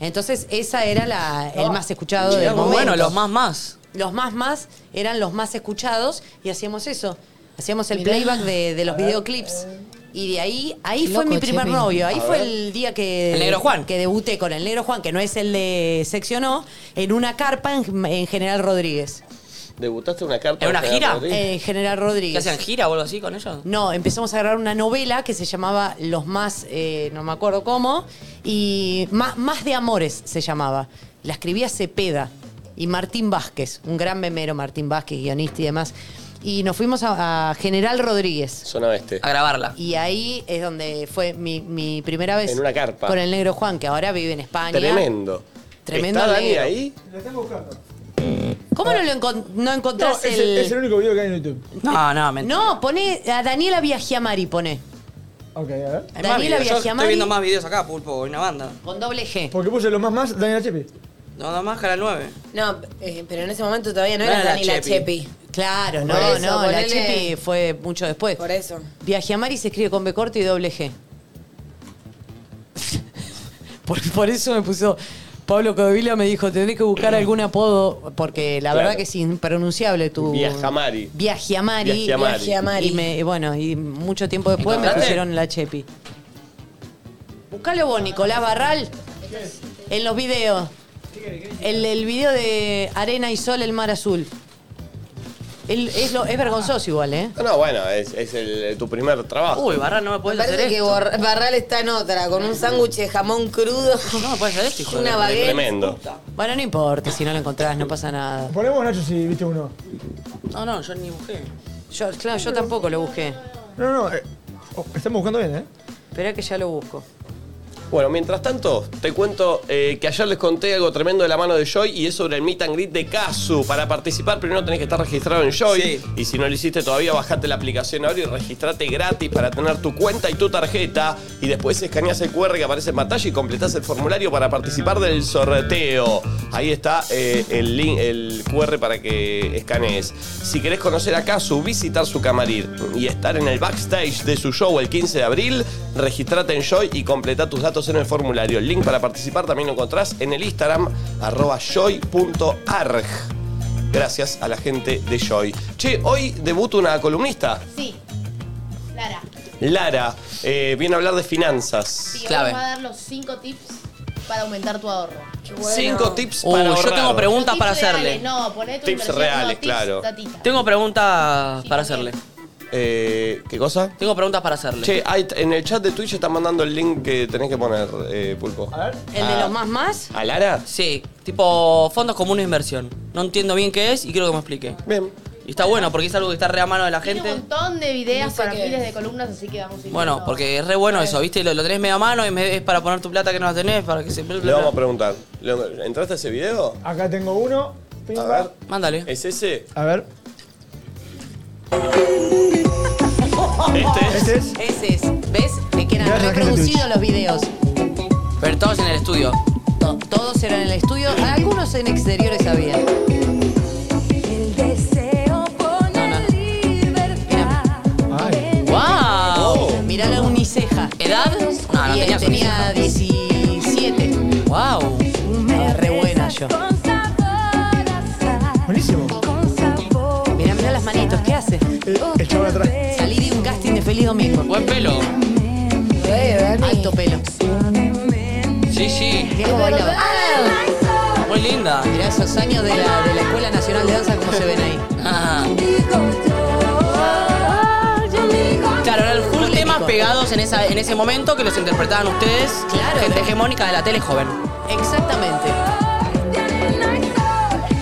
Entonces, esa era la, el más escuchado del
Mirá vos.
momento.
Bueno, los más más.
Los más más eran los más escuchados y hacíamos eso. Hacíamos el playback de, de los videoclips. Y de ahí, ahí
Qué
fue
loco,
mi primer
Chepi.
novio. Ahí
A
fue
ver.
el día que.
El Negro Juan.
eh, Que debuté con el Negro Juan, que no es el de Seccionó, en una carpa en, en General Rodríguez.
¿Debutaste una carta?
¿En una
de Gerardo
gira?
Rodríguez?
Eh,
En General
¿Qué
Rodríguez.
hacían gira o algo así con ellos?
No, empezamos a grabar una novela que se llamaba Los Más, eh, no me acuerdo cómo, y más, más de Amores se llamaba. La escribía Cepeda y Martín Vázquez, un gran memero Martín Vázquez, guionista y demás. Y nos fuimos a, a General Rodríguez.
Zona Este.
A grabarla.
Y ahí es donde fue mi, mi primera vez.
En una carpa.
Con el negro Juan, que ahora vive en España.
Tremendo.
Tremendo
¿Está Dani
negro.
ahí?
¿Cómo no lo encon- no
No,
encontrás
es, el...
el...?
es el único video que hay en YouTube.
No, no, mentira.
No, pone a Daniela Viagiamari, pone.
Ok, a ver.
Hay más
Daniela
videos. Yo Estoy
Viagiamari
viendo más videos acá, Pulpo, una banda.
con doble G.
Porque puse los más más, Daniela Chepi.
No, nada más Canal 9.
No, eh, pero en ese momento todavía no,
No
era
era la
Dani la
Chepi.
Chepi.
Claro, no,
Por eso,
no, la
ponele-
Chepi fue mucho después. Por
eso.
Viagiamari se escribe con B corto y doble G. por, por eso me puso Pablo Codevila me dijo, tenés que buscar algún apodo, porque la
Claro.
verdad que es impronunciable tu...
Viajamari.
Viajiamari.
Viajiamari.
Y me- y bueno, y mucho tiempo después me
¿Encontraste?
pusieron la chepi. Buscalo vos, Nicolás Barral, en los videos. El, el video de Arena y Sol, el mar azul. El- es, lo- es vergonzoso igual, ¿eh?
No, no, bueno, es, es el- tu primer trabajo.
Uy, Barra, no me puedes
Parece
hacer
que
esto.
Bor- Barral está en otra, con un sándwich de jamón crudo.
No me puedes hacer esto, hijo
Una baguette.
Bueno, no importa, si no lo encontrás, no pasa nada.
Ponemos Nacho si viste uno.
No, no, yo ni busqué.
Yo, claro, yo tampoco lo busqué.
No, no, eh, oh, estamos buscando bien, ¿eh?
Esperá que ya lo busco.
Bueno, mientras tanto, te cuento eh, que ayer les conté algo tremendo de la mano de Joy y es sobre el meet and greet de Casu. Para participar, primero tenés que estar registrado en Joy. Y si no lo hiciste todavía, bajate la aplicación ahora y registrate gratis para tener tu cuenta y tu tarjeta. Y después escaneás el QR que aparece en pantalla y completás el formulario para participar del sorteo. Ahí está eh, el, link, el QR para que escanees. Si querés conocer a Casu, visitar su camarín y estar en el backstage de su show el 15 de abril, registrate en Joy y completá tus datos en el formulario. El link para participar también lo encontrás en el Instagram arroba joy.arg. Gracias a la gente de Joy. Che, hoy debuta una columnista,
Sí. Lara.
Lara. eh, viene a hablar de finanzas.
Sí, hoy va a dar los 5 tips para aumentar tu ahorro.
Cinco tips
Uy,
para
yo
ahorrar.
tengo preguntas para
Tips reales,
hacerle.
No, poné tu
Tips
inversión,
reales,
no, tips,
claro.
tatita.
Tengo preguntas Ah, para hacerle.
Eh, ¿Qué cosa?
Tengo preguntas para hacerle.
Che, hay- en el chat de Twitch están mandando el link que tenés que poner, eh, Pulpo. A ver.
¿El de los más más?
¿A Lara?
Ah. Sí, tipo fondos comunes de inversión. No entiendo bien qué es y quiero que me explique.
Bien.
Y está bueno porque es algo que está re a mano de la
Tiene un
gente.
montón de videos para miles de columnas, así que vamos a ir
Bueno,
viendo.
porque es re bueno eso, ¿viste? Lo, lo tenés medio a mano y me- es para poner tu plata que no la tenés, para que se...
Le vamos a preguntar. Lo- ¿Entraste a ese video?
Acá tengo uno.
A ver.
Mándale.
¿Es ese?
A ver.
¿Este?
Ese es. Ese es. ¿Ves? Me quedan
Gracias, gente de
reproducidos los videos.
Pero todos en el estudio.
To- Todos eran en el estudio, algunos en exteriores había. El deseo ¡Wow! Mirá la uniceja.
¿Edad? No, no
Bien,
tenía
Ah, tenía 17.
¡Wow!
Ah, re buena yo.
Buenísimo.
Mirá, mirá las manitos, ¿qué hace?
El chaval atrás.
Salí de un casting de Feliz Domingo.
Buen pelo.
Alto pelo.
Sí, sí.
Mirá cómo bailaba.
Muy linda.
Mirá esos años de la, de la Escuela Nacional de Danza, cómo se ven ahí.
Ah. Claro, eran full temas pegados en, esa, en ese momento que los interpretaban ustedes. Claro. Gente hegemónica de la tele joven.
Exactamente.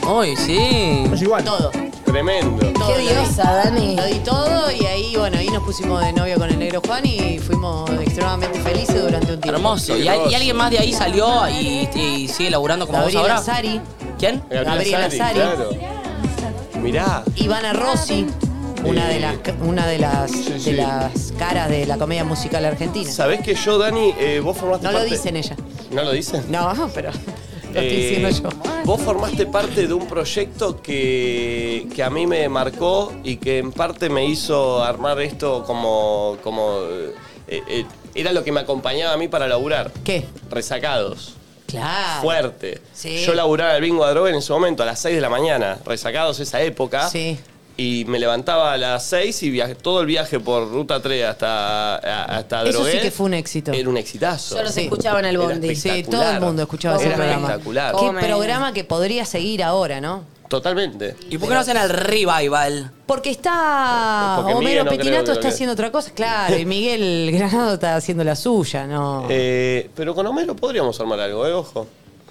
Uy, sí.
Es igual.
Todo.
Tremendo.
Todo
Qué
lo di.
diosa, Dani.
Lo di todo y ahí, bueno, ahí nos pusimos de novio con el negro Juan y fuimos extremadamente felices durante un tiempo.
Hermoso. ¿Y, hay- y alguien más de ahí salió y, y sigue laburando como vos
Gabriela
ahora?
Sari,
¿Quién?
Gabriela Sari.
Claro. Mirá.
Ivana Rossi, una de las una de las
sí.
de las caras de la comedia musical argentina.
¿Sabés que yo, Dani, eh, vos formaste
No lo
parte...
dicen ella.
¿No lo dicen?
No, pero lo estoy
Eh,
diciendo yo.
Vos formaste parte de un proyecto que, que a mí me marcó y que en parte me hizo armar esto como. como eh, eh, era lo que me acompañaba a mí para laburar.
¿Qué?
Resacados.
Claro.
Fuerte.
Sí.
Yo laburaba el bingo a droga en su momento a las 6 de la mañana, resacados esa época.
Sí.
Y me levantaba a las 6 y viaje, todo el viaje por Ruta 3 hasta, a- hasta
Eso sí
Drogué
que fue un éxito.
Era un exitazo.
Yo los escuchaba en el
Era
bondi.
Sí, todo el mundo escuchaba ese
Era
programa.
espectacular.
Qué
Come.
programa que podría seguir ahora, ¿no?
Totalmente.
¿Y por qué no hacen el revival?
Porque está
Porque Miguel
Homero
no creo que
Petinato
lo
está
que-
haciendo otra cosa, claro, y Miguel Granado está haciendo la suya, ¿no?
Eh, pero con Homero podríamos armar algo, ¿eh? Ojo.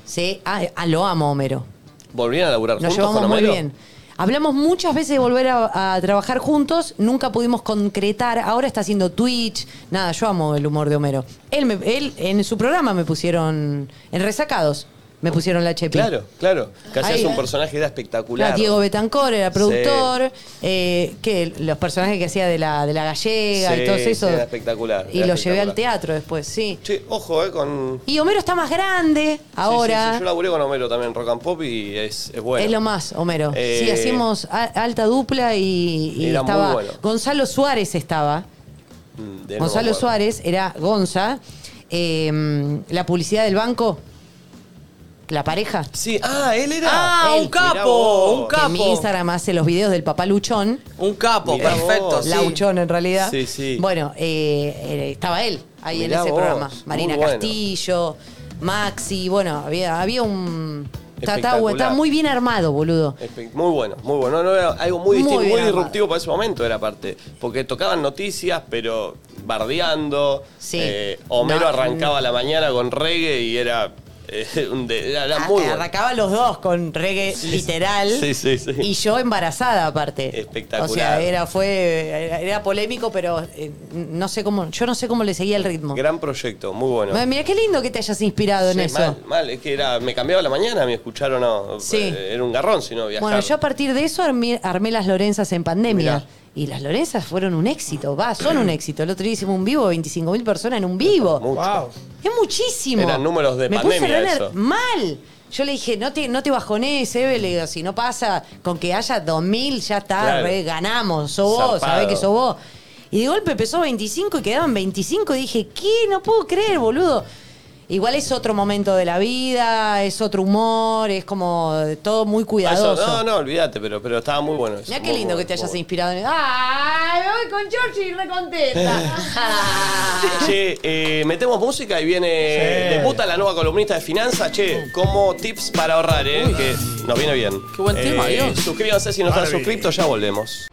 Sí, ah, ah, lo amo Homero.
¿Volvían a laburar
Nos
juntos
llevamos
con
muy
Homero?
bien. Hablamos muchas veces de volver a, a trabajar juntos, nunca pudimos concretar, ahora está haciendo Twitch, nada, yo amo el humor de Homero. Él, me- él en su programa me pusieron, en Resacados, me pusieron la chepi.
Claro, claro. Que hacías
Ahí.
un personaje que era espectacular.
Ah, Diego Betancor era productor, eh, que los personajes que hacía de la, de la gallega y todo
Sí,
eso.
sí, era espectacular.
y
era
lo llevé al
espectacular.
teatro después, sí.
Che, ojo, ¿eh? Con...
Y Homero está más grande ahora.
Sí, sí, sí, Yo laburé con Homero también, Rock and Pop, y es, es bueno.
Es lo más, Homero.
Eh,
sí, hacíamos a- alta dupla y, y
Era muy
estaba.
bueno.
Gonzalo Suárez estaba.
Mm, de
Gonzalo
nuevo,
Em, Suárez era Gonza. Eh, la publicidad del banco. ¿La pareja?
Sí, ah, él era.
Ah, un capo, un
Que en mi
capo.
Instagram hace los videos del papá Luchón.
Un capo,
Mirá
perfecto.
vos.
sí.
Lauchón, en realidad.
Sí, sí.
Bueno, eh, eh, estaba él ahí
Mirá
en ese
vos,
programa.
muy
Marina
bueno.
Castillo, Maxi, bueno, había, había un. Está, está-
Espectacular.
está muy bien armado, boludo.
Espe- Muy bueno, muy bueno. No, no, era algo muy
Muy
distinto, muy
bien armado.
disruptivo para ese momento era parte. Porque tocaban noticias, pero bardeando. Eh, Homero
No,
arrancaba
no.
la mañana con reggae y era, eh, un de- era, era
Ah,
muy
que
bueno.
Arrancaba los dos con reggae literal.
Sí, sí, sí.
Y yo embarazada aparte.
Espectacular.
O sea, era fue era, era polémico, pero eh, no sé cómo, yo no sé cómo le seguía el ritmo.
Gran proyecto, muy bueno.
Mira qué lindo que te hayas inspirado en
Sí,
eso.
Mal, mal, es que era, me cambiaba la mañana, me escucharon, no, eh, era un garrón si no viajar.
Bueno, yo a partir de eso armé, armé las Lorenzas en pandemia. Y las Lorenzas fueron un éxito, va, son un éxito. El otro día hicimos un vivo, 25.000 personas en un vivo. Es muchísimo.
Eran números de
Me
pandemia
puse re
eso.
ner- mal. Yo le dije, no te, no te bajones, Eve, le digo, si no pasa, con que haya 2.000 ya está,
Claro.
re, ganamos, sos vos,
Zarpado.
sabés que sos vos. Y de golpe empezó 25 y quedaban 25 y dije, ¿qué? No puedo creer, boludo. Igual es otro momento de la vida, es otro humor, es como todo muy
Ah,
cuidadoso.
eso- no, no, olvídate, pero, pero estaba muy bueno eso.
Mira qué
muy
lindo
bueno,
que te
muy
hayas
bueno.
inspirado en ¡Ah! ¡Ay, voy con Georgie y re contenta!
Che, eh, metemos música y viene de puta la nueva columnista de finanzas, che, como tips para ahorrar, eh, que nos viene bien.
Qué buen tema, Dios.
Suscríbanse si no están
Barbie.
suscritos, ya volvemos.